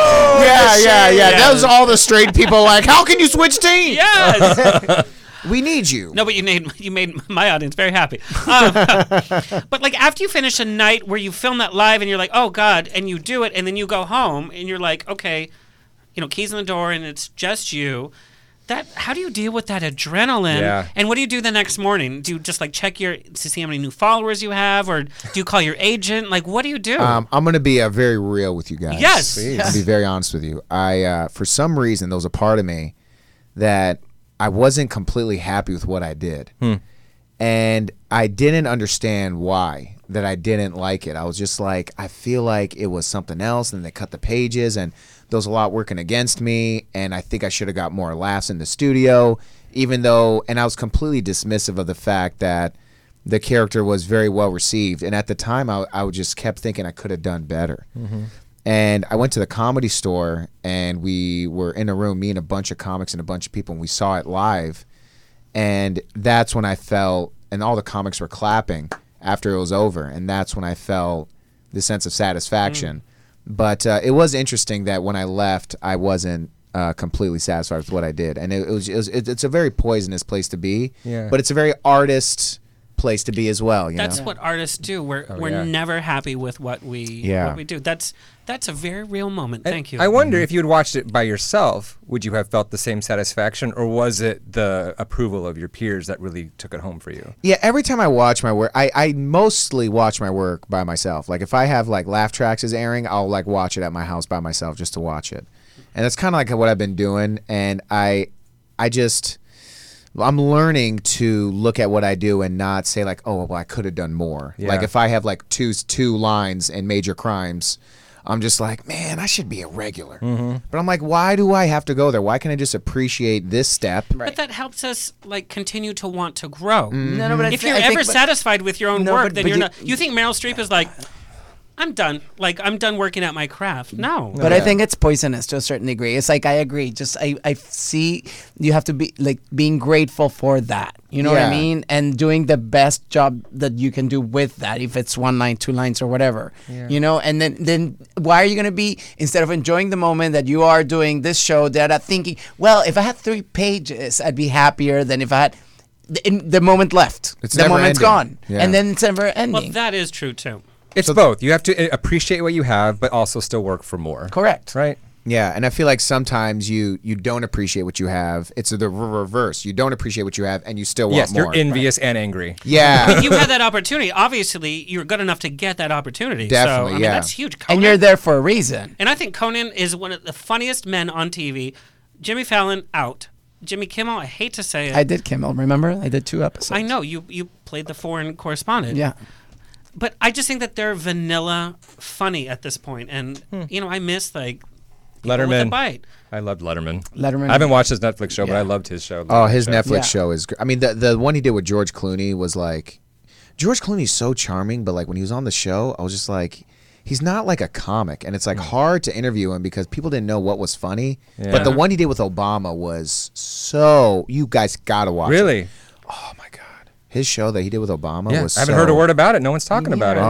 A: Oh!
G: yeah, yeah, yeah. That was all the straight people like, how can you switch teams?
A: Yes.
G: we need you.
A: No, but you made you made my audience very happy. Um, but like after you finish a night where you film that live and you're like, oh god, and you do it, and then you go home and you're like, okay, you know, keys in the door, and it's just you. That how do you deal with that adrenaline?
I: Yeah.
A: And what do you do the next morning? Do you just like check your to see how many new followers you have, or do you call your agent? Like, what do you do?
G: Um, I'm gonna be uh, very real with you guys.
A: Yes. Please.
G: I'll be very honest with you. I, uh, for some reason, there was a part of me that I wasn't completely happy with what I did,
I: Hmm.
G: and I didn't understand why that I didn't like it. I was just like, I feel like it was something else, and they cut the pages, and there was a lot working against me, and I think I should have got more laughs in the studio, even though, and I was completely dismissive of the fact that the character was very well received. And at the time, I, I just kept thinking I could have done better. And I went to the comedy store and we were in a room, me and a bunch of comics and a bunch of people, and we saw it live. And that's when I felt, and all the comics were clapping after it was over. And that's when I felt the sense of satisfaction. But uh, it was interesting that when I left, I wasn't uh, completely satisfied with what I did. And it, it was, it was it, it's a very poisonous place to be,
I: Yeah.
G: but it's a very artist place to be as well. You
A: That's
G: know?
A: what artists do. We're
I: Oh,
A: we're
I: yeah.
A: never happy with what we
G: Yeah.
A: what we do. That's that's a very real moment. Thank you.
I: I wonder if you had watched it by yourself, would you have felt the same satisfaction, or was it the approval of your peers that really took it home for you?
G: Yeah, every time I watch my work, I, I mostly watch my work by myself. Like if I have like laugh tracks is airing, I'll like watch it at my house by myself just to watch it. And that's kind of like what I've been doing. And I, I just, I'm learning to look at what I do and not say like, oh, well, I could have done more.
I: Yeah.
G: Like if I have like two two lines in Major Crimes, I'm just like, man, I should be a regular. But I'm like, why do I have to go there? Why can't I just appreciate this step?
A: But that helps us like continue to want to grow.
G: No, no, but Mm-hmm. I
A: if
G: thi-
A: you're
G: I think-
A: ever
G: but-
A: satisfied with your own
G: No,
A: work,
G: but-
A: then
G: but
A: you're
G: you-
A: not. You think Meryl Streep is like, I'm done. Like I'm done working at my craft. No.
H: But I think it's poisonous to a certain degree. It's like I agree. Just I, I see you have to be like being grateful for that. You know what I
G: Yeah.
H: mean? And doing the best job that you can do with that, if it's one line, two lines, or whatever.
G: Yeah.
H: You know, and then then why are you gonna be instead of enjoying the moment that you are doing this show, that are thinking, well, if I had three pages, I'd be happier than if I had the, in, the moment left.
I: It's
H: the
I: never
H: moment's
I: ending.
H: gone,
I: Yeah.
H: and then it's never ending.
A: Well, that is true too.
I: It's both. You have to uh, appreciate what you have, but also still work for more.
H: Correct.
I: Right.
G: Yeah, and I feel like sometimes you you don't appreciate what you have. It's the re- reverse. You don't appreciate what you have, and you still want
I: yes,
G: more.
I: you're envious and angry.
G: Yeah.
A: But you had that opportunity. Obviously, you're good enough to get that opportunity. so,
G: Definitely,
A: I mean,
G: yeah.
A: That's huge.
H: and you're there for a reason.
A: And I think Conan is one of the funniest men on TV. Jimmy Fallon out. Jimmy Kimmel, I hate to say it.
H: I did Kimmel. Remember, I did two episodes.
A: I know you you played the foreign correspondent.
H: Yeah.
A: But I just think that they're vanilla funny at this point, and you know I miss like people with a
I: Letterman.
A: bite.
I: I loved Letterman.
H: Letterman.
I: I haven't watched his Netflix show, but I loved his show.
G: Oh, his
I: Letterman
G: Netflix show is. Gr- I mean, the the one he did with George Clooney was like, George Clooney's so charming, but like when he was on the show, I was just like, he's not like a comic, and it's like
I: Mm.
G: hard to interview him because people didn't know what was funny. But the
I: Yeah.
G: one he did with Obama was so. You guys gotta watch. it.
I: Really?
G: His show that he did with Obama
I: Yeah,
G: was.
I: I haven't
G: so-
I: heard a word about it. No one's talking about it.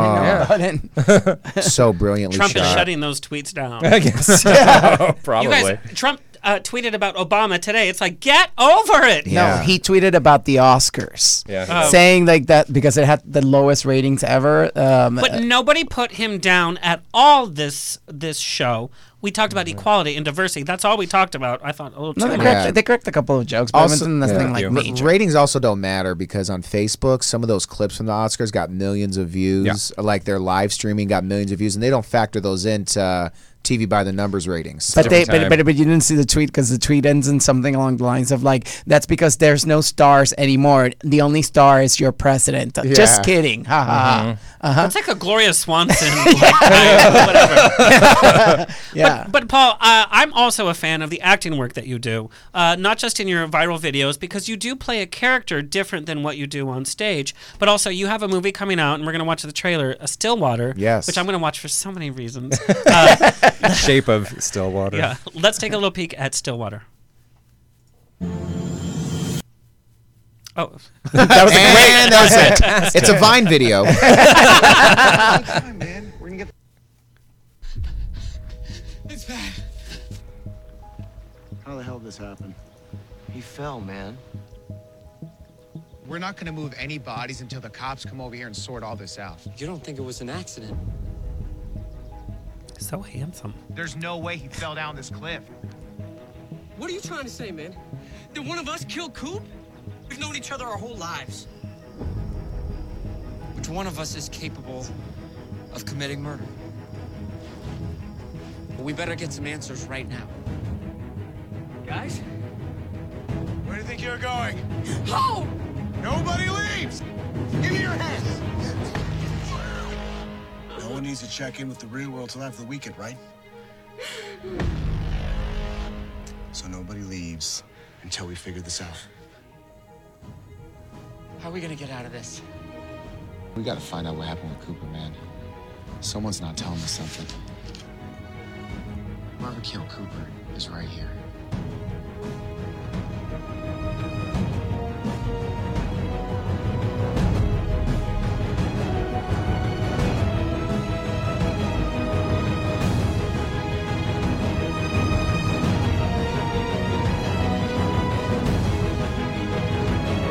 G: Oh. so brilliantly
A: Trump is
G: shot.
A: shutting those tweets down.
I: I guess so.
A: You guys,
I: Probably.
A: Trump uh, tweeted about Obama today. It's like get over it.
H: No, he tweeted about the Oscars.
A: Yeah. Oh.
H: Saying like that because it had the lowest ratings ever. Um,
A: But nobody put him down at all this this show. We talked about equality and diversity. That's all we talked about. I thought oh, a little
H: no,
A: too
H: they
A: much.
H: correct, they correct a couple of jokes, but it wasn't nothing like
G: Yeah.
H: me.
G: R- ratings also don't matter because on Facebook, some of those clips from the Oscars got millions of views. Like their live streaming got millions of views, and they don't factor those into uh, TV by the numbers ratings.
H: But they, but, but, but you didn't see the tweet because the tweet ends in something along the lines of like, "That's because there's no stars anymore. The only star is your president."
A: Yeah.
H: Just kidding, ha ha.
A: Mhm.
H: Uh-huh.
A: It's like a Gloria Swanson, like, kind of, whatever.
H: Yeah.
A: But, but Paul, uh, I'm also a fan of the acting work that you do, uh, not just in your viral videos, because you do play a character different than what you do on stage. But also, you have a movie coming out, and we're going to watch the trailer, uh, Stillwater.
I: Yes.
A: Which I'm going to watch for so many reasons. uh,
I: Shape of Stillwater.
A: yeah. Let's take a little peek at Stillwater. Oh.
G: That was a And great- that was it. fantastic. It's a Vine video.
O: It's bad. How the hell did this happen? He fell, man.
M: We're not gonna move any bodies until the cops come over here and sort all this out. You don't think it was an accident?
A: So handsome.
M: There's no way he fell down this cliff.
N: What are you trying to say, man? Did one of us kill Coop? We've known each other our whole lives.
O: Which one of us is capable of committing murder? We better get some answers right now.
N: Guys?
O: Where do you think you're going? Home! Nobody leaves! Give me your hands!
P: No one needs to check in with the real world till after the weekend, right? So nobody leaves until we figure this out.
O: How are we gonna get out of this?
P: We gotta find out what happened with Cooper, man. Someone's not telling us something. Whoever killed Cooper is right here.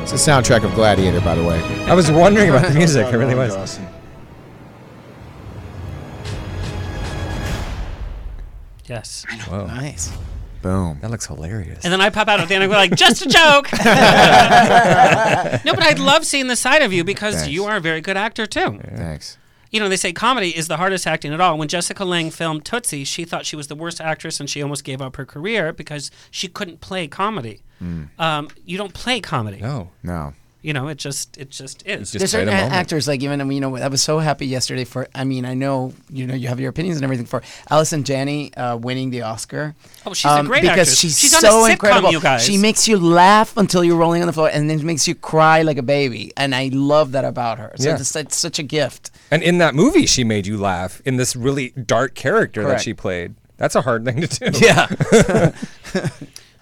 G: It's the soundtrack of Gladiator, by the way.
I: I was wondering about the
A: Oh,
G: Oh
I: music. I really was.
A: Yes.
I: Whoa.
H: Nice.
G: Boom.
I: That looks hilarious.
A: And then I pop out at the end and go like, just a joke. no, but I love seeing the side of you because
G: Thanks.
A: you are a very good actor too.
G: Thanks.
A: You know, they say comedy is the hardest acting at all. When Jessica Lange filmed Tootsie, she thought she was the worst actress and she almost gave up her career because she couldn't play comedy.
G: Mm.
A: Um, you don't play comedy.
I: Hmm. No.
G: No.
A: You know, it just it just is.
H: There's certain a- actors like even I mean, you know I was so happy yesterday for I mean I know you know you have your opinions and everything for Allison Janney uh, winning the Oscar. Um,
A: Oh, she's a great
H: because
A: actress.
H: she's,
A: She's on a
H: so
A: sitcom,
H: incredible.
A: you guys.
H: She makes you laugh until you're rolling on the floor and then makes you cry like a baby and I love that about her. So
I: Yeah.
H: it's, it's such a gift.
I: And in that movie, she made you laugh in this really dark character
H: Correct.
I: that she played. That's a hard thing to do.
H: Yeah.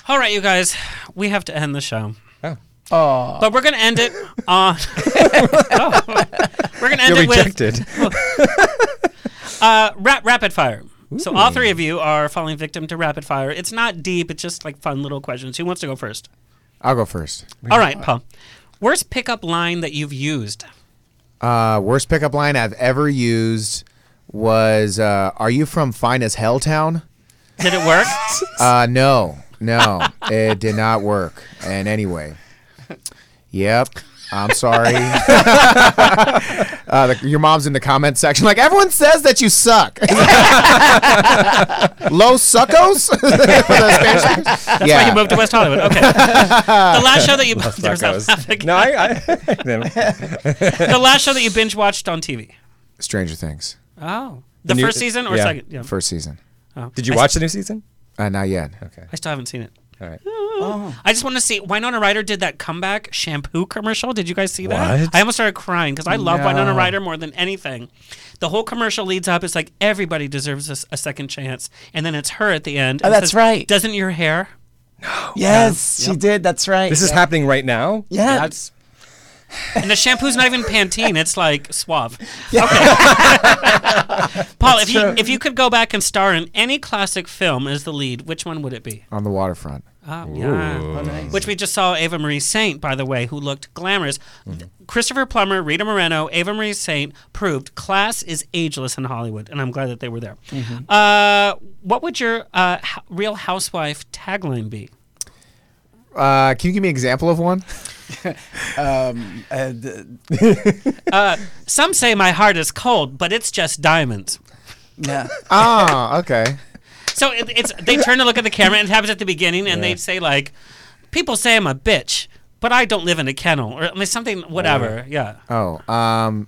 A: All right, you guys, we have to end the show.
I: Oh.
H: Oh.
A: But we're gonna end it on. Oh. We're gonna end
I: You're
A: it
I: rejected.
A: with uh, rap, rapid fire. So all three of you are falling victim to rapid fire. It's not deep. It's just like fun little questions. Who wants to go first?
G: I'll go first.
A: All right, Paul. Worst pickup line that you've used.
G: Uh, worst pickup line I've ever used was, uh, "Are you from Fine as Hell Town?"
A: Did it work?
G: Uh, no, no, it did not work. And anyway, yep. I'm sorry. uh, the, your mom's in the comment section, like everyone says that you suck. Low suckos. For the Spanish language?
A: That's why you moved to West Hollywood. Okay. the last show that you
I: Love
A: there's that
I: tacos.
A: laugh again.
I: No, I- I- never.
A: the last show that you binge watched on TV.
G: Stranger Things.
A: Oh, the,
I: The new-
A: first season or
I: yeah.
A: second? Yeah.
G: First season.
A: Oh.
I: Did you
A: I
I: watch the new season?
G: Uh, not yet. Okay.
A: I still haven't seen it.
I: All right.
H: Oh.
A: I just want to see Winona Ryder did that comeback shampoo commercial. Did you guys see that?
I: What?
A: I almost started crying because I love Winona
I: No.
A: Ryder more than anything. The whole commercial leads up. It's like everybody deserves a, s- a second chance, and then it's her at the end.
H: Oh,
A: and
H: that's
A: says,
H: right.
A: Doesn't your hair?
H: Yes, she did. That's right.
I: This is
H: Yeah.
I: happening right now.
H: Yeah.
A: And the shampoo's not even Pantene. It's like Suave. Okay. Paul, if you if you could go back and star in any classic film as the lead, which one would it be?
G: On the waterfront.
A: Oh, yeah.
G: Ooh. Oh, nice.
A: Which we just saw Ava Marie Saint, by the way, who looked glamorous. Christopher Plummer, Rita Moreno, Ava Marie Saint proved class is ageless in Hollywood, and I'm glad that they were there.
Q: Mhm.
A: Uh, what would your uh, h- Real Housewife tagline be?
G: Uh, can you give me an example of one?
H: um, uh, th-
A: uh, some say my heart is cold, but it's just diamonds.
H: Yeah.
G: oh, okay.
A: So it, it's they turn to look at the camera, and it happens at the beginning, and they say like, "People say I'm a bitch, but I don't live in a kennel," or I mean, something, whatever. Yeah. Uh,
G: Oh, um,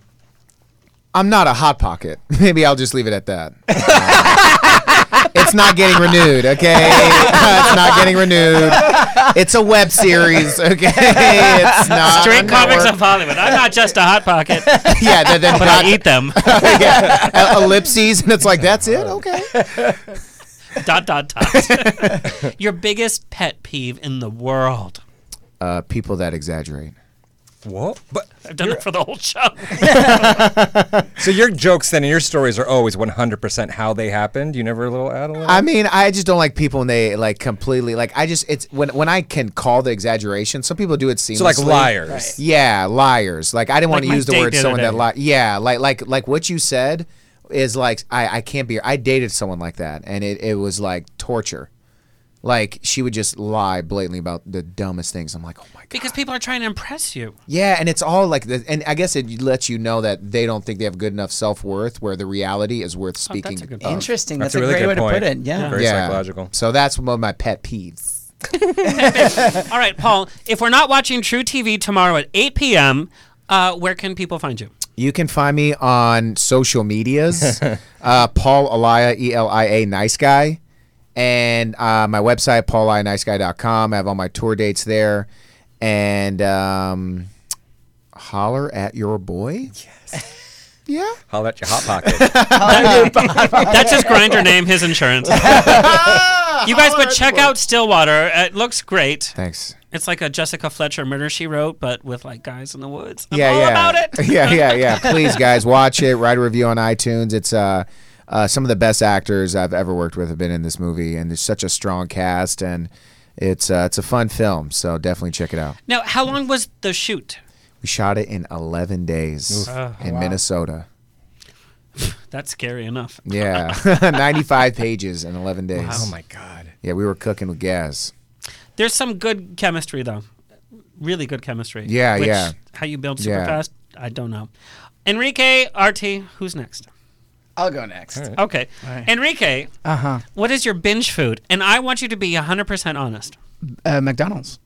G: I'm not a hot pocket. Maybe I'll just leave it at that. Uh, it's not getting renewed, okay? it's not getting renewed. It's a web series, okay? It's not.
A: Straight
G: a
A: comics
G: network.
A: of Hollywood. I'm not just a hot pocket.
G: yeah, then, then
A: but
G: dot-
A: I eat them.
G: yeah, e- ellipses, and it's like that's it. Okay.
A: dot dot dot. Your biggest pet peeve in the world.
G: Uh, people that exaggerate.
I: What? But
A: I've done it for the whole show.
I: so your jokes then and your stories are always 100% how they happened. You never a little add a little.
G: I mean, I just don't like people when they like completely like. I just it's when when I can call the exaggeration. Some people do it seamlessly.
I: So, like, liars. Right.
G: Yeah, liars. Like I didn't want to
I: Like my
G: use the
I: date
G: word
I: the other
G: someone that
I: day.
G: lied. Yeah, like like like what you said is like I I can't be. I dated someone like that, and it it was like torture. Like she would just lie blatantly about the dumbest things. I'm like, oh my.
A: Because people are trying to impress you.
G: Yeah, and it's all like, the, and I guess it lets you know that they don't think they have good enough self worth, where the reality is worth
I: Oh,
G: speaking.
H: a good
G: of.
H: point. Interesting. Oh, That's That's a a really great good way to put point. it. Yeah. Very
I: psychological.
G: So that's one of my pet peeves.
A: All right, Paul. If we're not watching True TV tomorrow at 8 p.m., uh, where can people find you?
G: You can find me on social medias, uh, Paul Elia, E L I A, nice guy, and uh, my website, paulianiceguy.com. I have all my tour dates there, and um, holler at your boy. Yeah.
I: Holler at your hot pocket.
A: That's his grinder name, his insurance. you guys,
G: Oh,
A: but check out Stillwater. It looks great.
G: Thanks.
A: It's like a Jessica Fletcher murder she wrote, but with like guys in the woods. I'm
G: yeah,
A: all
G: yeah.
A: about it.
G: yeah, yeah, yeah. Please, guys, watch it. Write a review on iTunes. It's uh, uh, some of the best actors I've ever worked with have been in this movie, and there's such a strong cast, and it's uh, it's a fun film. So definitely check it out.
A: Now, how long was the shoot?
G: We shot it in 11 days
A: Oof. Oh,
G: in
A: wow.
G: Minnesota.
A: That's scary enough.
G: Yeah, 95 pages in 11 days.
A: Wow. Oh my
G: god. Yeah, we were cooking with gas.
A: There's some good chemistry though, really good chemistry.
G: Yeah,
A: Which,
G: yeah.
A: How you build super
G: Yeah.
A: fast? I don't know. Enrique RT, who's next?
H: I'll go next.
A: Okay,
H: Alright.
A: Enrique.
H: Uh-huh.
A: What is your binge food? And I want you to be 100% honest.
H: Uh, McDonald's.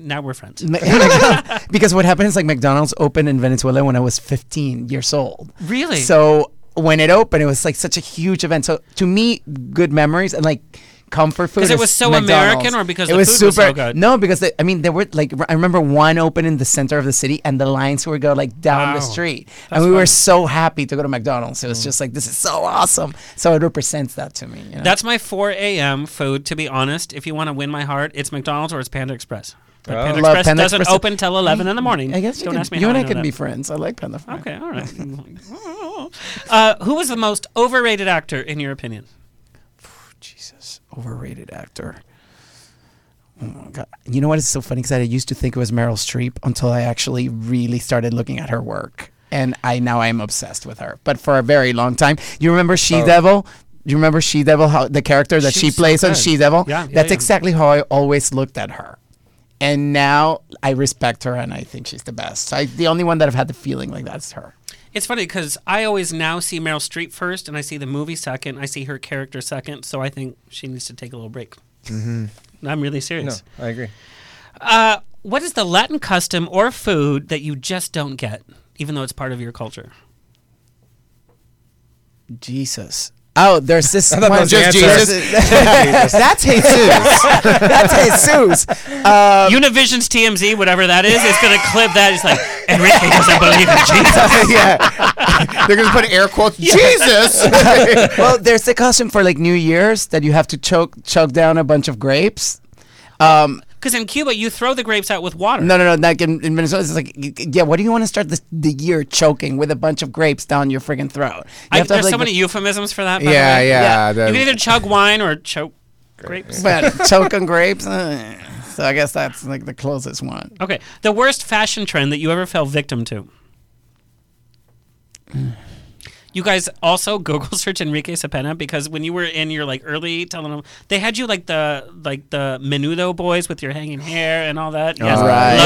A: Now we're friends.
H: because what happened is like McDonald's opened in Venezuela when I was 15 years old.
A: Really?
H: So when it opened, it was like such a huge event. So to me, good memories and like comfort food.
A: Because it
H: is
A: was so
H: McDonald's.
A: American or because the food was so good?
H: No, because they, I mean there were like I remember one open in the center of the city and the lines would go like down the
A: Wow.
H: street,
A: That's Mm.
H: and we
A: fun.
H: were so happy to go to McDonald's. It was just like this is so awesome. So it represents that to me. You know?
A: That's my 4 a.m. food, to be honest. If you want to win my heart, it's McDonald's or it's Panda Express. But
H: Oh.
A: Panda
H: Love
A: Express
H: Panda
A: doesn't
H: Express.
A: open till 11 in the morning.
H: I guess you
A: Don't
H: could-
A: ask me
H: you
A: how
H: and I
A: know
H: could
A: that.
H: be friends. I like Panda Fry.
A: Okay, all right. uh, who was the most overrated actor, in your opinion?
H: Jesus, overrated actor. Oh my god! You know what is so funny? Because I used to think it was Meryl Streep until I actually really started looking at her work, and I now I am obsessed with her. But for a very long time, you remember She
A: Oh.
H: Devil? You remember She Devil? How the character that she
A: She's so
H: plays on
A: good.
H: She Devil?
A: Yeah, yeah,
H: That's
A: yeah.
H: exactly how I always looked at her, and now I respect her and I think she's the best. I, the only one that I've had the feeling like that's her.
A: It's funny because I always now see Meryl Streep first, and I see the movie second. I see her character second, so I think she needs to take a little break.
H: Mm-hmm.
I: Mhm.
A: I'm really serious.
I: No, I agree.
A: Uh, what is the Latin custom or food that you just don't get, even though it's part of your culture?
H: Jesus. Oh, there's this
A: I thought that
H: one-
A: was the Just answer. Jesus.
H: That's Jesus. That's Jesus. Um,
A: Univision's TMZ, whatever that is, is going to clip that. It's like Enrique doesn't believe in Jesus.
G: yeah, they're gonna put air quotes.
H: Yeah.
G: Jesus.
H: well, there's the custom for like New Year's that you have to choke chug down a bunch of grapes. Um,
A: Because in Cuba, you throw the grapes out with water.
H: no, no, no. Like in, in Venezuela, it's like, y- y- yeah. What do you want to start the, the year choking with a bunch of grapes down your friggin' throat? You
A: I,
H: have to
A: there's
H: have,
A: so
H: like, the-
A: many euphemisms for that. By the
H: Yeah,
A: way.
H: yeah, the-
A: You can either chug wine or choke grapes.
H: but choke on grapes. uh, so I guess that's like the closest one.
A: Okay. The worst fashion trend that you ever fell victim to. You guys also Google search Enrique Cepena because when you were in your like early telling them they had you like the like the menudo boys with your hanging hair and all that. Yes.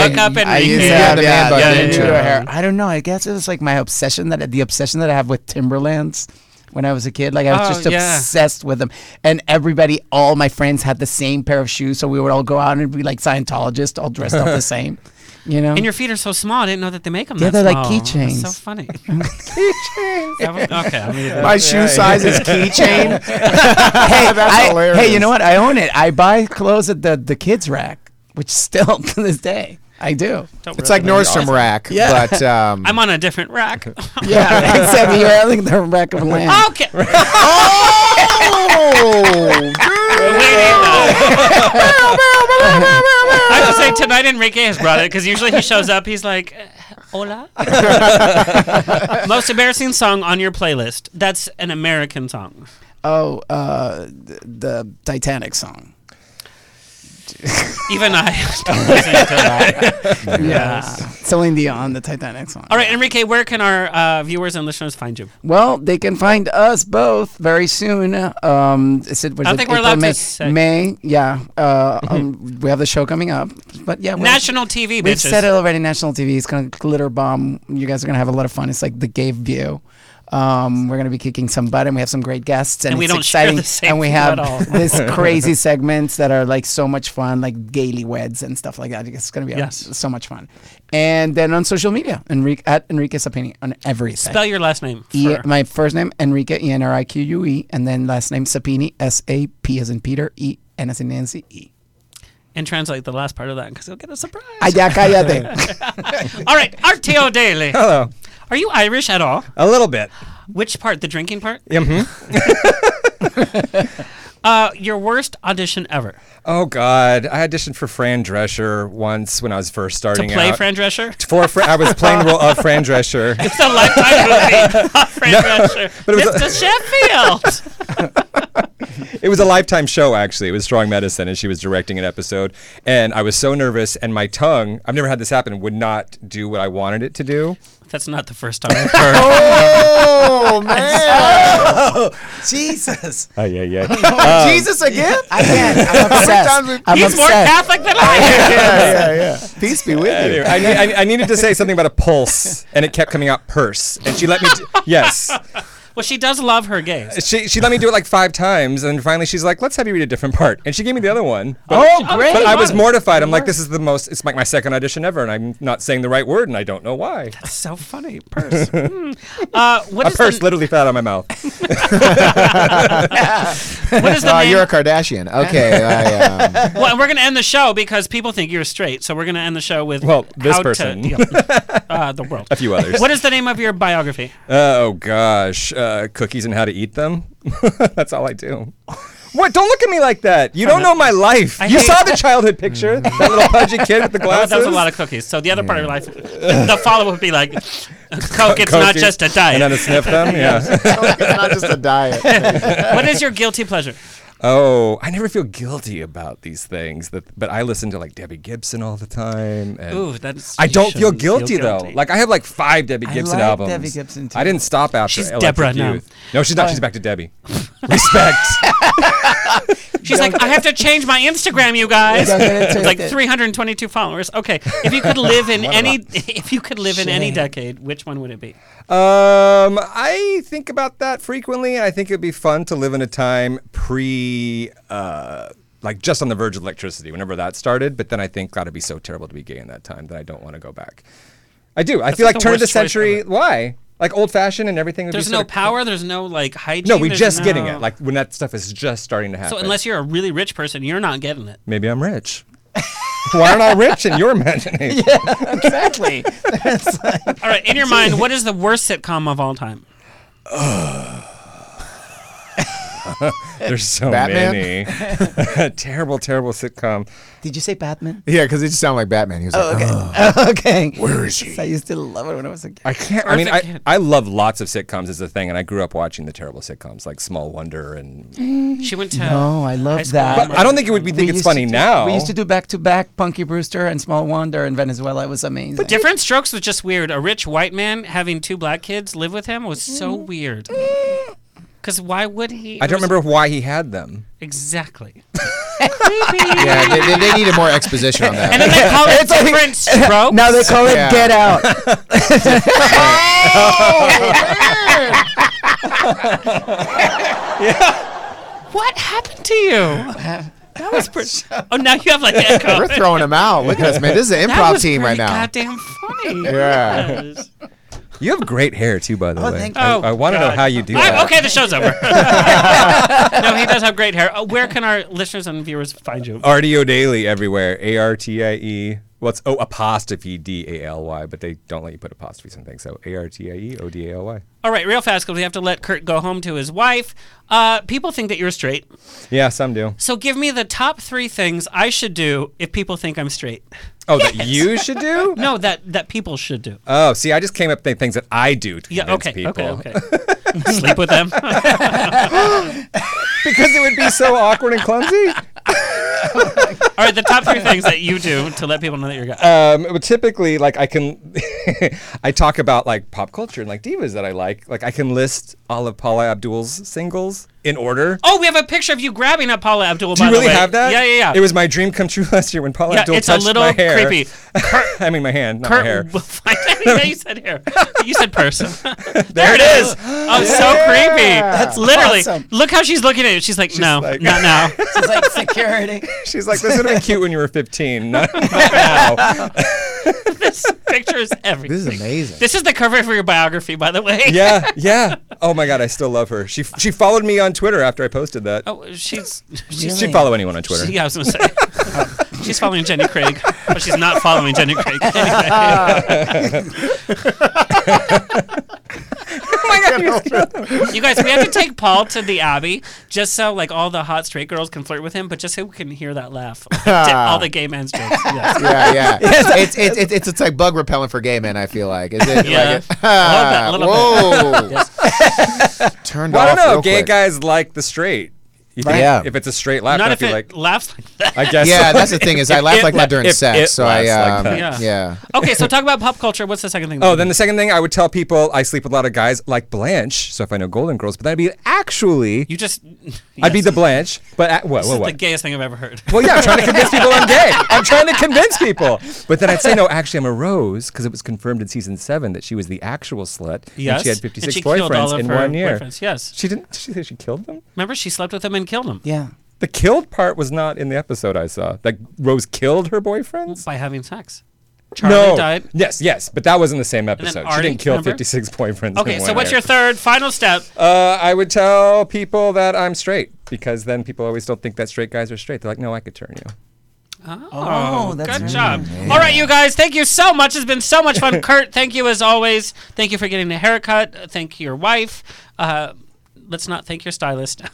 A: Look up Enrique.
H: I used to have, yeah, the intro
A: yeah.
H: hair. I don't know. I guess it was like my obsession that the obsession that I have with Timberlands when I was a kid. Like I was
A: Oh,
H: just
A: yeah.
H: obsessed with them, and everybody, all my friends had the same pair of shoes, so we would all go out and be like Scientologists, all dressed up the same. You know.
A: And your feet are so small. I didn't know that they make them.
H: Yeah,
A: that
H: they're like
A: small. That's
H: keychains.
A: So funny. That was-
H: keychain.
A: okay. I'm gonna do that.
G: My shoe size is keychain.
H: hey,
G: That's
H: I-
G: hilarious.
H: hey, you know what? I own it. I buy clothes at the the kids rack, which still to this day I do.
G: It's like Nordstrom Rack,
H: Yeah.
G: but um,
A: I'm on a different rack.
H: Yeah, except you're having the rack of land.
A: Okay.
G: oh,
A: I would say tonight Enrique has brought it because usually he shows up. He's like, "Uh, "Hola." Most embarrassing song on your playlist. That's an American song.
H: Oh, uh, the, the Titanic song.
A: Even I don't listen to it.
H: yeah, Celine Dion, the Titanic song.
A: All right, Enrique, where can our uh, viewers and listeners find you?
H: Well, they can find us both very soon. Um, is it, what
A: I don't
H: is it,
A: think we're
H: April,
A: allowed to
H: May,
A: say.
H: May, yeah. Uh, um, we have the show coming up, but yeah, we're-
A: National TV,
H: We've
A: bitches.
H: said it already. National TV. It's gonna glitter bomb. You guys are gonna have a lot of fun. It's like the gay view. Um, we're gonna be kicking some butt, and we have some great guests, and,
A: And we
H: it's
A: don't share
H: exciting.
A: the same
H: and we
A: view at
H: have
A: all.
H: this crazy segments that are like so much fun, like gaily weds and stuff like that. It's gonna be uh,
A: Yes.
H: so much fun. And then on social media, Enrique at Enrique Sapini on everything.
A: Spell your last name.
H: E-
A: for-
H: my first name Enrique E N R I Q U E, and then last name Sapini S A P as in Peter E N as in Nancy E.
A: and translate the last part of that because he'll get a surprise.
H: Ah, ya cállate.
A: all right, RTO Daily.
I: Hello.
A: Are you Irish at all?
I: A little bit.
A: Which part? The drinking part?
I: Mhm.
A: Uh, your worst audition ever.
I: Oh God! I auditioned for Fran Drescher once when I was first starting
A: play
I: out.
A: Fran Drescher?
I: For Fra- I was playing the role of Fran Drescher.
A: It's a lifetime movie. Fran Drescher.
I: but it was
A: Mr. Sheffield.
I: It was a lifetime show, actually. It was Strong Medicine, and she was directing an episode. And I was so nervous, and my tongue—I've never had this happen—would not do what I wanted it to do.
A: That's not the first time. I've heard.
G: oh man,
H: Jesus.
I: Oh yeah, yeah.
G: Jesus again?
H: I can't. I'm obsessed. I'm
A: He's more
H: obsessed.
A: Catholic than I am.
G: yeah, yeah. Peace be with Uh,
I: Anyway, I, need- I, I needed to say something about a pulse, and it kept coming out purse. And she let me. d- yes.
A: Well, she does love her gaze.
I: She, she let me do it like five times, and finally she's like, "Let's have you read a different part." And she gave me the other one.
A: Oh, Oh, great.
I: But I was
A: Fun.
I: mortified. I'm like, "This is the most. It's like my second audition ever, and I'm not saying the right word, and I don't know why."
A: That's so funny. Purse. Hmm. Uh, what
I: a
A: is the-
I: purse literally fell out of my mouth.
A: what is the
G: Oh,
A: name?
G: you're a Kardashian. Okay. I, um,
A: well, and we're going to end the show because people think you're straight. So we're going to end the show with
I: Well, this
A: how to-
I: person.
A: yeah. uh, the world,
I: A few others.
A: What is the name of your biography?
I: Uh, oh gosh, uh, cookies and how to eat them. That's all I do. What? Don't look at me like that. You don't know my life.
A: I
I: you
A: hate-
I: saw the childhood picture, that little pudgy kid with the
A: Well,
I: glasses.
A: that was a lot of cookies. So the other part of your life,
I: Mm.
A: the follow up would be like, Coke, it's not
I: Cookies.
A: just a diet.
I: And then a sniff them. Yeah.
G: it's not just a diet.
A: what is your guilty pleasure?
I: Oh, I never feel guilty about these things. That, but I listen to like Debbie Gibson all the time. And
A: Ooh, that's-
I: I
A: you
I: don't feel
A: shouldn't feel
I: guilty, though.
A: guilty.
I: Like I have like five Debbie
H: I
I: Gibson
H: like
I: albums.
H: Debbie Gibson, too.
I: I didn't stop after.
A: She's
I: Electric
A: Deborah now.
I: Youth. No, she's not.
A: Oh.
I: She's back to Debbie. Respect.
A: She's like, I have to change my Instagram, you guys.
I: Don't get
A: It's
I: into
A: like
I: it.
A: 322 followers. Okay, if you could live in
I: What a
A: any,
I: lot.
A: if you could live in any
I: Shame.
A: decade, which one would it be?
I: Um, I think about that frequently, and I think it'd be fun to live in a time pre, uh, like just on the verge of electricity, whenever that started. But then I think God, it'd be so terrible to be gay in that time that I don't want to go back. I do. I
A: That's
I: feel
A: like
I: like,
A: the
I: turn of the
A: worst choice
I: century. Why? Like old fashioned and everything. Would
A: There's
I: be
A: no
I: sort of-
A: power. There's no like hygiene.
I: No, we're
A: there's
I: just getting
A: no-
I: it. Like when that stuff is just starting to happen.
A: so unless you're a really rich person, you're not getting it.
I: maybe I'm rich. Why aren't I rich in your imagination?
A: Exactly. all right. In your mind, what is the worst sitcom of all time?
I: There's so
G: Batman?
I: many. terrible, terrible sitcom.
H: Did you say Batman?
G: yeah, because it just sounded like Batman. He was
H: Oh,
G: like,
H: okay.
G: "Ugh."
H: okay.
G: Where is he?
H: I used to love it when I was a kid.
I: I can't. I mean, I, I love lots of sitcoms as a thing, and I grew up watching the terrible sitcoms like Small Wonder and.
A: She went to.
H: No, I
A: high
H: love
A: school
H: that.
I: But I don't think it would be- think it's
H: used to
I: funny
H: do-
I: now.
H: We used to do back to back Punky Brewster and Small Wonder in Venezuela. It was amazing.
A: Different Strokes was just weird. A rich white man having two black kids live with him was so
H: Mm.
A: weird. Because why would he?
I: I don't
A: it was-
I: remember why he had them.
A: exactly. Creepy.
G: Yeah, they, they- they needed more exposition on that.
A: And then they call it
H: It's like-
A: different strokes.
H: Now they call it
G: Yeah.
H: Get Out.
A: What happened to you? That was pretty. Oh, now you have like echo.
G: We're throwing him out. Look at us, man. This is an
A: That
G: improv
A: was
G: team right
A: pretty
G: now.
A: Goddamn funny.
G: Yeah.
A: Yes.
I: You have great hair too, by
H: Oh,
I: the way.
A: thank
I: I,
A: you.
I: I want to know
A: God.
I: how you do
A: I'm-
I: that.
A: Oh. okay, the show's over. no, he does have great hair. Uh, where can our listeners and viewers find you?
I: RDO Daily everywhere. A R T I E. What's oh apostrophe D A L Y? But they don't let you put apostrophes in things. So A R T I E O D A L Y.
A: All right, real fast because we have to let Kurt go home to his wife. Uh, people think that you're straight.
I: Yeah, some do.
A: So give me the top three things I should do if people think I'm straight.
I: Oh, that you should do?
A: No, that that people should do.
I: Oh, see, I just came up with things that I do to
A: Yeah,
I: convince
A: okay,
I: people.
A: okay, okay. Sleep with them.
I: because it would be so awkward and clumsy.
A: All right, the top three things that you do to let people know that you're gay.
I: Um, but typically, like I can, I talk about like pop culture and like divas that I like. Like I can list all of Paula Abdul's singles in order.
A: Oh, we have a picture of you grabbing up Paula Abdul.
I: Do
A: by
I: you
A: the
I: really
A: way.
I: have that?
A: Yeah, yeah, yeah.
I: It was my dream come true last year when Paula
A: Yeah,
I: Abdul
A: it's a
I: touched
A: little
I: my hair.
A: creepy.
I: I mean, my hand, not
A: Kurt
I: my hair.
A: will find yeah, you said hair. You said person.
I: There it is.
A: Oh, so creepy. That's literally. Look how she's looking at you. She's like, no, not now.
H: It's like security.
I: She's like, this would have been cute when you were 15. Not, not now.
A: this picture is everything.
G: This is amazing.
A: This is the cover for your biography, by the way.
I: Yeah, yeah. Oh my God, I still love her. She she followed me on Twitter after I posted that.
A: Oh, she's. she's
I: She'd follow anyone on Twitter.
A: She, yeah, I was gonna say. she's following Jenny Craig, but she's not following Jenny Craig. Anyway. you guys, we have to take Paul to the Abbey just so like all the hot straight girls can flirt with him, but just so we can hear that laugh. all the gay men's jokes. Yes.
G: yeah, yeah. It's, it's, it's, it's, it's like bug repellent for gay men, I feel like. Is it
A: Yeah.
G: like it,
A: A little bit, a little
G: Whoa.
A: bit. Yes.
G: Turned
I: Well, I
G: off
I: don't know.
G: real
I: Gay
G: quick.
I: guys like the straight. You
G: Right.
I: think
G: Yeah.
I: If it's a straight laugh,
A: Not
I: I
A: if
I: feel
A: it
I: like
A: laughs like that.
I: I guess.
G: Yeah,
I: so.
G: that's the thing is I
I: If
G: laugh
I: it
G: like that during
I: if
G: sex,
I: it
G: so I,
I: laughs like
G: um,
I: that.
G: yeah.
A: Okay, so talk about pop culture. What's the second thing?
I: Oh, then the second thing I would tell people I sleep with a lot of guys like Blanche. So if I know Golden Girls, but that'd be actually
A: you just
I: I'd be the Blanche. But at, what
A: this
I: what
A: is
I: what?
A: the gayest thing I've ever heard.
I: Well, yeah, I'm trying to convince people I'm gay. I'm trying to convince people. But then I'd say, no, actually, I'm a rose because it was confirmed in season seven that she was the actual slut. And
A: Yes.
I: she had
A: And
I: 56
A: she killed all
I: boyfriends
A: of
I: in
A: her
I: one year.
A: boyfriends, yes.
I: She didn't, did she say she killed them?
A: Remember, she slept with him and killed him.
H: Yeah.
I: The killed part was not in the episode I saw. Like, Rose killed her boyfriends?
A: By having sex. Charlie
I: no.
A: died.
I: Yes, yes, but that was in the same episode. she
A: Artie,
I: didn't kill
A: remember?
I: 56 boyfriends.
A: Okay,
I: in
A: so
I: one
A: what's
I: year.
A: your third final step?
I: Uh, I would tell people that I'm straight because then people always don't think that straight guys are straight. They're like, no, I could turn you.
A: Oh,
H: Oh, that's
A: good
H: right.
A: job.
H: Yeah.
A: All right, you guys, thank you so much. It's been so much fun. Kurt, thank you as always. Thank you for getting the haircut. Uh, Thank your wife. Uh, let's not thank your stylist.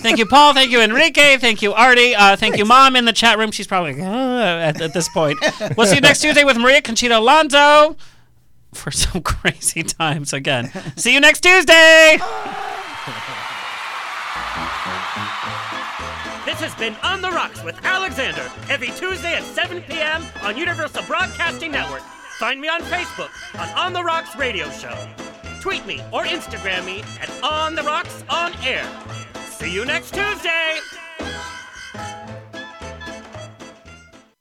A: thank you, Paul. Thank you, Enrique. Thank you, Artie. Uh, thank you, Mom, in the chat room. She's probably like, "Ugh," at, at this point. we'll see you next Tuesday with Maria Conchita Alonso for some crazy times again. see you next Tuesday. This has been On the Rocks with Alexander every Tuesday at 7 p.m. on Universal Broadcasting Network. Find me on Facebook on On the Rocks Radio Show. Tweet me or Instagram me at On the Rocks On Air. See you next Tuesday!